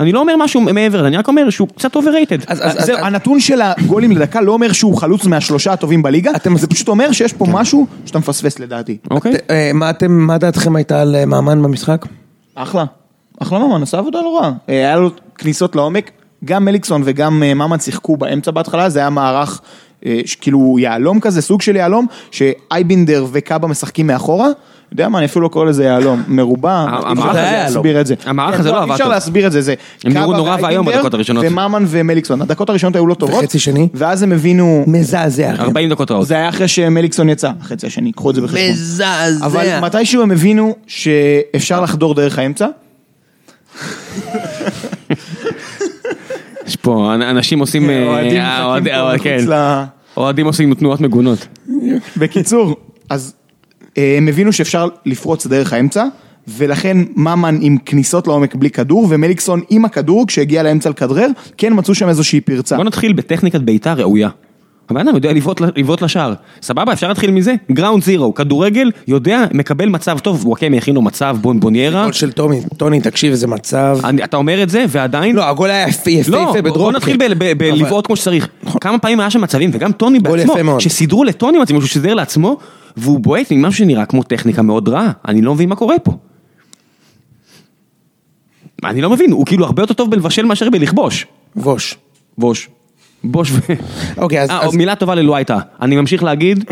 Speaker 2: אני לא אומר משהו מעבר לזה, אני רק אומר שהוא קצת אוברייטד.
Speaker 1: אז- אז- אז-
Speaker 3: זהו, הנתון של הגולים לדקה לא אומר שהוא חלוץ מהשלושה הטובים בליגה,
Speaker 1: אתם-
Speaker 3: זה פשוט אומר שיש פה משהו שאתה מפספס לדעתי.
Speaker 2: אוקיי?
Speaker 1: ת- אה, מה אתם, מה דעתכם הייתה על אה, מאמן במשחק?
Speaker 3: אחלה. אחלה ממן, עשה עבודה לא רעה. אה, היה לו כניסות לעומק, גם מליקסון וגם אה, ממן שיחקו באמצע בהתחלה, זה היה מערך אה, ש- כאילו יהלום כזה, סוג של יהלום, שאייבינדר וקאבה משחקים מאחורה. יודע מה, אני אפילו לא קורא לזה יהלום, מרובע,
Speaker 2: המערך
Speaker 3: אי אפשר
Speaker 2: הזה
Speaker 1: היה
Speaker 3: להסביר את זה.
Speaker 2: המערך
Speaker 3: כן,
Speaker 2: הזה לא
Speaker 3: אי
Speaker 2: עבד
Speaker 3: אפשר
Speaker 2: טוב.
Speaker 3: להסביר את זה, זה
Speaker 2: הם נראו נורא ואיום
Speaker 3: ואייבינדר
Speaker 2: בדקות הראשונות.
Speaker 3: וממן ומליקסון, הדקות הראשונות היו לא טובות.
Speaker 1: וחצי שני?
Speaker 3: ואז הם הבינו,
Speaker 1: מזעזע. אחי.
Speaker 2: 40 דקות רעות.
Speaker 3: זה היה אחרי שמליקסון יצא, החצי השני, קחו את זה בחשבון.
Speaker 1: מזעזע.
Speaker 3: אבל מתישהו הם הבינו שאפשר לחדור דרך
Speaker 2: אה,
Speaker 3: האמצע,
Speaker 2: יש פה, אנ- אנשים עושים... אה,
Speaker 3: כן, אוהדים
Speaker 2: אה, אוהד-
Speaker 3: מחכים פה לא.
Speaker 2: אה, כן.
Speaker 3: מחוץ ל...
Speaker 2: אוהדים עושים תנועות מגונות.
Speaker 3: בקיצור, אז אה, הם הבינו שאפשר לפרוץ דרך האמצע, ולכן ממן עם כניסות לעומק בלי כדור, ומליקסון עם הכדור, כשהגיע לאמצע לכדרר, כן מצאו שם איזושהי פרצה.
Speaker 2: בוא נתחיל בטכניקת בעיטה ראויה. הבן אדם יודע לבעוט ל- לבעוט לשער, סבבה אפשר להתחיל מזה, גראונד זירו, כדורגל, יודע, מקבל מצב טוב, וואקמה הכין לו מצב בונבוניירה,
Speaker 1: גול של טומי, טוני, תקשיב, איזה מצב.
Speaker 2: אני- אתה אומר את זה ועדיין,
Speaker 1: לא, הגול היה יפה-
Speaker 2: לא,
Speaker 1: יפהפה בדרופ.
Speaker 2: בוא נתחיל ב- ב-
Speaker 1: אבל-
Speaker 2: בלבעוט כמו שצריך, כמה פעמים היה שם מצבים, וגם טוני
Speaker 1: גול יפה
Speaker 2: בעצמו,
Speaker 1: מאוד.
Speaker 2: שסידרו לטוני מצבים, שהוא סידר לעצמו, והוא בועט ממשהו שנראה כמו טכניקה מאוד רעה, אני לא מבין מה קורה פה. אני לא מבין, הוא כאילו הרבה יותר טוב בלבשל מאשר בלכבוש.
Speaker 1: ווש.
Speaker 2: בוש. בוש ו...
Speaker 1: אוקיי, אז-
Speaker 2: אה,
Speaker 1: אז-
Speaker 2: מילה טובה ללואייטה. אני ממשיך להגיד,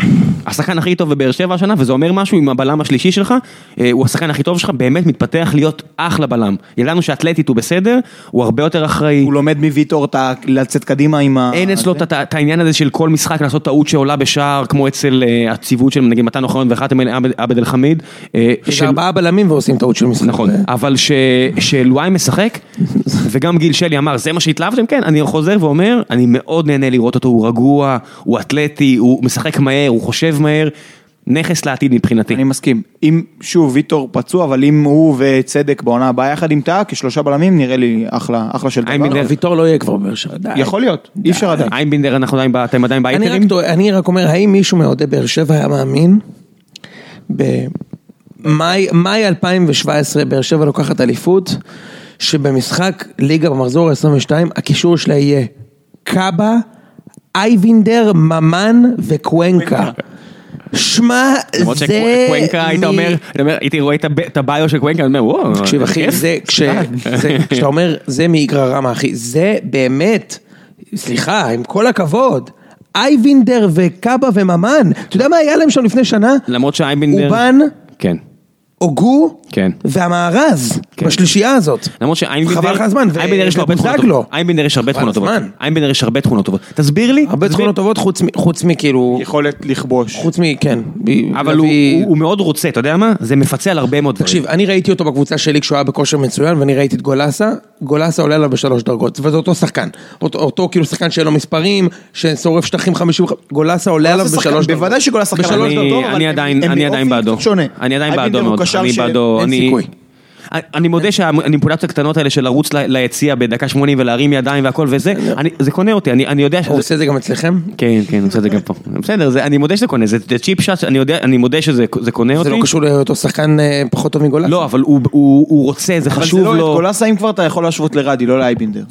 Speaker 2: השחקן הכי טוב בבאר שבע השנה, וזה אומר משהו עם הבלם השלישי שלך, אה, הוא השחקן הכי טוב שלך, באמת מתפתח להיות אחלה בלם. ידענו שאתלטית הוא בסדר, הוא הרבה יותר אחראי.
Speaker 3: הוא לומד מוויטור את ה- לצאת קדימה עם ה...
Speaker 2: אין אצלו את ה- את העניין הזה של כל משחק לעשות טעות שעולה בשער, כמו אצל אה, הציוות של נגיד מתן אוחיון וחתם אל- עבד- עבד אל חמיד. אה,
Speaker 1: יש
Speaker 2: של-
Speaker 1: ארבעה בלמים ועושים טעות של משחק. אה,
Speaker 2: נכון, אבל ש- שלואי משחק, וגם גיל שלי אמר, זה מה שהתלהבתם? כן, אני חוזר ואומר, אני מאוד נהנה לראות אותו, הוא רגוע, הוא אתלטי, הוא משחק מהר, הוא חושב מהר, נכס לעתיד מבחינתי.
Speaker 3: אני מסכים. אם, שוב, ויטור פצוע, אבל אם הוא וצדק בעונה הבאה יחד עם טאה, כשלושה בלמים, נראה לי אחלה, אחלה של
Speaker 2: איימן
Speaker 3: דבר.
Speaker 2: לב.
Speaker 1: ויטור לא יהיה כבר באר שבע. די.
Speaker 3: נכון. יכול להיות, אי אפשר עדיין.
Speaker 2: איימבינדר, אה, אנחנו עדיין, ב- אתם עדיין
Speaker 1: אני
Speaker 2: באייטרים?
Speaker 1: רק, טוע- אני רק אומר, האם מישהו מאוהדי באר שבע היה מאמין במאי מאי 2017 באר שבע לוקחת אליפות, שבמשחק ליגה במחזור ה-22 הקישור שלה יהיה קאבה, אייבינדר, ממן וקוונקה. שמע,
Speaker 2: למרות
Speaker 1: זה...
Speaker 2: שקוונקה, היית
Speaker 1: מ-
Speaker 2: אומר, אתה אומר, הייתי רואה את הב- את הביו של קוונקה, אני אומר, וואו,
Speaker 1: תקשיב אחי,
Speaker 2: כיף."
Speaker 1: זה כש- זה- כשאתה אומר זה מאיגרא רמא אחי, זה באמת, סליחה, עם כל הכבוד, אייבינדר וקאבה וממן, אתה יודע מה היה להם שם לפני שנה?
Speaker 2: למרות שאיימבינדר...
Speaker 1: אובן,
Speaker 2: כן.
Speaker 1: הוגו,
Speaker 2: כן.
Speaker 1: והמארז,
Speaker 2: כן.
Speaker 1: בשלישייה הזאת.
Speaker 2: למרות שאיינבינדר,
Speaker 1: חבל לך הזמן, לא. ו-
Speaker 2: אייבינדר יש לו הרבה תכונות
Speaker 1: ובוזגלו.
Speaker 2: טובות, אייבינדר יש הרבה
Speaker 1: חבל
Speaker 2: תכונות טובות,
Speaker 1: הזמן.
Speaker 2: אייבינדר יש הרבה תכונות טובות, תסביר לי,
Speaker 1: הרבה
Speaker 2: תסביר-
Speaker 1: תכונות טובות חוץ מ- חוץ מכאילו,
Speaker 3: יכולת לכבוש.
Speaker 1: חוץ מ... כן. ב-
Speaker 2: אבל הוא,
Speaker 1: להביא-
Speaker 2: הוא, הוא מאוד רוצה, אתה יודע מה? זה מפצה על הרבה מאוד דברים.
Speaker 1: תקשיב, אני ראיתי אותו בקבוצה שלי כשהוא היה בכושר מצוין, ואני ראיתי את גולסה. גולסה עולה עליו בשלוש דרגות, וזה אותו שחקן. אותו, אותו כאילו שחקן שאין לו מספרים, ששורף שטחים חמישים, גולסה עולה עליו
Speaker 3: שחקן-
Speaker 1: בשלוש דרגות.
Speaker 3: בוודאי שכל השחקן
Speaker 1: בשלוש
Speaker 2: אני-
Speaker 1: דרגות.
Speaker 3: אבל
Speaker 2: אני
Speaker 3: הם-
Speaker 2: עדיין,
Speaker 3: הם
Speaker 2: אני
Speaker 3: באופן
Speaker 2: עדיין בעדו.
Speaker 3: קצת שונה.
Speaker 2: אני עדיין
Speaker 3: אייבינדר
Speaker 2: בעדו
Speaker 3: הוא
Speaker 2: מאוד.
Speaker 3: קשר
Speaker 2: אני
Speaker 3: שאין
Speaker 2: בעדו. אני-
Speaker 3: סיכוי.
Speaker 2: אני מודה שהמניפולציות הקטנות האלה של לרוץ ל- ליציע בדקה 80 ולהרים ידיים והכל וזה, אני- זה קונה אותי, אני אני יודע
Speaker 1: הוא
Speaker 2: שזה...
Speaker 1: עושה את זה גם אצלכם?
Speaker 2: כן, כן, הוא עושה את זה גם פה. בסדר, זה- אני מודה שזה קונה, זה זה צ'יפ שאט, אני יודע- אני מודה שזה זה קונה אותי.
Speaker 1: זה לא קשור לאותו שחקן אה, פחות טוב מגולסה.
Speaker 2: לא, אבל הוא- הוא הוא רוצה, זה
Speaker 3: אבל זה
Speaker 2: חשוב
Speaker 3: לא, את
Speaker 2: לו.
Speaker 3: גולסה אם כבר אתה יכול להשוות לרדי, לא לאייבינדר.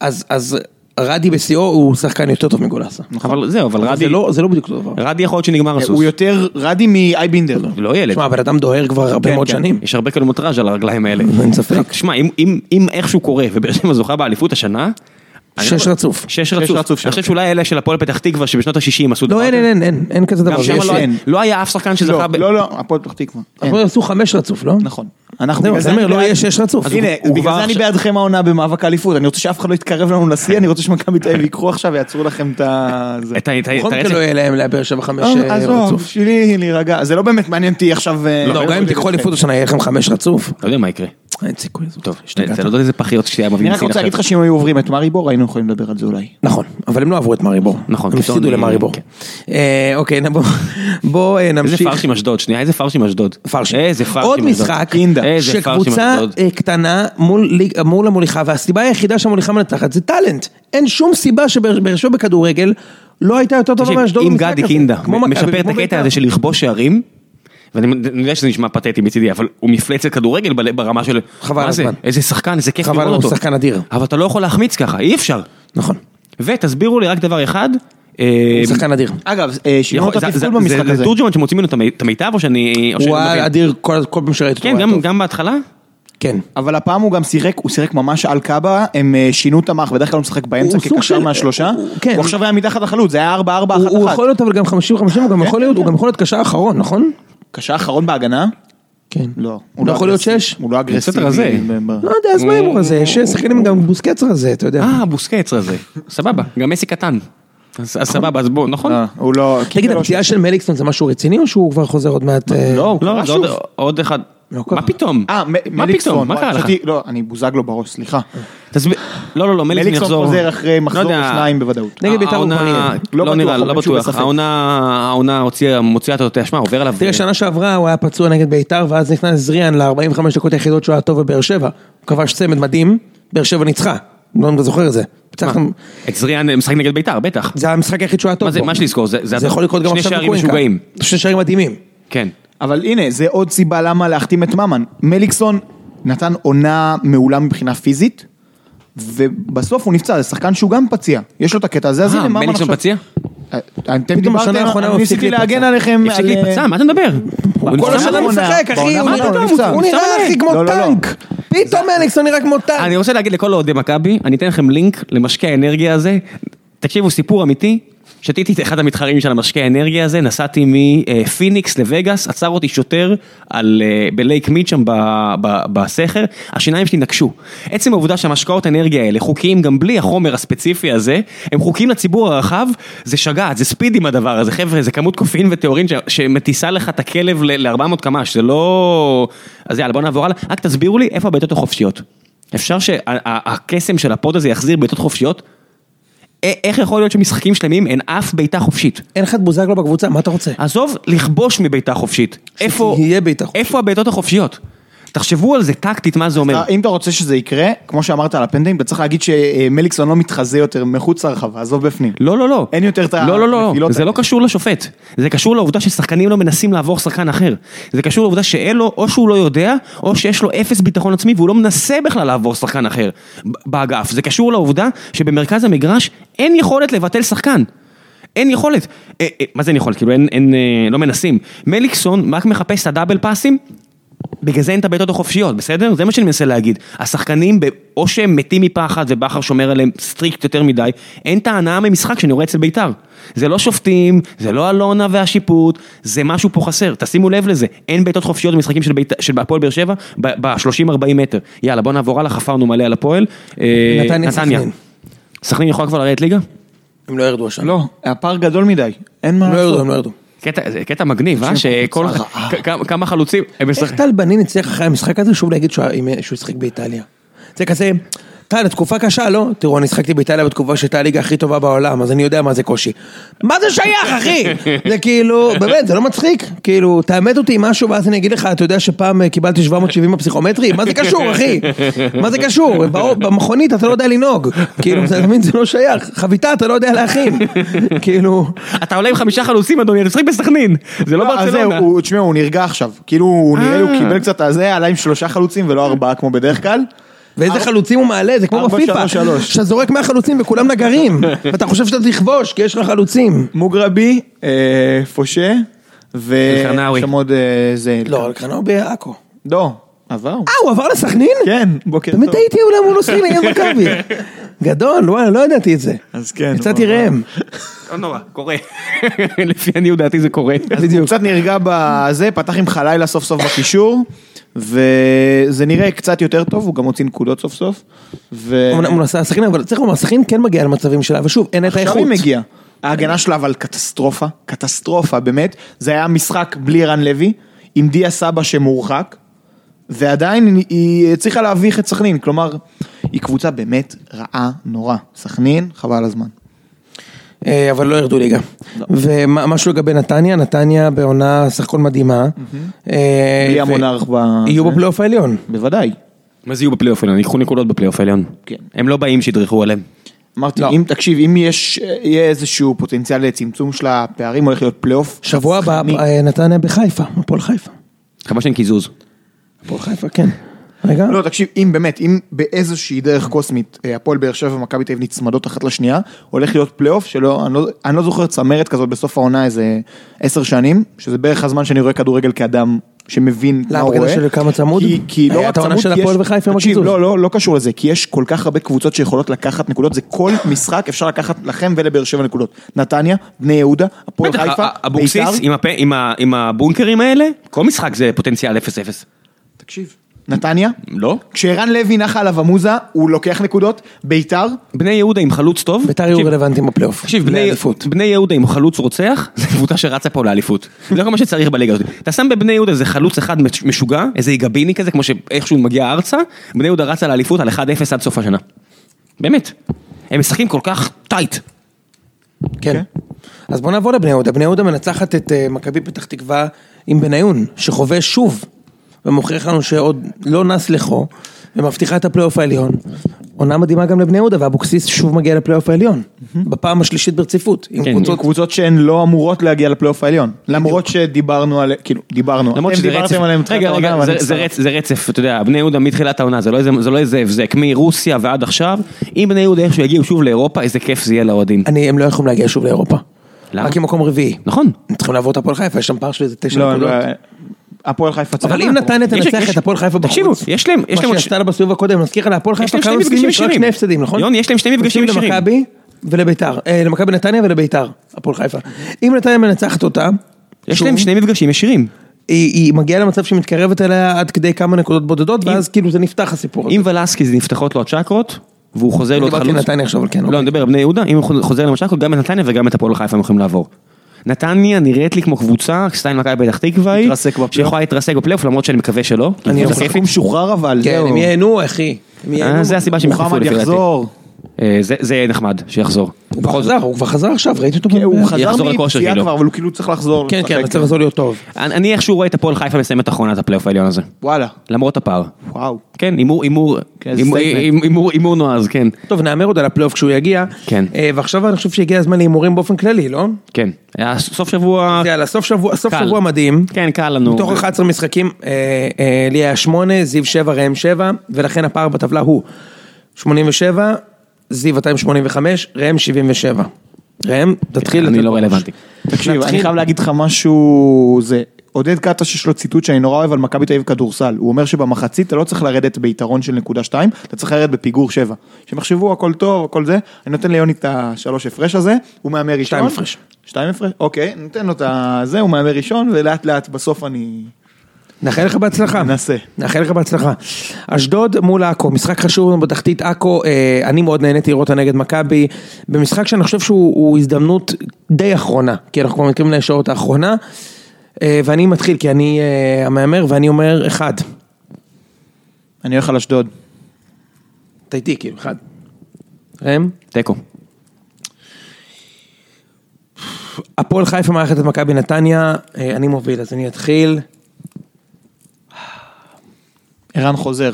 Speaker 1: אז, אז רדי בשיאו הוא שחקן יותר טוב מגולסה.
Speaker 2: נכון. אבל זהו, אבל
Speaker 1: זה
Speaker 2: רדי,
Speaker 1: לא, זה לא בדיוק אותו דבר.
Speaker 2: רדי יכול להיות
Speaker 1: לא
Speaker 2: שנגמר הסוס.
Speaker 3: הוא יותר רדי מאייבינדר.
Speaker 2: לא ילד.
Speaker 1: תשמע, הבן אדם דוהר כבר הרבה
Speaker 2: כן,
Speaker 1: מאוד
Speaker 2: כן.
Speaker 1: שנים.
Speaker 2: יש הרבה קילומטראז' על הרגליים האלה.
Speaker 1: אין ספק.
Speaker 2: שמע, אם- אם- אם איכשהו קורה ובאר שבע זוכה באליפות השנה... אני
Speaker 1: שש
Speaker 2: לא-
Speaker 1: רצוף.
Speaker 2: שש
Speaker 3: רצוף
Speaker 2: רצוף.
Speaker 3: שם,
Speaker 2: אני חושב
Speaker 3: כן.
Speaker 2: שאולי אלה של הפועל פתח תקווה שבשנות ה-60 עשו
Speaker 1: לא, אין, אין, אין, אין, אין כזה דבר.
Speaker 2: גם שם
Speaker 1: יש-
Speaker 2: לא-
Speaker 3: אין.
Speaker 2: לא היה אף שחקן שזכה
Speaker 3: לא,
Speaker 2: ב...
Speaker 3: לא, לא, הפועל פתח תקווה. אין.
Speaker 1: אנחנו עשו חמש רצוף, לא?
Speaker 3: נכון. אנחנו
Speaker 1: כן. זהו,
Speaker 3: בגלל
Speaker 1: אז
Speaker 3: זה
Speaker 1: אני אומר,
Speaker 3: אני
Speaker 1: לא
Speaker 3: בעד-
Speaker 1: יהיה שש רצוף.
Speaker 3: הנה,
Speaker 2: הוא
Speaker 3: בגלל
Speaker 2: כבר
Speaker 3: זה אני
Speaker 2: עכשיו-
Speaker 3: בעדכם העונה במאבק האליפות, אני רוצה שאף אחד לא יתקרב לנו לשיא, אני רוצה שמכבי תל אביב ייקחו עכשיו ויעצרו לכם את ה... זה.
Speaker 2: את ה- את ה-
Speaker 1: בכל
Speaker 2: את
Speaker 1: מקרה
Speaker 2: הרצף.
Speaker 1: לא יהיה להם לבאר שבע חמש
Speaker 3: אה,
Speaker 1: אה,
Speaker 3: עזוב,
Speaker 1: רצוף.
Speaker 3: בשבילי להירגע, זה לא באמת מעניין אותי עכשיו... אה,
Speaker 1: לא, גם אם תיקחו אליפות השנה יהיה לכם חמש רצוף.
Speaker 2: לא יודע מה יקרה.
Speaker 1: אין סיכוי. עזוב.
Speaker 2: טוב, אתה לא יודע איזה פחיות שתייה מביאים
Speaker 3: אני רק
Speaker 2: סין
Speaker 3: רוצה
Speaker 2: עכשיו.
Speaker 3: להגיד לך שאם היו עוברים את מארי בור, היינו יכולים לדבר על זה אולי.
Speaker 1: נכון, אבל הם לא עברו את מאריבור.
Speaker 2: נכון,
Speaker 1: הם
Speaker 2: פתאום
Speaker 1: הפסידו
Speaker 2: אני-
Speaker 1: למאריבור.
Speaker 2: כן.
Speaker 1: אה, אוקיי, נ- בוא- בוא אה,
Speaker 2: איזה
Speaker 1: נמשיך.
Speaker 2: פרשים אשדוד, שנייה, איזה פרשים אשדוד.
Speaker 1: פרשים.
Speaker 2: איזה פרשים
Speaker 1: עוד
Speaker 2: אשדוד.
Speaker 1: משחק
Speaker 2: איזה
Speaker 1: שקבוצה
Speaker 2: פרשים אשדוד.
Speaker 1: אה, קטנה מול, ליג- מול המוליכה, והסיבה היחידה שהמוליכה מנצחת זה טאלנט. אין שום סיבה שבאר שבע בכדורגל לא הייתה יותר טובה
Speaker 2: תקשיב,
Speaker 1: מאשדוד
Speaker 2: אם
Speaker 1: במשחק
Speaker 2: גדי
Speaker 1: הזה.
Speaker 2: קינדה
Speaker 1: כמו מכבי,
Speaker 2: משפר את
Speaker 1: כמו
Speaker 2: הקטע
Speaker 1: בית"ר.
Speaker 2: הזה של לכבוש שערים, ואני אני יודע שזה נשמע פתטי מצידי, אבל הוא מפלצת כדורגל בל- ברמה של...
Speaker 1: חבל על
Speaker 2: מה זה?
Speaker 1: הזמן.
Speaker 2: איזה שחקן, איזה כיף
Speaker 1: חבל,
Speaker 2: לראות
Speaker 1: הוא
Speaker 2: אותו.
Speaker 1: שחקן אדיר.
Speaker 2: אבל אתה לא יכול להחמיץ ככה, אי אפשר.
Speaker 1: נכון,
Speaker 2: ותסבירו לי רק דבר אחד. אה,
Speaker 1: הוא שחקן אדיר.
Speaker 3: אגב, אה, שינו
Speaker 2: יכול-
Speaker 3: את
Speaker 2: זה-
Speaker 3: התפקוד
Speaker 2: זה-
Speaker 3: במשחק
Speaker 2: זה-
Speaker 3: הזה.
Speaker 2: זה תורג'מן שמוציא ממנו את המי- את המיטב או שאני... או שאני
Speaker 1: הוא
Speaker 2: לא מבין?
Speaker 1: היה אדיר כל כל פעם שראיתי אותו.
Speaker 2: כן,
Speaker 1: הוא היה
Speaker 2: גם-
Speaker 1: טוב.
Speaker 2: גם בהתחלה?
Speaker 1: כן.
Speaker 3: אבל הפעם הוא גם שיחק, הוא שיחק ממש על קאבה, הם אה, שינו את המערך, בדרך כלל הוא משחק באמצע
Speaker 1: הוא סוג
Speaker 3: כקשר
Speaker 1: של-
Speaker 3: מהשלושה,
Speaker 1: הוא- הוא- כן.
Speaker 3: הוא עכשיו היה מתחת לחלוץ, זה היה 4-4-1-1.
Speaker 1: הוא הוא יכול להיות אבל גם 50-50, הוא גם
Speaker 2: כן.
Speaker 1: יכול להיות- הוא גם יכול להיות קשר אחרון, נכון?
Speaker 3: קשר אחרון בהגנה?
Speaker 1: כן.
Speaker 3: לא.
Speaker 1: הוא לא יכול להיות שש?
Speaker 3: הוא לא אגרסיבי.
Speaker 2: בסדר, זה.
Speaker 1: לא יודע, אז מה ההימור הזה? ששחקנים גם בוסקץ רזה, אתה יודע.
Speaker 2: אה, בוסקץ הזה. סבבה, גם מסי קטן. אז אז סבבה, אז בוא, נכון?
Speaker 3: אה, הוא לא...
Speaker 1: תגיד, הפציעה של מליקסון זה משהו רציני או שהוא כבר חוזר עוד מעט? אה,
Speaker 3: לא, הוא
Speaker 2: כן. לא,
Speaker 3: קרה
Speaker 2: זה עוד-
Speaker 3: שוב.
Speaker 2: עוד אחד.
Speaker 1: לא קרה.
Speaker 2: מה פתאום?
Speaker 3: אה, מ-
Speaker 2: מה
Speaker 3: מליקסון.
Speaker 2: פתאום? מה
Speaker 3: וואי,
Speaker 2: קרה לך?
Speaker 3: חשבתי- לא, אני בוזגלו בראש, סליחה.
Speaker 2: תסביר, לא לא לא, מליקסון
Speaker 3: מליקסון
Speaker 2: יחזור,
Speaker 3: חוזר אחרי מחזור
Speaker 2: לא יודע.
Speaker 3: או שניים בוודאות.
Speaker 1: נגד בית"ר הוא
Speaker 2: העונה-
Speaker 1: כבר יהיה.
Speaker 3: לא
Speaker 2: לא
Speaker 3: בטוח,
Speaker 2: נראה, לי, לא
Speaker 3: אבל שהוא
Speaker 2: בטוח,
Speaker 3: בספק.
Speaker 2: העונה, העונה הוציאה, מוציאה את אותה, שמע עובר עליו, אה,
Speaker 1: תראה, שנה שעברה הוא היה פצוע נגד ביתר, ואז נכנס זריאן ל-45 דקות היחידות שהוא היה טוב בבאר שבע. הוא כבש צמד מדהים, באר שבע ניצחה. לא יודע אם אתה זוכר את זה. ניצחנו-
Speaker 2: את זריאן אה, משחק נגד בית"ר, בטח,
Speaker 1: זה המשחק היחיד שהוא היה טוב
Speaker 2: מה זה-
Speaker 1: בו.
Speaker 2: מה יש לזכור, זה- זה-
Speaker 1: זה יכול לקרות גם
Speaker 2: שני
Speaker 1: עכשיו
Speaker 2: שערים
Speaker 1: בקוינקה.
Speaker 2: משוגעים.
Speaker 1: שני שערים מדהימים.
Speaker 2: כן,
Speaker 3: אבל הנה, זה עוד סיבה למה להחתים את ממן. מליקסון נתן עונה מעולה מבחינה פיזית, ובסוף הוא נפצע, זה שחקן שהוא גם פציע. יש לו את הקטע הזה, אז
Speaker 2: אה,
Speaker 3: הנה, ממן
Speaker 2: מליקסון
Speaker 3: עכשיו...
Speaker 2: פציע?
Speaker 3: אה, אתם
Speaker 1: פתאום
Speaker 3: דיברתם,
Speaker 1: בשנה האחרונה הוא
Speaker 3: אני
Speaker 1: הפסיק
Speaker 3: ניסיתי
Speaker 1: להיפצע.
Speaker 3: להגן עליכם... אה,
Speaker 2: הפסיק
Speaker 3: על-
Speaker 2: להיפצע, מה אתה מדבר? הוא
Speaker 1: כל
Speaker 2: נפצע
Speaker 1: השנה הוא
Speaker 2: מלא.
Speaker 3: בעונה-
Speaker 1: משחק, אחי,
Speaker 3: בעונה
Speaker 1: הוא
Speaker 3: מה
Speaker 1: נראה-
Speaker 3: פתאום, הוא
Speaker 1: הוא
Speaker 3: נפצע
Speaker 1: נראה
Speaker 3: מלא.
Speaker 1: הכי כמו
Speaker 3: לא, לא, לא.
Speaker 1: טנק. פתאום מליקסון נראה כמו
Speaker 2: אני
Speaker 1: טנק.
Speaker 2: רוצה להגיד לכל אוהדי מכבי, אני אתן לכם לינק למשקה האנרגיה הזה, תקשיבו סיפור אמיתי, שתיתי את אחד המתחרים של המשקה האנרגיה הזה, נסעתי מפיניקס לווגאס, עצר אותי שוטר על, אה, בלייק מיד שם ב- ב- בסכר, השיניים שלי נקשו. עצם העובדה שהמשקאות האנרגיה האלה חוקיים גם בלי החומר הספציפי הזה, הם חוקיים לציבור הרחב, זה שגעת, זה ספיד עם הדבר הזה, חבר'ה, זה כמות קופאין וטהורין ש- שמטיסה לך את הכלב ל-400 קמ"ש, זה לא... אז יאללה, בוא נעבור הלאה, רק תסבירו לי איפה הבעיטות החופשיות. אפשר שהקסם של הפוד הזה יחזיר בעיטות חופשיות? א- איך יכול להיות שמשחקים שלמים אין אף בעיטה חופשית?
Speaker 1: אין לך את בוזגלו בקבוצה, מה אתה רוצה?
Speaker 2: עזוב לכבוש מבעיטה חופשית. איפה,
Speaker 1: שתהיה בעיטה חופשית.
Speaker 2: איפה הבעיטות החופשיות? תחשבו על זה טקטית, מה זה אומר.
Speaker 3: אתה- אה, אם אתה רוצה שזה יקרה, כמו שאמרת על הפנדלים, אתה צריך להגיד שמליקסון לא מתחזה יותר מחוץ לרחבה, עזוב בפנים.
Speaker 2: לא, לא, לא.
Speaker 3: אין יותר את
Speaker 2: לא, לא, לא,
Speaker 3: הנפילות
Speaker 2: זה לא
Speaker 3: האלה.
Speaker 2: קשור לשופט. זה קשור לעובדה ששחקנים לא מנסים לעבור שחקן אחר. זה קשור לעובדה שאין לו, או שהוא לא יודע, או שיש לו אפס ביטחון עצמי והוא לא מנסה בכלל לעבור שחקן אחר ב- באגף. זה קשור לעובדה שבמרכז המגרש אין יכולת לבטל שחקן. אין יכולת. אה, אה, מה זה אין יכולת? כאילו אין, אין, אה, לא מנסים. מליקסון רק מחפש את הדאבל פאסים, בגלל זה אין את הבעיטות החופשיות, בסדר? זה מה שאני מנסה להגיד. השחקנים, ב- או שהם מתים מפחד ובכר שומר עליהם סטריקט יותר מדי, אין את ההנאה ממשחק שאני רואה אצל בית"ר. זה לא שופטים, זה לא אלונה והשיפוט, זה משהו פה חסר, תשימו לב לזה. אין בעיטות חופשיות במשחקים של, בית, של הפועל באר שבע ב-30-40 מטר. יאללה, בוא נעבור הלאה, חפרנו מלא על הפועל. אה,
Speaker 1: נתניה, סכנין.
Speaker 2: סכנין יכולה כבר לרדת ליגה?
Speaker 1: הם לא ירדו השנה.
Speaker 3: לא, הפער גדול מדי, אין מה
Speaker 1: הם לא ירדו,
Speaker 3: לעשות.
Speaker 1: הם לא ירדו.
Speaker 2: קטע, זה קטע מגניב, אה? שכל... כ- כמה- כמה חלוצים... הם
Speaker 1: איך
Speaker 2: משחק-
Speaker 1: טל בנין הצליח אחרי המשחק הזה שוב להגיד שהוא שהוא שיחק באיטליה? זה כזה, בסדר, תקופה קשה, לא? תראו, אני שחקתי באיטליה בתקופה שהייתה הליגה הכי טובה בעולם, אז אני יודע מה זה קושי. מה זה שייך, אחי? זה כאילו, באמת, זה לא מצחיק. כאילו, תעמת אותי עם משהו ואז אני אגיד לך, אתה יודע שפעם אה, קיבלתי 770 בפסיכומטרי? מה זה קשור, אחי? מה זה קשור? באו- במכונית אתה לא יודע לנהוג. כאילו, אתה מבין, זה לא שייך. חביתה אתה לא יודע להכין. כאילו...
Speaker 2: אתה עולה עם חמישה חלוצים, אדוני, אתה משחק בסכנין, זה לא
Speaker 3: אז זהו,
Speaker 2: ברצלונה.
Speaker 3: הוא- תשמעו, הוא נרגע עכשיו. כאילו, הוא נראה לי הוא
Speaker 2: אה.
Speaker 3: קיבל קצת הזה, עלה עם שלושה חלוצים ולא ארבעה כמו בדרך כלל.
Speaker 1: ואיזה חלוצים הוא מעלה, זה כמו
Speaker 3: ארבע,
Speaker 1: בפיפ"א,
Speaker 3: שלוש, שלוש.
Speaker 1: שאתה זורק 100 חלוצים וכולם נגרים, ואתה חושב שאתה תכבוש, כי יש לך חלוצים.
Speaker 3: מוגרבי, אה, פושה, ו...
Speaker 2: אלחרנאווי.
Speaker 3: יש שם עוד אה, זה...
Speaker 1: לא, אלקרנאו בעכו.
Speaker 3: לא, עבר.
Speaker 1: אה, הוא עבר לסכנין?
Speaker 3: כן, בוקר
Speaker 1: תמיד
Speaker 3: טוב.
Speaker 1: טעיתי אולי מול אוסטרין נגד מכבי. גדול, וואלה, לא ידעתי את זה.
Speaker 3: אז כן,
Speaker 1: יצאתי
Speaker 3: הוא אמר.
Speaker 1: ראם.
Speaker 2: לא נורא, קורה. לפי עניות דעתי זה קורה.
Speaker 3: הוא קצת נרגע בזה, פתח עם חלילה סוף סוף בקישור, וזה נראה קצת יותר טוב, הוא גם הוציא נקודות סוף סוף. ו...
Speaker 1: אמנם הוא נסע לסכנין, אבל צריך לומר, סכנין כן מגיע למצבים שלה, ושוב, אין את
Speaker 3: עכשיו
Speaker 1: האיכות.
Speaker 3: היא מגיעה. ההגנה שלה אבל קטסטרופה, קטסטרופה באמת, זה היה משחק בלי רן לוי, עם דיה סבא שמורחק, ועדיין היא הצליחה להביך את סכנין, כלומר, היא קבוצה באמת רעה נורא. סכנין, חבל על הזמן.
Speaker 1: אה, אבל לא ירדו ליגה. ומשהו לגבי נתניה, נתניה בעונה סך הכל מדהימה. אה,
Speaker 3: בלי
Speaker 1: ו-
Speaker 3: המונרך ב...
Speaker 1: יהיו
Speaker 3: זה.
Speaker 1: בפלייאוף העליון.
Speaker 3: בוודאי.
Speaker 2: מה זה יהיו בפלייאוף העליון? ייקחו נקודות בפלייאוף העליון.
Speaker 3: כן.
Speaker 2: הם לא באים שידרכו עליהם.
Speaker 3: אמרתי,
Speaker 1: לא.
Speaker 3: אם תקשיב, אם יש, יהיה איזשהו פוטנציאל לצמצום של הפערים, הולך להיות פלייאוף.
Speaker 1: שבוע הבא,
Speaker 3: רצחני.
Speaker 1: אה, נתניה בחיפה, הפועל חיפה.
Speaker 2: כמה שאין קיזוז.
Speaker 1: הפועל חיפה, כן. רגע.
Speaker 3: לא, תקשיב, אם באמת, אם באיזושהי דרך קוסמית, אה, הפועל באר שבע ומכבי תל אביב נצמדות אחת לשנייה, הולך להיות פלייאוף שלא, אני לא, אני לא זוכר צמרת כזאת בסוף העונה איזה עשר שנים, שזה בערך הזמן שאני רואה כדורגל כאדם שמבין מה
Speaker 1: למה,
Speaker 3: הוא רואה.
Speaker 1: בגלל של כמה צמוד?
Speaker 3: כי, כי לא
Speaker 1: היה
Speaker 3: רק
Speaker 1: את העונה
Speaker 3: צמוד,
Speaker 1: של
Speaker 3: יש-
Speaker 1: הפועל וחיפה עם
Speaker 3: תקשיב,
Speaker 1: הקיזוז.
Speaker 3: לא, לא, לא קשור לזה, כי יש כל כך הרבה קבוצות שיכולות לקחת נקודות, זה כל משחק אפשר לקחת לכם ולבאר שבע נקודות. נתניה, בני יהודה, הפועל
Speaker 2: בטח,
Speaker 3: חיפה,
Speaker 2: ה- אבוקסיס עם הפה- עם ה- עם הבונקרים האלה, כל משחק זה פוטנציאל 0-0.
Speaker 3: תקשיב. נתניה,
Speaker 2: לא?
Speaker 3: כשערן לוי נחה עליו המוזה, הוא לוקח נקודות, ביתר,
Speaker 2: בני יהודה עם חלוץ טוב.
Speaker 1: ביתר יהיו
Speaker 2: תקשיב,
Speaker 1: רלוונטיים בפלייאוף.
Speaker 2: תקשיב, בני-
Speaker 1: לאליפות.
Speaker 2: בני יהודה עם חלוץ רוצח, זו קבוצה שרצה פה לאליפות. זה לא כל מה שצריך בליגה הזאת. אתה שם בבני יהודה איזה חלוץ אחד מש- משוגע, איזה יגביני כזה, כמו שאיכשהו הוא מגיע ארצה, בני יהודה רצה לאליפות על 1-0 עד סוף השנה. באמת. הם משחקים כל כך טייט.
Speaker 1: כן. אז בוא נעבור לבני יהודה. בני יהודה מנצחת את אה, מכבי פתח תקווה עם בניון, שחווה שוב, ומוכיח לנו שעוד לא נס לחו, ומבטיחה את הפלייאוף העליון. עונה מדהימה גם לבני יהודה, ואבוקסיס שוב מגיע לפלייאוף העליון. בפעם השלישית ברציפות, עם
Speaker 2: כן,
Speaker 1: קבוצות...
Speaker 3: קבוצות, קבוצות שהן לא אמורות להגיע לפלייאוף העליון. למרות שדיברנו על, כאילו, דיברנו.
Speaker 2: למרות
Speaker 3: אתם
Speaker 2: שזה
Speaker 3: דיברתם
Speaker 2: רצף,
Speaker 3: עליהם תחילת
Speaker 2: רגע
Speaker 3: העונה,
Speaker 2: רגע
Speaker 3: אבל
Speaker 2: זה-
Speaker 3: אני
Speaker 2: זה
Speaker 3: מצטער.
Speaker 2: רצף- זה רצף, אתה יודע, בני יהודה מתחילת העונה, זה לא איזה- זה לא איזה הבזק, מרוסיה ועד עכשיו, אם בני יהודה איכשהו יגיעו שוב לאירופה, איזה כיף זה יהיה לאוהדים.
Speaker 1: אני, הם לא יכולים להגיע שוב לאירופה.
Speaker 2: למה?
Speaker 1: רק עם מקום רביעי.
Speaker 2: נכון.
Speaker 1: הם צריכים לעבור את הפועל חיפה, יש שם פער של איזה תשע
Speaker 3: לא,
Speaker 1: נקודות.
Speaker 3: לא, הפועל חיפה
Speaker 1: אבל
Speaker 3: צמאה.
Speaker 1: אם נתניה
Speaker 2: יש-
Speaker 1: תנצח
Speaker 2: יש-
Speaker 1: את הפועל חיפה בחוץ,
Speaker 2: תקשיבו, יש להם- יש להם עוד
Speaker 1: מה שעשתה לה בסיבוב הקודם, נזכיר לה, הפועל חיפה
Speaker 2: להם שני
Speaker 1: כמה
Speaker 2: מפגשים
Speaker 1: הפסדים, רק
Speaker 2: ישירים.
Speaker 1: שני הפסדים, נכון?
Speaker 2: יוני, יש להם שני מפגשים
Speaker 1: הפסיד
Speaker 2: ישירים.
Speaker 1: למכבי ולביתר, אה, למכבי נתניה ולביתר, הפועל חיפה. אם נתניה מנצחת אותה,
Speaker 2: יש
Speaker 1: שוב,
Speaker 2: להם שני מפגשים ישירים.
Speaker 1: היא היא מגיעה למצב שהיא מתקרבת אליה עד כדי כמה נקודות בודדות, ואז כאילו זה נפתח הסיפור הזה.
Speaker 2: אם ולסקיז נפתחות לו הצ'קרות, והוא חוזר לעוד
Speaker 1: דיברתי
Speaker 2: חלוץ.
Speaker 1: על נתניה עכשיו, אבל כן,
Speaker 2: לא,
Speaker 1: אוקיי.
Speaker 2: אני מדבר על בני יהודה, אם הוא חוזר למשל, גם את נתניה וגם את הפועל חיפה הם יכולים לעבור. נתניה נראית לי כמו קבוצה, סטיין מכבי פתח תקווה היא,
Speaker 3: להתרסק בפלייאוף.
Speaker 2: שיכולה להתרסק בפלייאוף, למרות שאני מקווה שלא. כי
Speaker 1: אני
Speaker 2: זה
Speaker 1: יכול-
Speaker 2: כיף.
Speaker 3: הוא משוחרר אבל,
Speaker 1: כן,
Speaker 3: זהו.
Speaker 1: הם ייהנו, אחי. הם ייהנו.
Speaker 2: אה, זה הסיבה שהם יחזרו
Speaker 3: מוחמד
Speaker 2: לפי דעתי.
Speaker 3: יחזור.
Speaker 2: אה, זה- זה נחמד, שיחזור.
Speaker 1: הוא כבר חזר, הוא כבר חזר עכשיו, ראיתי אותו.
Speaker 3: כן, הוא
Speaker 1: ב-
Speaker 3: חזר
Speaker 2: יחזור לכושר,
Speaker 3: מפציעה
Speaker 2: כאילו.
Speaker 3: כבר, אבל הוא כאילו צריך לחזור.
Speaker 1: כן, כן,
Speaker 3: לשחק.
Speaker 1: אבל צריך לעזור להיות טוב.
Speaker 2: אני אני איכשהו רואה את הפועל חיפה מסיימת אחרונה את הפלייאוף העליון הזה,
Speaker 3: וואלה,
Speaker 2: למרות הפער.
Speaker 3: וואו.
Speaker 2: כן, הימור, הימור,
Speaker 3: כן, זה
Speaker 2: הימור-
Speaker 3: סטייטמנט.
Speaker 2: הימור- הימור- הימור נועז, כן,
Speaker 1: טוב, נהמר עוד על הפלייאוף כשהוא יגיע.
Speaker 2: כן.
Speaker 1: אה, ועכשיו אני חושב שהגיע הזמן להימורים באופן כללי, לא?
Speaker 2: כן. היה סוף שבוע,
Speaker 1: יאללה, סוף שבוע, סוף
Speaker 2: קל.
Speaker 1: שבוע מדהים.
Speaker 2: כן, קל לנו.
Speaker 1: מתוך 11 משחקים, אה, אה, לי היה 8, זיו 7, ראם 7, ולכן הפער בטבלה הוא 87, זיו 285, ראם 77. ראם, תתחיל.
Speaker 2: אני
Speaker 1: לתת
Speaker 2: לא
Speaker 1: בראש.
Speaker 2: רלוונטי.
Speaker 3: תקשיב,
Speaker 1: נתחיל.
Speaker 3: אני חייב להגיד לך משהו, זה עודד קטש יש לו ציטוט שאני נורא אוהב על מכבי תל אביב כדורסל, הוא אומר שבמחצית אתה לא צריך לרדת ביתרון של נקודה שתיים, אתה צריך לרדת בפיגור שבע. שהם יחשבו הכל טוב, הכל זה, אני נותן ליוני את השלוש הפרש הזה, הוא מהמר ראשון.
Speaker 1: שתיים הפרש.
Speaker 3: שתיים הפרש, אוקיי, נותן לו את הזה, הוא מהמר ראשון, ולאט לאט בסוף אני...
Speaker 1: נאחל לך בהצלחה.
Speaker 3: נעשה.
Speaker 1: נאחל לך בהצלחה. אשדוד מול עכו, משחק חשוב לנו בתחתית עכו, אה, אני מאוד נהניתי לראות אותה נגד מכבי, במשחק שאני חושב שהוא הוא הזדמנות די אחרונה, כי אנחנו כבר מתקרבים לשעות האחרונה, אה, ואני מתחיל כי אני אה, המהמר ואני אומר אחד.
Speaker 3: אני הולך על אשדוד.
Speaker 1: אתה- אתה איתי, כאילו, אחד. ראם?
Speaker 2: תיקו.
Speaker 1: הפועל חיפה מארחת את מכבי נתניה, אה, אני מוביל, אז אני אתחיל.
Speaker 3: ערן חוזר.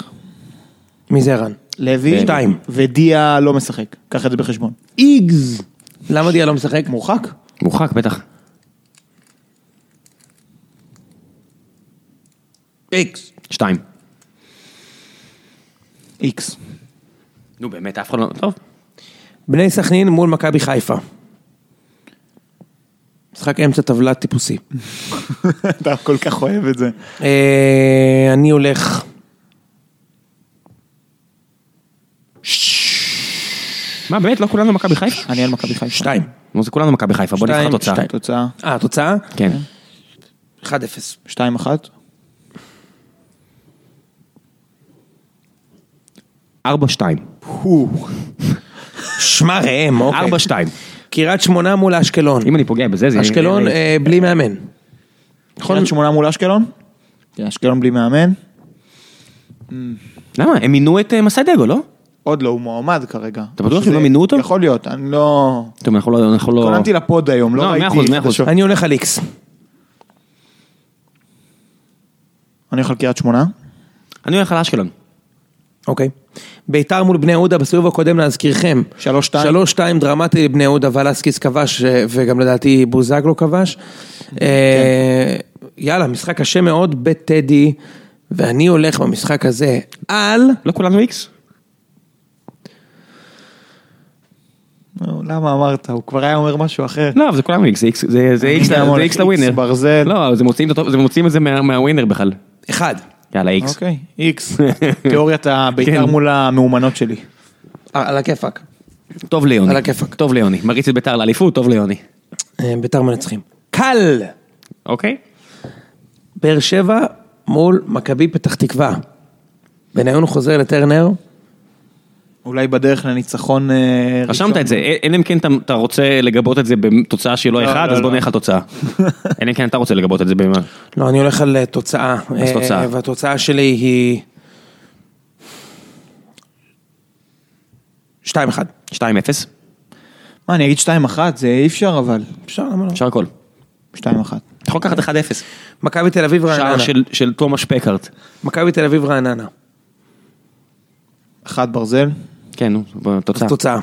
Speaker 1: מי זה ערן?
Speaker 3: לוי.
Speaker 1: כן. שתיים.
Speaker 3: ודיה לא משחק, קח את זה בחשבון.
Speaker 1: איגז! למה דיה לא משחק?
Speaker 3: מורחק?
Speaker 2: מורחק בטח.
Speaker 1: איקס.
Speaker 2: שתיים.
Speaker 3: איקס.
Speaker 2: נו באמת, אף אחד לא... טוב.
Speaker 1: בני סכנין מול מכבי חיפה. משחק אמצע טבלה טיפוסי.
Speaker 3: אתה כל כך אוהב את זה.
Speaker 1: אה, אני הולך...
Speaker 2: מה באמת, לא כולנו מכבי חיפה?
Speaker 3: אני על מכבי חיפה.
Speaker 1: שתיים.
Speaker 2: נו, זה כולנו מכבי חיפה, בוא נבחר
Speaker 1: שתיים,
Speaker 2: תוצאה.
Speaker 1: שתיים.
Speaker 3: תוצאה
Speaker 1: אה, התוצאה?
Speaker 2: כן.
Speaker 1: 1-0.
Speaker 3: שתיים אחת.
Speaker 2: ארבע שתיים.
Speaker 1: שמע ראם, אוקיי.
Speaker 2: ארבע שתיים.
Speaker 1: קריית שמונה מול אשקלון.
Speaker 2: אם אני פוגע בזה, זה...
Speaker 1: אשקלון
Speaker 2: אה,
Speaker 1: אה, בלי מאמן.
Speaker 3: נכון. קריית שמונה מול אשקלון? כן, אשקלון בלי מאמן.
Speaker 2: למה? הם מינו את אה, מסיידגו, לא?
Speaker 3: עוד לא, הוא מועמד כרגע.
Speaker 2: אתה בטוח
Speaker 3: שזה-
Speaker 2: שלא מינו אותו?
Speaker 3: יכול להיות, אני לא...
Speaker 2: טוב, אנחנו לא... אנחנו לא...
Speaker 3: התכוננתי לפוד היום, לא
Speaker 2: לא, מאה
Speaker 3: ראיתי...
Speaker 2: אחוז, מאה אחוז.
Speaker 3: חדשות.
Speaker 1: אני הולך על איקס.
Speaker 3: אני הולך על קריית שמונה.
Speaker 2: אני הולך על אשקלון.
Speaker 1: אוקיי. ביתר מול בני יהודה בסיבוב הקודם להזכירכם.
Speaker 3: 3-2.
Speaker 1: 3-2 דרמטי לבני יהודה, ולסקיס כבש, אה, וגם לדעתי בוזגלו כבש. אה, יאללה, משחק קשה מאוד בטדי, ואני הולך במשחק הזה על...
Speaker 2: לא כולנו איקס?
Speaker 3: נו, לא, למה אמרת? הוא כבר היה אומר משהו אחר.
Speaker 2: לא, אבל זה כולנו איקס, זה איקס- זה זה איקס
Speaker 3: גם
Speaker 2: ל-
Speaker 3: הולך
Speaker 2: זה איקס
Speaker 3: איקס,
Speaker 2: לווינר.
Speaker 3: ברזל.
Speaker 2: לא, זה מוציאים את הטוב- זה מוציאים את זה מה- מהווינר בכלל.
Speaker 1: אחד.
Speaker 2: יאללה, איקס.
Speaker 3: אוקיי, איקס.
Speaker 1: אוקיי.
Speaker 3: תיאוריית הבית"ר
Speaker 2: כן.
Speaker 3: מול המאומנות שלי.
Speaker 1: אה, על הכיפאק.
Speaker 2: טוב ליוני.
Speaker 1: על הכיפאק.
Speaker 2: טוב ליוני. מריץ את ביתר לאליפות, טוב ליוני.
Speaker 1: אה, ביתר מנצחים. קל!
Speaker 2: אוקיי?
Speaker 1: באר שבע מול מכבי פתח תקווה. בניון חוזר לטרנר.
Speaker 3: אולי בדרך לניצחון אה, ראשון.
Speaker 2: רשמת את זה, אלא אם כן אתה- אתה רוצה לגבות את זה בתוצאה שהיא לא
Speaker 3: לא,
Speaker 2: אחד,
Speaker 3: לא,
Speaker 2: אז
Speaker 3: לא.
Speaker 2: בוא נלך על תוצאה. אלא אם כן אתה רוצה לגבות את זה במה.
Speaker 1: לא, אני הולך על אה, תוצאה. אה,
Speaker 2: תוצאה.
Speaker 1: והתוצאה שלי היא... 2-1.
Speaker 2: 2-0,
Speaker 3: מה, אני אגיד 2-1? זה אי אפשר אבל.
Speaker 1: אפשר, למה לא?
Speaker 2: אפשר הכל.
Speaker 3: 2-1.
Speaker 2: אתה יכול לקחת 1-0.
Speaker 1: מכבי תל אביב
Speaker 2: שער
Speaker 1: רעננה.
Speaker 2: של- של תומש פקארט.
Speaker 1: מכבי תל אביב רעננה.
Speaker 3: אחת ברזל.
Speaker 2: כן, נו, בוא, תוצאה.
Speaker 1: תוצאה.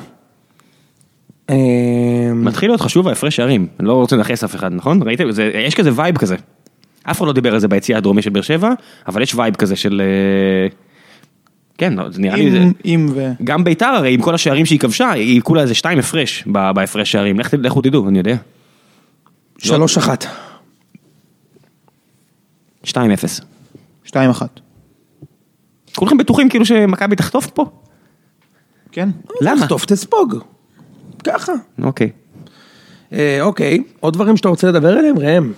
Speaker 1: אה,
Speaker 2: מתחיל להיות חשוב ההפרש שערים, אני לא רוצה לנכס אף אחד, נכון? ראיתם? זה- יש כזה וייב כזה. אף אחד לא דיבר על זה ביציע הדרומי של באר שבע, אבל יש וייב כזה של... אה, כן, לא, זה נראה לי... זה-
Speaker 3: אם- אם ו...
Speaker 2: גם ביתר הרי עם כל השערים שהיא כבשה, היא כולה איזה שתיים הפרש ב- בהפרש שערים, לך- לכו תדעו, אני יודע. לא-
Speaker 1: 3-1.
Speaker 2: 2-0.
Speaker 3: 2-1.
Speaker 2: כולכם בטוחים כאילו שמכבי תחטוף פה?
Speaker 3: כן?
Speaker 2: למה?
Speaker 1: תחטוף, תספוג. ככה.
Speaker 2: אוקיי.
Speaker 1: אה, אוקיי, עוד דברים שאתה רוצה לדבר עליהם, ראם?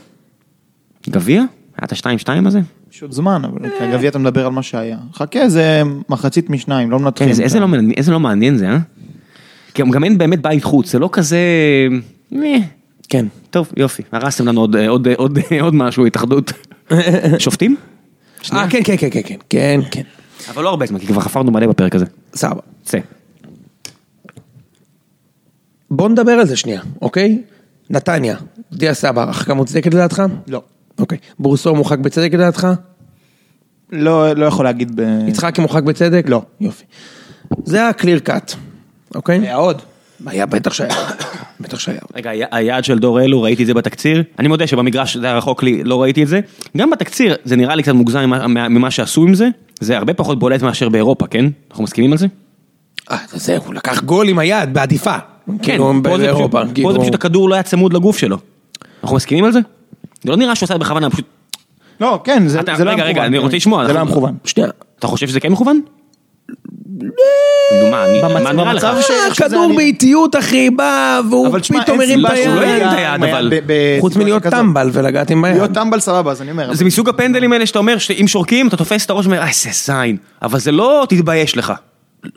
Speaker 2: גביע? היה את ה-2-2 הזה?
Speaker 3: יש עוד זמן, אבל כי הגביע אתה מדבר על מה שהיה. חכה, זה מחצית משניים, לא
Speaker 2: כן,
Speaker 3: מנתחים.
Speaker 2: איזה- איזה לא מעניין- איזה לא מעניין זה, אה? גם גם אין באמת בית חוץ, זה לא כזה... אה,
Speaker 1: כן.
Speaker 2: טוב, יופי, הרסתם לנו עוד, אה, עוד, עוד, עוד משהו, התאחדות. שופטים?
Speaker 1: אה, כן, כן, כן, כן, כן, כן, כן.
Speaker 2: אבל לא הרבה זמן, כי כבר חפרנו מלא בפרק הזה.
Speaker 1: סבבה.
Speaker 2: צא.
Speaker 1: בוא נדבר על זה שנייה, אוקיי? נתניה, דיה סבא, הרחקה מוצדקת לדעתך?
Speaker 3: לא.
Speaker 1: אוקיי. בורסור מורחק בצדק לדעתך?
Speaker 3: לא, לא יכול להגיד ב...
Speaker 1: יצחקי מורחק בצדק?
Speaker 3: לא.
Speaker 1: יופי. זה היה clear cut, אוקיי?
Speaker 3: היה עוד.
Speaker 1: היה בטח שהיה. בטח שהיה.
Speaker 2: רגע, היה- היעד של דור אלו, ראיתי את זה בתקציר. אני מודה שבמגרש זה היה רחוק לי, לא ראיתי את זה. גם בתקציר, זה נראה לי קצת מוגזם ממה- מה- ממה שעשו עם זה. זה הרבה פחות בולט מאשר באירופה, כן? אנחנו מסכימים על זה?
Speaker 1: אה, זהו, הוא לקח גול עם היד, בעדיפה.
Speaker 3: כן,
Speaker 1: כאילו,
Speaker 2: כן, פה זה
Speaker 1: באירופה,
Speaker 2: פשוט- פה
Speaker 1: כאילו.
Speaker 2: זה פשוט הכדור לא היה צמוד לגוף שלו. אנחנו מסכימים על זה? זה לא נראה שהוא עשה את זה בכוונה, פשוט...
Speaker 3: לא, כן, זה,
Speaker 2: אתה-
Speaker 3: זה לא
Speaker 2: רגע,
Speaker 3: היה
Speaker 2: רגע,
Speaker 3: מכוון.
Speaker 2: אני רוצה לשמוע,
Speaker 3: זה לא היה
Speaker 2: אנחנו-
Speaker 3: מכוון.
Speaker 1: שנייה.
Speaker 2: אתה חושב שזה כן מכוון? נו, מה, אני- מה נראה לך?
Speaker 3: במצב ש-
Speaker 1: אה,
Speaker 3: איך שזה
Speaker 1: כדור
Speaker 3: היה נראה.
Speaker 1: באיטיות, אחי, בא, והוא
Speaker 3: אבל תשמע,
Speaker 1: פתאום
Speaker 3: אין
Speaker 1: מרים את
Speaker 3: סיבה שהוא לא
Speaker 1: היד.
Speaker 2: ירים את
Speaker 3: היה
Speaker 2: היד,
Speaker 3: עם היד
Speaker 2: אבל-
Speaker 3: ב- ב-
Speaker 1: חוץ
Speaker 3: סיטואציה
Speaker 1: מלהיות
Speaker 3: כזאת.
Speaker 1: טמבל ולגעת עם היד.
Speaker 3: להיות טמבל סבבה, אז אני אומר.
Speaker 2: זה
Speaker 3: אבל-
Speaker 2: מסוג הפנדלים האלה שאתה אומר שאם שורקים אתה תופס את הראש ואומר אה איזה זין אבל זה לא תתבייש לך.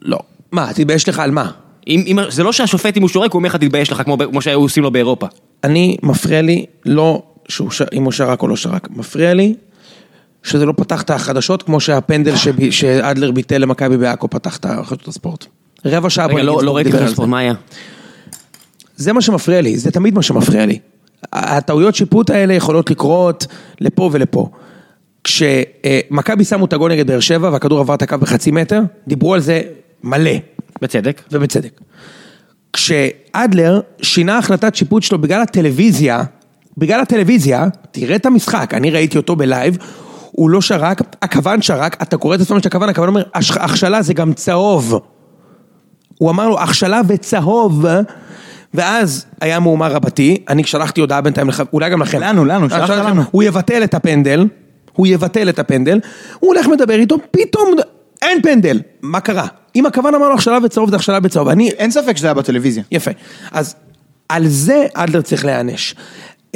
Speaker 1: לא. מה, תתבייש לך על מה?
Speaker 2: אם, אם, זה לא שהשופט אם הוא שורק הוא אומר לך תתבייש לך כמו, ב- כמו שהיו עושים לו באירופה.
Speaker 1: אני, מפריע לי, לא שהוא ש... אם הוא שרק או לא שרק, מפריע לי שזה לא פתח את החדשות, כמו
Speaker 2: אה.
Speaker 1: שהפנדל שב- שאדלר ביטל למכבי בעכו פתח את חדשות הספורט. רבע שעה
Speaker 2: רגע,
Speaker 1: בוא
Speaker 2: לא
Speaker 1: נגיד,
Speaker 2: לא ראיתי
Speaker 1: דיבר
Speaker 2: את
Speaker 1: על
Speaker 2: הספורט,
Speaker 1: זה.
Speaker 2: מה היה?
Speaker 1: זה מה שמפריע לי, זה תמיד מה שמפריע לי. הטעויות שיפוט האלה יכולות לקרות לפה ולפה. כשמכבי שמו את הגול נגד באר שבע והכדור עבר את הקו בחצי מטר, דיברו על זה מלא,
Speaker 2: בצדק.
Speaker 1: ובצדק. כשאדלר שינה החלטת שיפוט שלו בגלל הטלוויזיה, בגלל הטלוויזיה, תראה את המשחק, אני ראיתי אותו בלייב, הוא לא שרק, הכוון שרק, אתה קורא את הספרים של הכוון, הכוון אומר, "הש- הכשלה זה גם צהוב. הוא אמר לו, הכשלה וצהוב. ואז היה מהומה רבתי, אני שלחתי הודעה בינתיים, לח- אולי גם לכם.
Speaker 3: לנו, לנו, שלחת
Speaker 1: אני שלחתי
Speaker 3: לנו.
Speaker 1: הוא יבטל את הפנדל, הוא יבטל את הפנדל, הוא הולך מדבר איתו, פתאום אין פנדל. מה קרה? אם הכוון אמר לו הכשלה וצהוב זה הכשלה וצהוב, אני...
Speaker 3: אין ספק שזה היה בטלוויזיה.
Speaker 1: יפה. אז על זה אדלר צריך להיענש.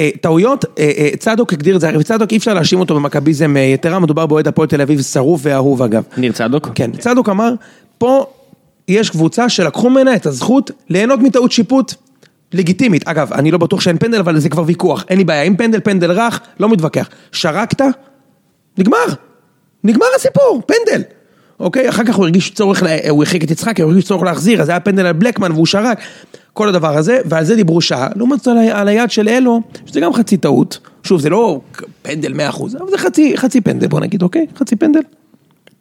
Speaker 1: אה, טעויות, אה, אה, צדוק הגדיר את זה, הרי צדוק אי אפשר להאשים אותו במכביזם אה, יתרה, מדובר באוהד הפועל תל אביב שרוף ואהוב אגב.
Speaker 2: ניר צדוק?
Speaker 1: כן, צדוק אמר, פה יש קבוצה שלקחו ממנה את הזכות ליהנות מטעות שיפוט לגיטימית. אגב, אני לא בטוח שאין פנדל, אבל זה כבר ויכוח. אין לי בעיה, אם פנדל, פנדל רך, לא מתווכח. שרקת, נגמר. נגמר הסיפור, פנדל. אוקיי, אחר כך הוא הרגיש צורך, לה- הוא הרחיק את יצחקי, הוא הרגיש צורך להחזיר, אז היה פנדל על בלקמן והוא שרק. כל הדבר הזה, ועל זה דיברו שעה. לעומת זאת על ה- על היד של אלו, שזה גם חצי טעות. שוב, זה לא פנדל 100%, אבל זה חצי, חצי פנדל, בוא נגיד, אוקיי? חצי פנדל.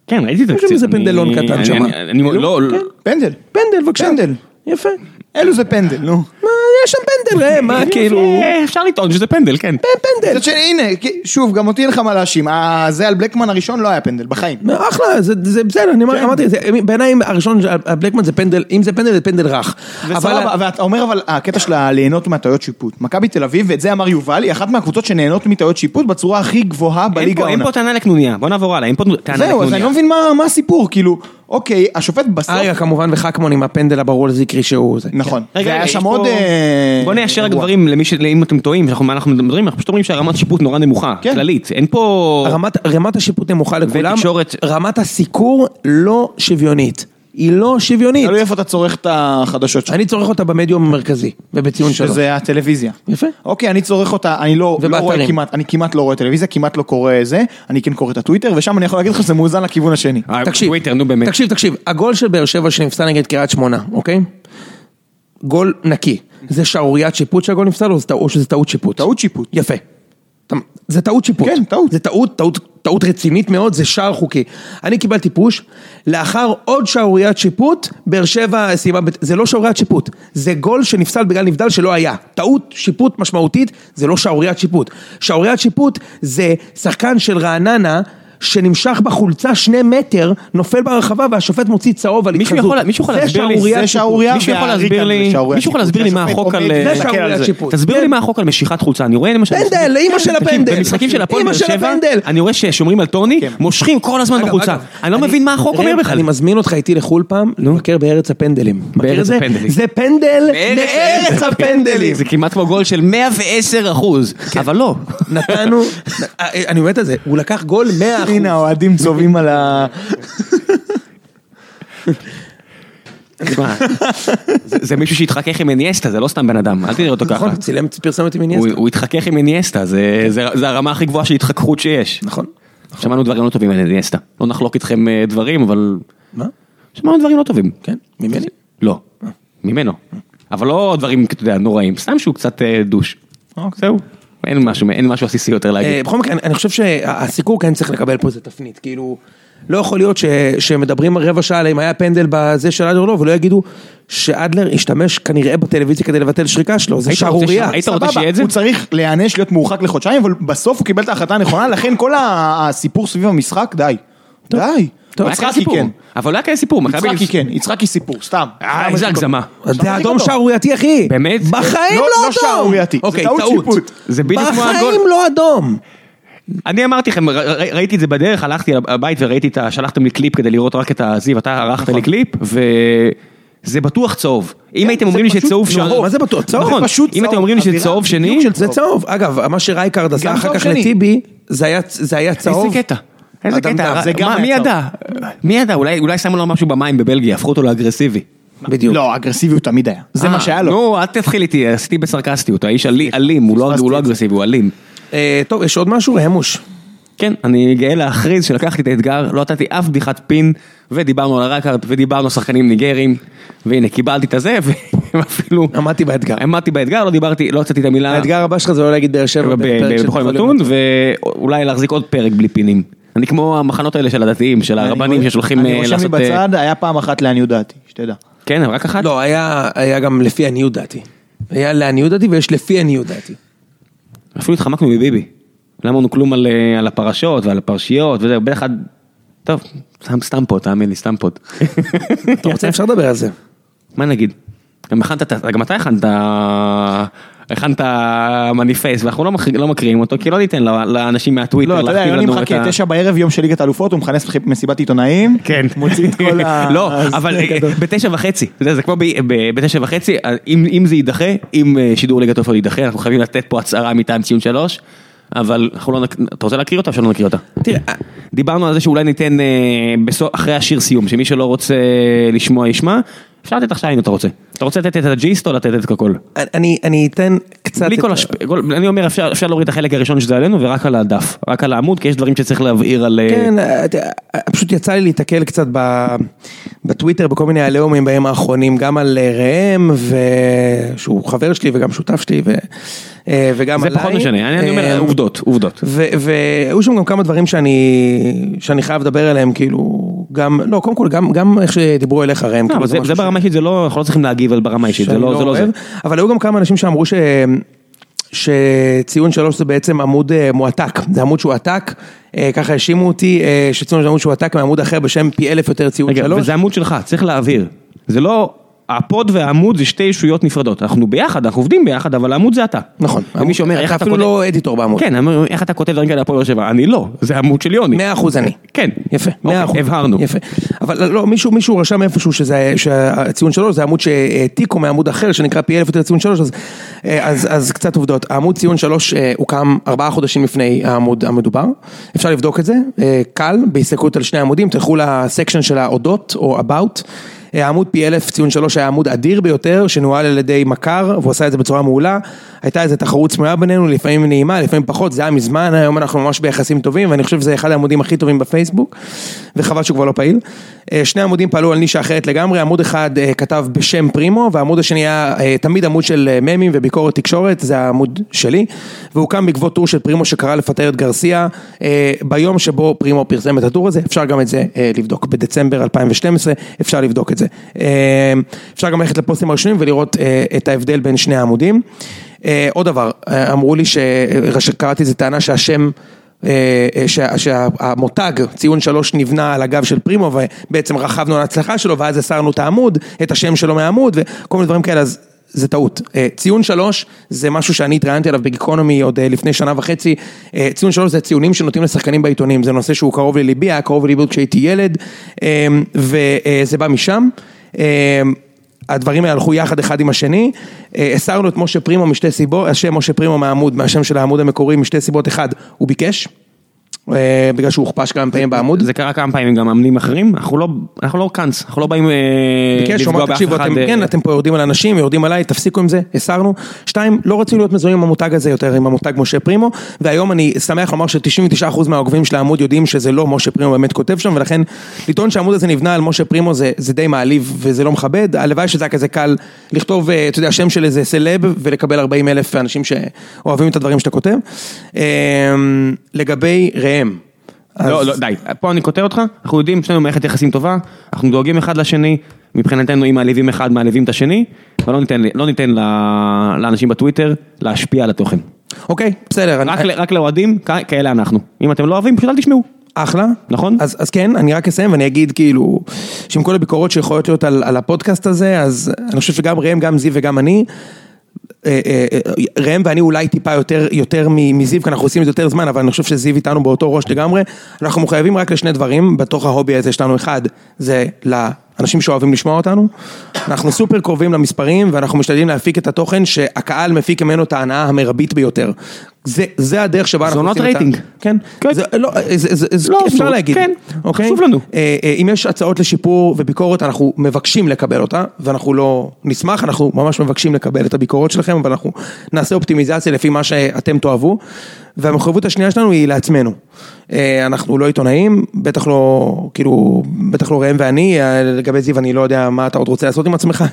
Speaker 2: כן, ראיתי את זה
Speaker 1: יש
Speaker 2: קצת.
Speaker 1: שם איזה פנדלון
Speaker 2: אני-
Speaker 1: קטן
Speaker 2: אני-
Speaker 1: שמה.
Speaker 2: אני- אני- לא, לא.
Speaker 1: כן.
Speaker 3: פנדל.
Speaker 1: פנדל, בבקשה.
Speaker 3: פנדל.
Speaker 1: יפה.
Speaker 3: אלו זה פנדל, נו.
Speaker 1: מה, יש שם פנדל, ראה, מה, כאילו...
Speaker 2: אה, אפשר לטעון שזה פנדל, כן.
Speaker 1: פ- פנדל.
Speaker 3: מצד שני, הנה, כי- שוב, גם אותי אין לך מה להאשים, ה- זה על בלקמן הראשון לא היה פנדל, בחיים.
Speaker 1: מה, אחלה, זה- זה בסדר, אני אמר- אמרתי, זה- בעיניי הראשון, הבלקמן זה פנדל, אם זה פנדל זה פנדל רך.
Speaker 3: וסבבה,
Speaker 1: אבל-
Speaker 3: ואתה אומר אבל הקטע של ליהנות מהטעויות שיפוט. מכבי תל אביב, ואת זה אמר יובל, היא אחת מהקבוצות שנהנות מטעויות שיפוט בצורה הכי גבוהה
Speaker 2: אין
Speaker 3: בליגה
Speaker 2: פה- אין
Speaker 3: העונה.
Speaker 2: פה טענה לקנוניה, בוא נעבור הלאה, אין פה טענה לקנוניה.
Speaker 3: זהו, אז אני לא מבין מה- מה הסיפור, כאילו, אוקיי, השופט בסוף...
Speaker 2: אה,
Speaker 1: אריה אה, כמובן וחכמון עם הפנדל הברור לזיקרי שהוא זה. כן.
Speaker 3: נכון.
Speaker 2: רגע,
Speaker 3: זה
Speaker 2: רגע,
Speaker 3: היה
Speaker 2: יש
Speaker 3: שם
Speaker 2: פה-
Speaker 3: עוד... אה,
Speaker 2: בוא ניישר רק
Speaker 3: אירוע.
Speaker 2: דברים למי ש... אם אתם טועים, אנחנו- מה אנחנו מדברים, אנחנו פשוט אומרים שהרמת שיפוט נורא נמוכה,
Speaker 3: כן.
Speaker 2: כללית, אין פה...
Speaker 1: רמת, רמת השיפוט נמוכה לכולם,
Speaker 2: ותקשורת-
Speaker 1: רמת הסיקור לא שוויונית. היא לא שוויונית.
Speaker 3: תלוי איפה אתה צורך את החדשות שלך.
Speaker 1: אני צורך אותה במדיום המרכזי, ובציון שלו.
Speaker 3: שזה הטלוויזיה.
Speaker 1: יפה.
Speaker 3: אוקיי, אני צורך אותה, אני לא, לא
Speaker 1: ובאתרים.
Speaker 3: רואה כמעט, אני כמעט לא רואה טלוויזיה, כמעט לא קורא זה, אני כן קורא את הטוויטר, ושם אני יכול להגיד לך שזה מאוזן לכיוון השני.
Speaker 2: אה,
Speaker 1: תקשיב,
Speaker 2: טוויטר, נו באמת.
Speaker 1: תקשיב, תקשיב, הגול של באר שבע שנפסל נגד קריית שמונה, אוקיי? גול נקי. זה שערוריית שיפוט שהגול נפסל או, זה טע- או שזה טעות שיפוט?
Speaker 3: טעות שיפוט.
Speaker 1: יפה. אתה- זה טעות שיפוט.
Speaker 3: כן, טעות.
Speaker 1: זה טעות, טעות, טעות רצינית מאוד, זה שער חוקי. אני קיבלתי פוש, לאחר עוד שערוריית שיפוט, באר שבע סיימה, בת- זה לא שערוריית שיפוט, זה גול שנפסל בגלל נבדל שלא היה. טעות שיפוט משמעותית, זה לא שערוריית שיפוט. שערוריית שיפוט זה שחקן של רעננה. שנמשך בחולצה שני מטר, נופל ברחבה והשופט מוציא צהוב על
Speaker 2: מישהו
Speaker 1: התחזות.
Speaker 2: יכול- מישהו יכול
Speaker 1: זה
Speaker 2: להסביר לי-
Speaker 1: שערוריית
Speaker 3: זה
Speaker 1: שיפוט.
Speaker 3: שערורייה,
Speaker 2: מישהו יכול
Speaker 3: והריקן
Speaker 2: להסביר
Speaker 3: זה
Speaker 2: לי-
Speaker 3: שערורייה.
Speaker 2: מישהו יכול להסביר לי מה
Speaker 3: השופט
Speaker 2: החוק על...
Speaker 3: עומד,
Speaker 2: אה,
Speaker 1: זה
Speaker 3: תסתכל על
Speaker 1: שערוריית
Speaker 3: זה.
Speaker 1: שיפוט.
Speaker 2: תסביר לי
Speaker 1: כן.
Speaker 2: מה החוק על משיכת חולצה, אני רואה למשל...
Speaker 1: פנדל, לאמא של
Speaker 2: תקשיב,
Speaker 1: הפנדל.
Speaker 2: במשחקים של הפועל
Speaker 1: אמא
Speaker 2: באר
Speaker 1: של
Speaker 2: שבע,
Speaker 1: הפנדל.
Speaker 2: אני רואה ששומרים על טוני, מושכים כל הזמן
Speaker 1: אגב,
Speaker 2: בחולצה.
Speaker 1: אגב,
Speaker 2: אני לא מבין מה החוק אומר
Speaker 1: ראם,
Speaker 2: בכלל.
Speaker 1: אני מזמין אותך איתי לחו"ל פעם, לבקר בארץ הפנדלים. מכיר
Speaker 2: בארץ
Speaker 1: את זה?
Speaker 2: הפנדלים.
Speaker 1: זה פנדל
Speaker 2: בארץ
Speaker 1: לארץ הפנדלים.
Speaker 2: זה כמעט כמו גול של 110 אחוז, אבל לא.
Speaker 1: נתנו, אה, אני מת על זה, הוא לקח גול 100
Speaker 2: אה,
Speaker 1: אחוז.
Speaker 3: הנה האוהדים צובעים על ה...
Speaker 2: תשמע, זה זה מישהו שהתחכך עם אניאסטה, זה לא סתם בן אדם, אל תראה אותו ככה.
Speaker 1: נכון, צילם פרסומת עם
Speaker 2: הוא-
Speaker 1: איניאסטה.
Speaker 2: הוא התחכך עם אניאסטה, זה- זה זה הרמה הכי גבוהה של התחככות שיש.
Speaker 1: נכון.
Speaker 2: שמענו דברים לא טובים על אניאסטה. לא נחלוק איתכם אה, דברים, אבל
Speaker 1: מה?
Speaker 2: שמענו דברים לא טובים.
Speaker 1: כן, ממני? אה.
Speaker 2: לא, ממנו. אבל לא דברים, אתה יודע, נוראים, סתם שהוא קצת אה, דוש. זהו. אין משהו, אין משהו עסיסי יותר
Speaker 1: אה,
Speaker 2: להגיד.
Speaker 1: בכל מקרה, אני- אני חושב שהסיקור כן צריך לקבל פה איזה תפנית, כאילו, לא יכול להיות ש- שמדברים רבע שעה על אם היה פנדל בזה של אדלר או לא, ולא יגידו שאדלר השתמש כנראה בטלוויזיה כדי לבטל שריקה שלו, זה
Speaker 2: היית רוצה
Speaker 1: שערורייה.
Speaker 2: ש- היית רוצה
Speaker 3: סבבה,
Speaker 2: שיהיה את זה?
Speaker 3: הוא צריך להיענש להיות מורחק לחודשיים, אבל בסוף הוא קיבל את ההחלטה הנכונה, לכן כל ה- הסיפור סביב המשחק, די. די.
Speaker 2: היה כאן
Speaker 3: יצחקי
Speaker 2: סיפור,
Speaker 3: כן.
Speaker 2: אבל לא היה כאן סיפור, מכבי...
Speaker 3: יצחקי כן, יצחקי סיפור, סתם.
Speaker 2: אה,
Speaker 3: סתם
Speaker 2: איזה
Speaker 3: הסיפור.
Speaker 2: הגזמה.
Speaker 1: זה אדום שערורייתי אחי.
Speaker 2: באמת?
Speaker 1: בחיים לא
Speaker 3: לא- לא
Speaker 1: אדום.
Speaker 3: שערורייתי, זה
Speaker 1: אוקיי,
Speaker 3: טעות
Speaker 1: טעות.
Speaker 3: שיפוט.
Speaker 2: זה בדיוק כמו הגול.
Speaker 1: בחיים לא אדום.
Speaker 2: אני אמרתי לכם, ר- ר- ראיתי את זה בדרך, הלכתי הביתה וראיתי את ה... שלחתם לי קליפ כדי לראות רק את הזיו, אתה
Speaker 1: נכון.
Speaker 2: ערכת לי קליפ, וזה בטוח צהוב. אם הייתם אומרים לי
Speaker 3: פשוט
Speaker 2: שצהוב
Speaker 1: כן, נו,
Speaker 2: שחור...
Speaker 1: מה זה בטוח? צהוב?
Speaker 2: נכון,
Speaker 1: זה פשוט
Speaker 2: אם
Speaker 3: צהוב.
Speaker 2: אתם אומרים לי
Speaker 3: אווירה
Speaker 2: שצהוב שני...
Speaker 1: בדיוק של- זה צהוב. אגב, מה שרייקרד עשה
Speaker 3: גם
Speaker 1: אחר
Speaker 3: צהוב
Speaker 1: כך
Speaker 3: שני.
Speaker 1: לטיבי, זה היה- זה היה צהוב.
Speaker 2: איזה קטע. איזה
Speaker 3: אדם
Speaker 2: קטע,
Speaker 3: דם, זה גם
Speaker 2: מה-
Speaker 3: היה
Speaker 2: מי
Speaker 3: צהוב.
Speaker 2: ידע? מי ידע? אולי אולי שמו לו משהו במים בבלגיה, הפכו אותו לאגרסיבי.
Speaker 1: בדיוק.
Speaker 3: לא, אגרסיביות תמיד היה. זה מה
Speaker 2: אה,
Speaker 3: שהיה לו.
Speaker 2: נו, אל תתחיל איתי, עשיתי בסרקסטיות, האיש אלי- אלים, הוא לא- הוא לא אגרסיבי, הוא אלים.
Speaker 1: אה, טוב, יש עוד משהו? המוש.
Speaker 2: כן, אני גאה להכריז שלקחתי את האתגר, לא נתתי אף בדיחת פין, ודיברנו על הרקארד, ודיברנו על שחקנים ניגרים, והנה, קיבלתי את הזה, ואפילו...
Speaker 1: עמדתי באתגר.
Speaker 2: עמדתי באתגר, לא דיברתי, לא הוצאתי את המילה...
Speaker 1: האתגר הבא שלך זה לא להגיד באר שבע.
Speaker 2: ב-
Speaker 1: בפרק
Speaker 2: אה, ב-
Speaker 1: של
Speaker 2: בכל
Speaker 1: חולים.
Speaker 2: נתון, ואולי להחזיק עוד פרק בלי פינים. אני כמו המחנות האלה של הדתיים,
Speaker 3: לא,
Speaker 2: של הרבנים ששולחים אה,
Speaker 3: אני רושם
Speaker 2: לעשות...
Speaker 3: לי
Speaker 2: אה,
Speaker 3: בצד, היה פעם אחת לעניות דעתי, שתדע.
Speaker 2: כן, אבל רק אחת?
Speaker 1: לא, היה היה גם לפי עניות דעתי. היה לעניות דעתי ויש לפי עניות דעתי.
Speaker 2: אפילו התחמקנו מביבי. לא אמרנו כלום על, אה, על הפרשות ועל הפרשיות וזהו, בטח... עד- טוב, סתם, סתם פה, תאמין לי, סתם פה.
Speaker 1: אתה רוצה אפשר לדבר על זה.
Speaker 2: מה נגיד? גם הכנת, את ה- גם אתה הכנת, הכנת מניפסט ואנחנו לא, מכ- לא מקריאים אותו כי לא ניתן ל- לאנשים מהטוויטר
Speaker 3: לא, אתה יודע,
Speaker 2: להכתיב
Speaker 3: יוני
Speaker 2: לנו את
Speaker 3: מחכה
Speaker 2: ה-
Speaker 3: תשע בערב, יום של ליגת האלופות, הוא מכנס מסיבת עיתונאים,
Speaker 2: כן.
Speaker 3: מוציא את כל ה...
Speaker 2: לא,
Speaker 3: אז-
Speaker 2: אבל אה, בתשע וחצי, זה, זה כמו ב- ב- בתשע וחצי, אה, אם, אם זה יידחה, אם אה, שידור ליגת העופות יידחה, אנחנו חייבים לתת פה הצהרה מטעם ציון שלוש, אבל אנחנו לא, נק... אתה רוצה להקריא אותה או שלא נקריא אותה?
Speaker 1: תראה, אה,
Speaker 2: דיברנו על זה שאולי ניתן אה, בסוף, אחרי השיר סיום, שמי שלא רוצה לשמוע ישמע, אפשר לתת עכשיו אם אתה רוצה. אתה רוצה לתת את הג'יסט או לתת את הכל?
Speaker 1: אני אני אתן קצת...
Speaker 2: בלי
Speaker 1: את
Speaker 2: כל
Speaker 1: ה-
Speaker 2: השפ... כל- אני אומר אפשר, אפשר להוריד את החלק הראשון שזה עלינו ורק על הדף, רק על העמוד, כי יש דברים שצריך להבהיר על... אה,
Speaker 1: כן, אה, ת- אה, פשוט יצא לי להתקל קצת ב- בטוויטר בכל מיני עליהומים בימים האחרונים, גם על אה, ראם, ו- שהוא חבר שלי וגם שותף שלי, ו- אה, וגם
Speaker 2: זה
Speaker 1: עליי.
Speaker 2: פחות משנה, אני, אני אומר
Speaker 1: אה,
Speaker 2: עובדות, עובדות.
Speaker 1: ו- והיו שם גם כמה דברים שאני, שאני חייב לדבר עליהם, כאילו, גם, לא, קודם כל, גם, גם איך שדיברו אליך ראם,
Speaker 2: לא,
Speaker 1: כאילו,
Speaker 2: אבל זה,
Speaker 1: משהו
Speaker 2: זה ברמה אישית, זה לא, אנחנו לא צריכים להגיב על ברמה אישית, זה
Speaker 1: שאני
Speaker 2: לא זה. לא זה.
Speaker 1: אוהב. אבל היו גם כמה אנשים שאמרו ש... שציון שלוש זה בעצם עמוד אה, מועתק, זה עמוד שהוא עתק, אה, ככה האשימו אותי אה, שציון זה עמוד שהוא עתק מעמוד אחר בשם פי אלף יותר ציון
Speaker 2: רגע,
Speaker 1: שלוש.
Speaker 2: וזה עמוד שלך, צריך להבהיר. זה לא, הפוד והעמוד זה שתי ישויות נפרדות. אנחנו ביחד, אנחנו עובדים ביחד, אבל העמוד זה אתה.
Speaker 1: נכון.
Speaker 2: ומי שאומר,
Speaker 1: אתה
Speaker 2: איך אתה
Speaker 1: אפילו
Speaker 2: כותב-
Speaker 1: לא אדיטור בעמוד.
Speaker 2: כן, אני אומר, איך אתה כותב דברים כאלה הפועל באר שבע? אני לא, זה עמוד של יוני.
Speaker 1: מאה אחוז אני.
Speaker 2: כן.
Speaker 1: יפה,
Speaker 2: אוקיי,
Speaker 1: מאה אחוז.
Speaker 2: הבהרנו.
Speaker 1: יפה. אבל לא, מישהו, מישהו רשם איפשהו שזה, שהציון שלוש זה עמוד שהעתיקו מעמוד אחר שנקרא פי אלף יותר ציון שלוש, אז, אה, אז, אז קצת עובדות. העמוד ציון שלוש אה, הוקם ארבעה חודשים לפני העמוד המדובר. אפשר לבדוק את זה, אה, קל, בהסתכלות על שני עמודים, תלכו לסקשן של האודות או about. אה, העמוד פי אלף ציון שלוש היה עמוד אדיר ביותר שנוהל על ידי מכר והוא עשה את זה בצורה מעולה. הייתה איזו תחרות צמאה בינינו, לפעמים נעימה, לפעמים פחות, זה היה מזמן, היום אנחנו ממש ביחסים טובים ואני חושב שזה אחד העמודים הכי טובים בפייסבוק וחבל שהוא כבר לא פעיל. אה, שני עמודים פעלו על נישה אחרת לגמרי, עמוד אחד אה, כתב בשם פרימו והעמוד השני היה אה, תמיד עמוד של אה, ממים וביקורת תקשורת, זה העמוד שלי והוא קם בעקבות טור של פרימו שקרא לפטר את גרסיה אה, ביום שבו פרימו פרסם את הטור הזה, אפשר גם את זה אה, לבדוק, בדצמבר 2012 אפשר לבדוק את זה. אה, אפשר גם ללכת לפוסטים הראשונים ולראות אה, את ההבדל בין שני העמודים. אה, עוד דבר, אה, אמרו לי, ש- אה, שקראתי איזה טענה שהשם, אה, אה, שה- שהמותג, ציון שלוש נבנה על הגב של פרימו ובעצם רכבנו על ההצלחה שלו ואז הסרנו את העמוד, את השם שלו מהעמוד וכל מיני דברים כאלה, אז זה טעות. אה, ציון שלוש זה משהו שאני התראיינתי עליו בגיקונומי עוד אה, לפני שנה וחצי. אה, ציון שלוש זה ציונים שנותנים לשחקנים בעיתונים, זה נושא שהוא קרוב לליבי, היה קרוב לליבי עוד כשהייתי ילד, אה, וזה בא משם. אה, הדברים האלה הלכו יחד אחד עם השני, אה, הסרנו את משה פרימו משתי סיבות, אה, השם משה פרימו מהעמוד, מהשם של העמוד המקורי משתי סיבות, אחד, הוא ביקש, אה, בגלל שהוא הוכפש כמה פעמים בעמוד,
Speaker 2: זה קרה כמה פעמים גם מאמנים אחרים, אנחנו לא, אנחנו לא קאנץ, אנחנו לא באים אה,
Speaker 1: ביקש, הוא
Speaker 2: לפגוע
Speaker 1: אמר
Speaker 2: באף
Speaker 1: כן, תקשיבו,
Speaker 2: אחד.
Speaker 1: אתם,
Speaker 2: אה,
Speaker 1: כן, אתם פה יורדים על אנשים, יורדים עליי, תפסיקו עם זה, הסרנו, שתיים, לא רצינו להיות מזוהים עם המותג הזה יותר, עם המותג משה פרימו, והיום אני שמח לומר ש-99% מהעוקבים של העמוד יודעים שזה לא משה פרימו באמת כותב שם, ולכן לטעון שהעמוד הזה נבנה על משה פרימו זה, זה די מעליב וזה לא מכבד, הלוואי שזה היה כזה קל לכתוב, אה, אתה יודע, שם של איזה סלב ולקבל 40 אלף אנשים שאוהבים את הדברים שאתה כותב. אה, לגבי ראם.
Speaker 2: לא,
Speaker 1: אז-
Speaker 2: לא, די, פה אני קוטע אותך, אנחנו יודעים, שנינו מערכת יחסים טובה, אנחנו דואגים אחד לשני, מבחינתנו אם מעליבים אחד מעליבים את השני, ולא ניתן, לא ניתן ל- לאנשים בטוויטר להשפיע על התוכן.
Speaker 1: אוקיי, בסדר. אני-
Speaker 2: רק, לא ל- רק לאוהדים, כ- כאלה אנחנו. אם אתם לא אוהבים, פשוט אל תשמעו.
Speaker 1: אחלה.
Speaker 2: נכון?
Speaker 1: אז, אז כן, אני רק אסיים ואני אגיד כאילו, שעם כל הביקורות שיכולות להיות על, על הפודקאסט הזה, אז אני חושב שגם ראם, גם זיו וגם אני, אה, אה, אה, ראם ואני אולי טיפה יותר, יותר מ- מזיו, כי אנחנו עושים את זה יותר זמן, אבל אני חושב שזיו איתנו באותו ראש לגמרי. אנחנו מחויבים רק לשני דברים, בתוך ההובי הזה שלנו אחד, זה לאנשים שאוהבים לשמוע אותנו. אנחנו סופר קרובים למספרים, ואנחנו משתדלים להפיק את התוכן שהקהל מפיק ממנו את ההנאה המרבית ביותר. זה, זה הדרך שבה אנחנו
Speaker 2: עונות
Speaker 1: עושים את ה...
Speaker 2: רייטינג.
Speaker 1: כן.
Speaker 2: כן.
Speaker 1: זה, לא, זה, זה, זה,
Speaker 2: לא
Speaker 1: אפשר
Speaker 2: אסור,
Speaker 1: להגיד.
Speaker 2: כן,
Speaker 1: אוקיי?
Speaker 2: חשוב לנו.
Speaker 1: אה, אה, אם יש הצעות לשיפור וביקורת, אנחנו מבקשים לקבל אותה, ואנחנו לא נשמח, אנחנו ממש מבקשים לקבל את הביקורות שלכם, אבל אנחנו נעשה אופטימיזציה לפי מה שאתם תאהבו. והמחויבות השנייה שלנו היא לעצמנו. אה, אנחנו לא עיתונאים, בטח לא, כאילו, בטח לא ראם ואני, אה, לגבי זיו אני לא יודע מה אתה עוד רוצה לעשות עם עצמך,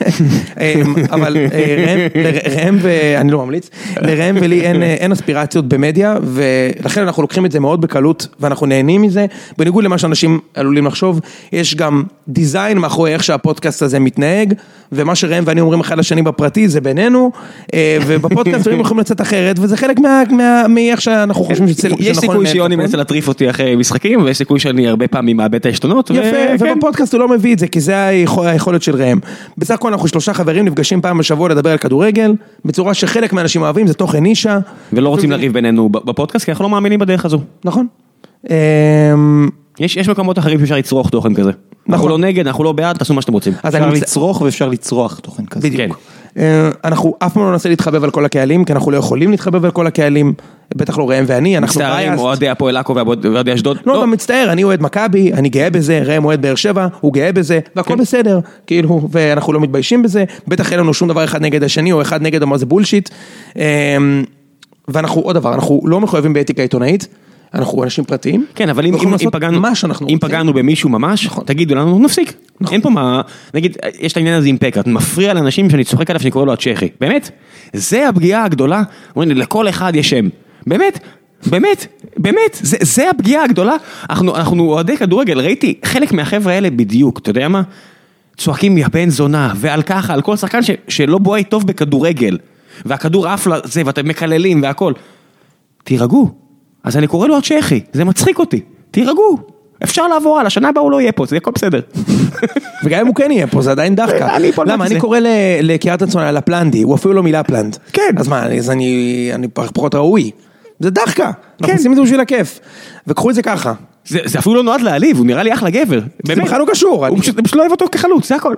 Speaker 1: אה, אבל אה, ראם- ל- ראם, ואני לא ממליץ, לראם ולי אין, אה, אין אספירציות במדיה, ולכן אנחנו לוקחים את זה מאוד בקלות, ואנחנו נהנים מזה, בניגוד למה שאנשים עלולים לחשוב, יש גם דיזיין מאחורי איך שהפודקאסט הזה מתנהג, ומה שראם ואני אומרים אחד לשני בפרטי זה בינינו, אה, ובפודקאסט דברים יכולים לצאת אחרת, וזה חלק מה- מה- מאיך שאנחנו חושבים שזה שנכון.
Speaker 2: אה, יש סיכוי
Speaker 1: לנהל את
Speaker 2: שיוני
Speaker 1: הפוד.
Speaker 2: מנסה להטריף אותי אחרי משחקים, ויש סיכוי שאני הרבה פעמים מאבד את העשתונות.
Speaker 1: יפה,
Speaker 2: וכן.
Speaker 1: ובפודקאסט הוא לא מביא את זה, כי זה היכול- היכולת של ראם. בסך הכל אנחנו שלושה חברים נפגשים פעם בשבוע לדבר על כדורגל, בצורה שחלק מהאנשים אוהבים, זה תוכן נישה.
Speaker 2: ולא רוצים לריב בינינו בפודקאסט, כי אנחנו לא מאמינים בדרך הזו.
Speaker 1: נכון. אמ,
Speaker 2: יש, יש מקומות אחרים שאפשר לצרוך תוכן כזה. אנחנו לא נגד, אנחנו לא בעד, תעשו מה שאתם רוצים.
Speaker 1: נכון. אז אני
Speaker 3: אפשר
Speaker 1: מצ-
Speaker 3: לצרוך ואפשר לצרוח תוכן כזה.
Speaker 2: כן.
Speaker 1: בדיוק. אה, אנחנו אף פעם לא ננסה להתחבב על כל הקהלים, כי אנחנו לא יכולים להתחבב על כל הקהלים, בטח לא ראם ואני, אנחנו
Speaker 2: מצטערים,
Speaker 1: biased.
Speaker 2: אוהדי הפועל עכו ואוהד- ואוהדי אשדוד.
Speaker 1: לא, גם מצטער, אני אוהד מכבי, אני גאה בזה, ראם אוהד באר שבע, הוא גאה בזה,
Speaker 2: כן.
Speaker 1: והכל בסדר, כאילו, ואנחנו לא מתביישים בזה, בטח אין לנו שום דבר אחד נגד השני, או אחד נגד מה זה בולשיט. אמ, ואנחנו, עוד דבר, אנחנו לא מחויבים באתיקה עיתונאית, אנחנו אנשים פרטיים.
Speaker 2: כן, אבל אם,
Speaker 1: אנחנו יכולים
Speaker 2: אם, אם,
Speaker 1: לעשות
Speaker 2: פגענו,
Speaker 1: מה שאנחנו
Speaker 2: אם
Speaker 1: רוצים. נכון.
Speaker 2: פגענו במישהו ממש, תגידו לנו, נפסיק. אין פה מה, נגיד, יש את העניין הזה עם פקארט, מפריע לאנשים שאני צוחק עליו שאני קורא לו הצ'כי, באמת, זה הפגיעה הגדולה, אומרים לי, לכל אחד יש שם, באמת. באמת, באמת, זה, זה הפגיעה הגדולה. אנחנו, אנחנו אוהדי כדורגל, ראיתי חלק מהחבר'ה האלה בדיוק, אתה יודע מה? צועקים יא בן זונה, ועל ככה, על כל שחקן ש, שלא בועט טוב בכדורגל, והכדור עף לזה, ואתם מקללים והכל. תירגעו. אז אני קורא לו הצ'כי, זה מצחיק אותי, תירגעו. אפשר לעבור הלאה, שנה הבאה הוא לא יהיה פה, זה הכל בסדר.
Speaker 1: וגם אם הוא כן יהיה פה, זה עדיין דחקה.
Speaker 2: אני אפול
Speaker 1: למה?
Speaker 2: מזה.
Speaker 1: אני קורא ל- לקריית הצונה לפלנדי, הוא אפילו לא מילה פלנד.
Speaker 2: כן.
Speaker 1: אז מה, אני- אז אני אני פח- פחות ראוי. זה דחקה,
Speaker 2: כן.
Speaker 1: אנחנו עושים את זה בשביל הכיף. וקחו את זה ככה.
Speaker 2: זה, זה אפילו לא נועד להעליב, הוא נראה לי אחלה גבר. באמת.
Speaker 1: בכלל לא קשור,
Speaker 2: הוא
Speaker 1: אני-
Speaker 2: פשוט, אני פשוט לא אוהב אותו כחלוץ, זה הכל.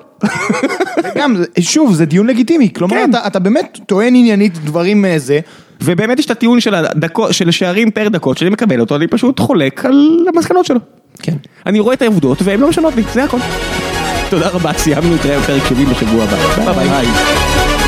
Speaker 3: גם, שוב, זה דיון לגיטימי, כלומר,
Speaker 2: כן.
Speaker 3: אתה, אתה באמת טוען עניינית דברים אה, זה,
Speaker 2: ובאמת יש את הטיעון של, הדקות, של שערים פר דקות, שאני מקבל אותו, אני פשוט חולק על המסקנות שלו.
Speaker 1: כן.
Speaker 2: אני רואה את העובדות לא והן לא משנות לי, זה הכל. תודה רבה, סיימנו את ראיון פרק 70 בשבוע הבא. ביי ביי.